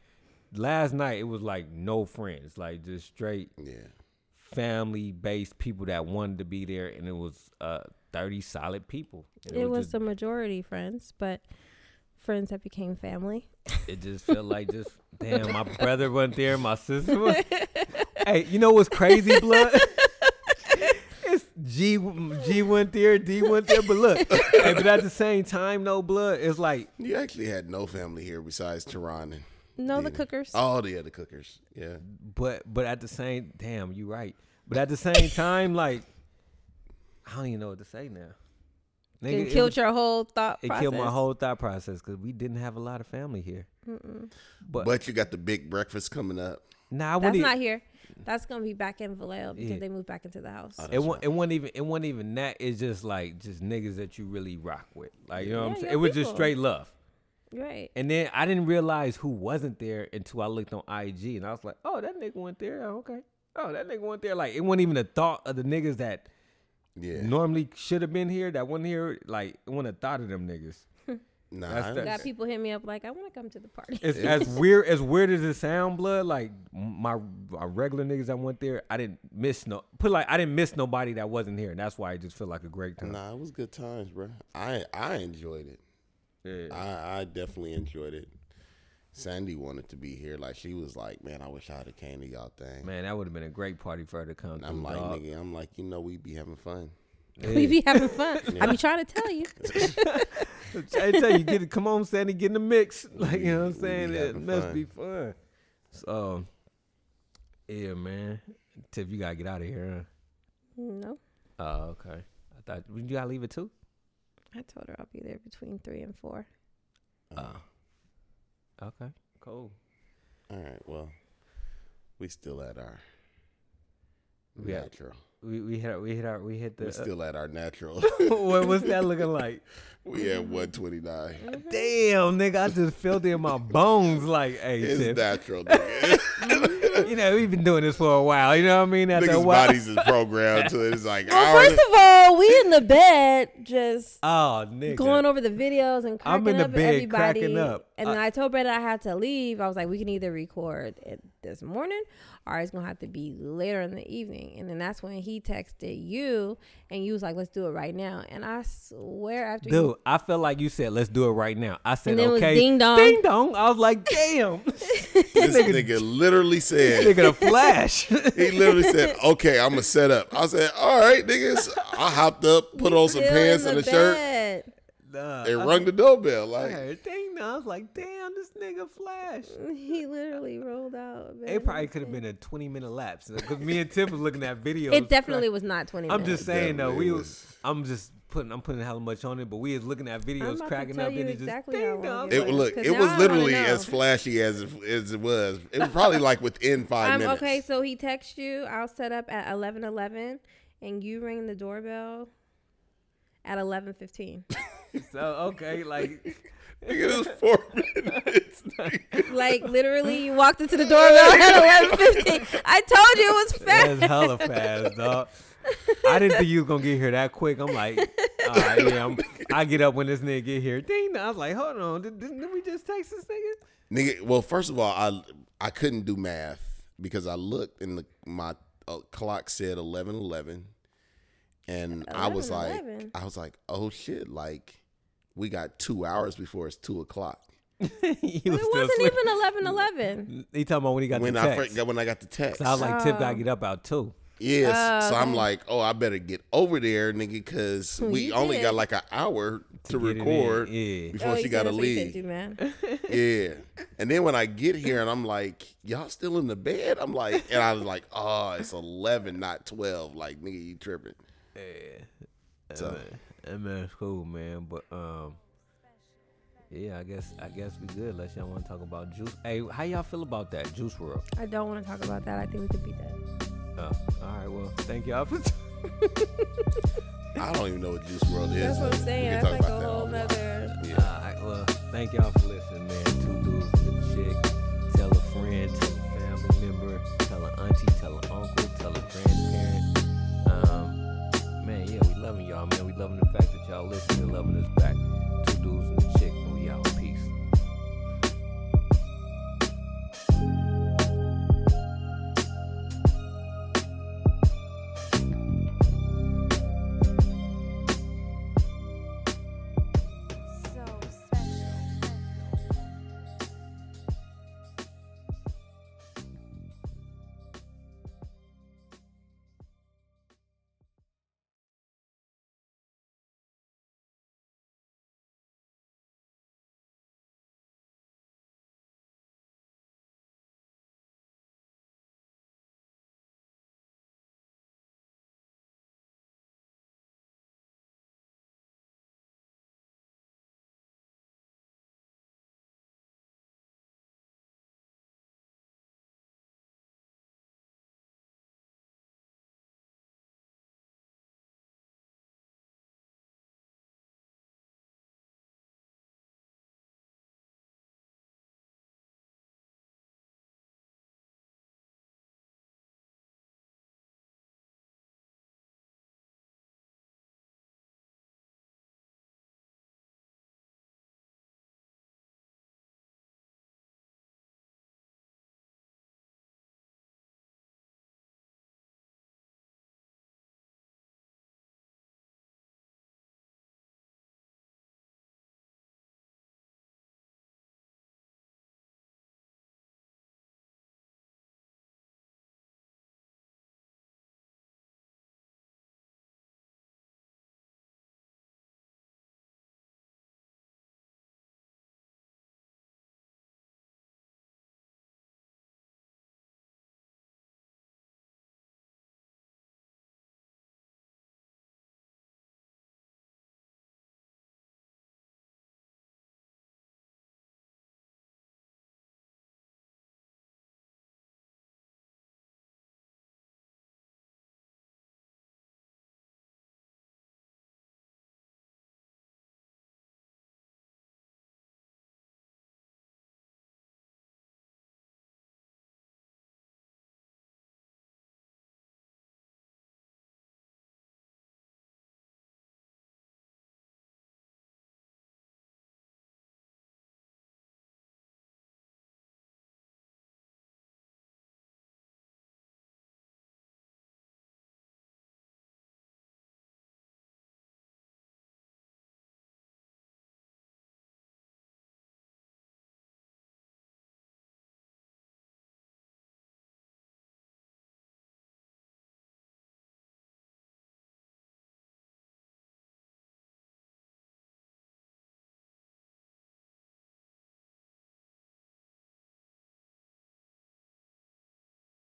Speaker 3: last night it was like no friends, like just straight
Speaker 1: yeah.
Speaker 3: family based people that wanted to be there, and it was uh thirty solid people. And
Speaker 2: It, was,
Speaker 3: just-
Speaker 2: the majority friends, but friends that became family.
Speaker 3: It just felt like just damn, my brother wasn't there, my sister. Was. hey, you know what's crazy, blood? it's G G went there, D went there, but look, hey, but at the same time, no blood. It's like
Speaker 1: You actually had no family here besides Tehran and
Speaker 2: No, the
Speaker 1: Dina.
Speaker 2: cookers.
Speaker 3: Oh,
Speaker 1: All the other cookers. Yeah.
Speaker 3: but but at the same damn, you right. But at the same time, like I don't even know what to say now. Nigga,
Speaker 2: and
Speaker 3: it
Speaker 2: killed
Speaker 3: was-
Speaker 2: your whole thought
Speaker 3: it
Speaker 2: process.
Speaker 3: killed my whole thought process because we didn't have a lot of family here.
Speaker 2: Mm-mm.
Speaker 1: But,
Speaker 3: But,
Speaker 1: you got the big breakfast coming up.
Speaker 3: nah, I
Speaker 2: That's
Speaker 3: wouldn't.
Speaker 2: not here. That's gonna be back in Vallejo because
Speaker 3: Yeah.
Speaker 2: they moved back into the house.
Speaker 1: Oh,
Speaker 3: It
Speaker 1: That's
Speaker 3: wasn't, it wasn't even it wasn't even that. It's just like just niggas that you really rock with. Like you know what I'm
Speaker 2: Yeah,
Speaker 3: saying?
Speaker 2: your
Speaker 3: It was just
Speaker 2: people.
Speaker 3: straight love.
Speaker 2: right.
Speaker 3: And then I didn't realize who wasn't there until I looked on IG and I was like, oh, that nigga went there. Oh, okay. Oh, that nigga went there like it wasn't even a thought of the niggas that
Speaker 1: Yeah.
Speaker 3: normally should have been here that wasn't here. Like it wasn't a thought of them niggas.
Speaker 1: nah. I
Speaker 3: that's the-
Speaker 1: understand.
Speaker 2: Got people hit me up like, I want to come to the party.
Speaker 3: It's as weird as weird as it sound, blood. Like my, my regular niggas that went there, I didn't miss no put like I didn't miss nobody that wasn't here, and that's why it just felt like a great time.
Speaker 1: Nah, it was good times, bro. I I enjoyed it.
Speaker 3: Yeah.
Speaker 1: I, I definitely enjoyed it. Sandy wanted to be here. Like she was like, "Man, I wish I had a came to y'all thing."
Speaker 3: Man, that would have been a great party for her to come.
Speaker 1: And I'm
Speaker 3: through,
Speaker 1: like,
Speaker 3: dog.
Speaker 1: nigga, I'm like, you know, we be having fun.
Speaker 2: we be having fun. I be trying to tell you.
Speaker 3: I tell you, get it, come on, Sandy, get in the mix. Like you know what
Speaker 1: We-
Speaker 3: I'm
Speaker 1: we
Speaker 3: saying? It
Speaker 1: having
Speaker 3: must
Speaker 1: fun.
Speaker 3: be fun. So, yeah, man. Tiff, you gotta get out of here.
Speaker 2: No,
Speaker 3: Huh? Oh, okay. I thought you gotta leave it too.
Speaker 2: I told her I'll be there between three and four.
Speaker 1: Uh,
Speaker 3: Okay, cool.
Speaker 1: all right, well, we still at our
Speaker 3: We at-
Speaker 1: natural.
Speaker 3: We we hit our, we hit our we hit the. uh,
Speaker 1: we still at our natural.
Speaker 3: what, what's that looking like?
Speaker 1: we at 129.
Speaker 3: Damn, nigga, I just felt it in my bones. Like, hey, Tiff,
Speaker 1: It's natural, nigga.
Speaker 3: you know, we've been doing this for a while. You know what I mean? After a
Speaker 1: Niggas'
Speaker 3: while.
Speaker 1: bodies is programmed to it. It's like,
Speaker 2: Well,
Speaker 1: I
Speaker 2: first of all, we in the bed just
Speaker 3: Oh, nigga.
Speaker 2: going over the videos and cracking
Speaker 3: I'm in the
Speaker 2: up at
Speaker 3: bed
Speaker 2: everybody.
Speaker 3: cracking up.
Speaker 2: And then I told Brandon I had to leave. I was like, we can either record it this morning or it's gonna have to be later in the evening. And then that's when he texted you and you was like, let's do it right now. And I swear after
Speaker 3: Dude, I felt like you said, let's do it right now. I said,
Speaker 2: And it was
Speaker 3: okay.
Speaker 2: ding dong.
Speaker 3: Ding dong. I was like, damn.
Speaker 1: this nigga literally said,
Speaker 3: nigga, the flash.
Speaker 1: he literally said, okay, I'm going to set up. I said, all right, niggas. I hopped up, put on
Speaker 2: you
Speaker 1: some
Speaker 2: still
Speaker 1: pants
Speaker 2: in
Speaker 1: and
Speaker 2: the
Speaker 1: a shirt,
Speaker 2: bed.
Speaker 3: Nah,
Speaker 1: and
Speaker 3: I
Speaker 1: rung the doorbell. Like,
Speaker 3: heard ding dong. I was like, damn, this nigga flash.
Speaker 2: He literally rolled out. of bed.
Speaker 3: It probably could have been a 20 minute lapse because me and Tiff was looking at videos.
Speaker 2: It definitely was not twenty minutes.
Speaker 3: I'm just saying though,
Speaker 1: Definitely
Speaker 3: we
Speaker 1: was-
Speaker 3: was. I'm just putting. I'm putting hella much on it, but we is looking at videos,
Speaker 2: about to
Speaker 3: cracking
Speaker 2: tell
Speaker 3: up,
Speaker 2: you
Speaker 3: and it just
Speaker 2: exactly how
Speaker 3: ding
Speaker 2: long
Speaker 3: dong.
Speaker 1: It
Speaker 2: was,
Speaker 1: look,
Speaker 2: 'cause
Speaker 1: it
Speaker 2: now I
Speaker 1: was
Speaker 2: wanna
Speaker 1: literally
Speaker 2: know.
Speaker 1: as flashy as it, as it was. It was probably like within 5
Speaker 2: Um,
Speaker 1: minutes.
Speaker 2: okay, so he texts you. I'll set up at eleven eleven, and you ring the doorbell at eleven fifteen.
Speaker 3: So okay, like
Speaker 1: Nigga, this is four minutes.
Speaker 2: like literally, you walked into the doorbell at eleven fifteen. I told you it was fast.
Speaker 3: that's hella fast, dog. I didn't think you was gonna get here that quick. I'm like, all right, yeah, I'm, I get up when this nigga get here. Ding dong. I was like, hold on, did, didn't we just text this nigga?
Speaker 1: Nigga, well, first of all, I I couldn't do math because I looked and the, my uh, clock said eleven eleven, and I was like,
Speaker 2: 11:11?
Speaker 1: I was like, oh shit, like we got two hours before it's two o'clock.
Speaker 3: he was
Speaker 2: It
Speaker 3: still
Speaker 2: wasn't
Speaker 3: sleeping.
Speaker 2: even eleven eleven.
Speaker 3: He talking about when he got
Speaker 1: When
Speaker 3: the
Speaker 1: I
Speaker 3: text.
Speaker 1: fir- when I got the text,
Speaker 3: so I was like, Tiff gotta
Speaker 2: Oh.
Speaker 3: get up out too.
Speaker 1: yes,
Speaker 2: Oh,
Speaker 1: so I'm
Speaker 2: okay.
Speaker 1: like, oh, I better get over there, nigga, because we
Speaker 2: you
Speaker 1: only
Speaker 2: did. Oh,
Speaker 1: got like an hour to,
Speaker 3: get it in,
Speaker 1: record
Speaker 3: yeah.
Speaker 1: before she
Speaker 2: you
Speaker 1: got to
Speaker 2: said that's what you said,
Speaker 1: leave.
Speaker 2: you man.
Speaker 1: Yeah. And then when I get here and I'm like, y'all still in the bed? I'm like, and I was like, oh, it's 11, not 12. Like, nigga, you tripping. So,
Speaker 3: That man's cool, man. But um, yeah, I guess I guess we good. Unless y'all want to talk about juice. Hey, how y'all feel about that Juice World?
Speaker 2: I don't want to talk about that. I think we could beat that.
Speaker 3: Oh, all right. Well, thank y'all for.
Speaker 1: I don't even know what Juice World is.
Speaker 2: That's what I'm
Speaker 1: We
Speaker 2: saying.
Speaker 1: can
Speaker 2: That's
Speaker 1: talk
Speaker 2: like a
Speaker 1: about that
Speaker 2: whole
Speaker 1: offline.
Speaker 2: nother.
Speaker 1: Yeah.
Speaker 3: all right, well, thank y'all for listening, man. Two dudes and a chick. Tell a friend, tell a family member, tell an auntie, tell an uncle, tell a grandparent. Um, man, yeah, we loving y'all, man. We loving the fact that y'all listening, loving us back. Two dudes and a chick. and We out. Peace.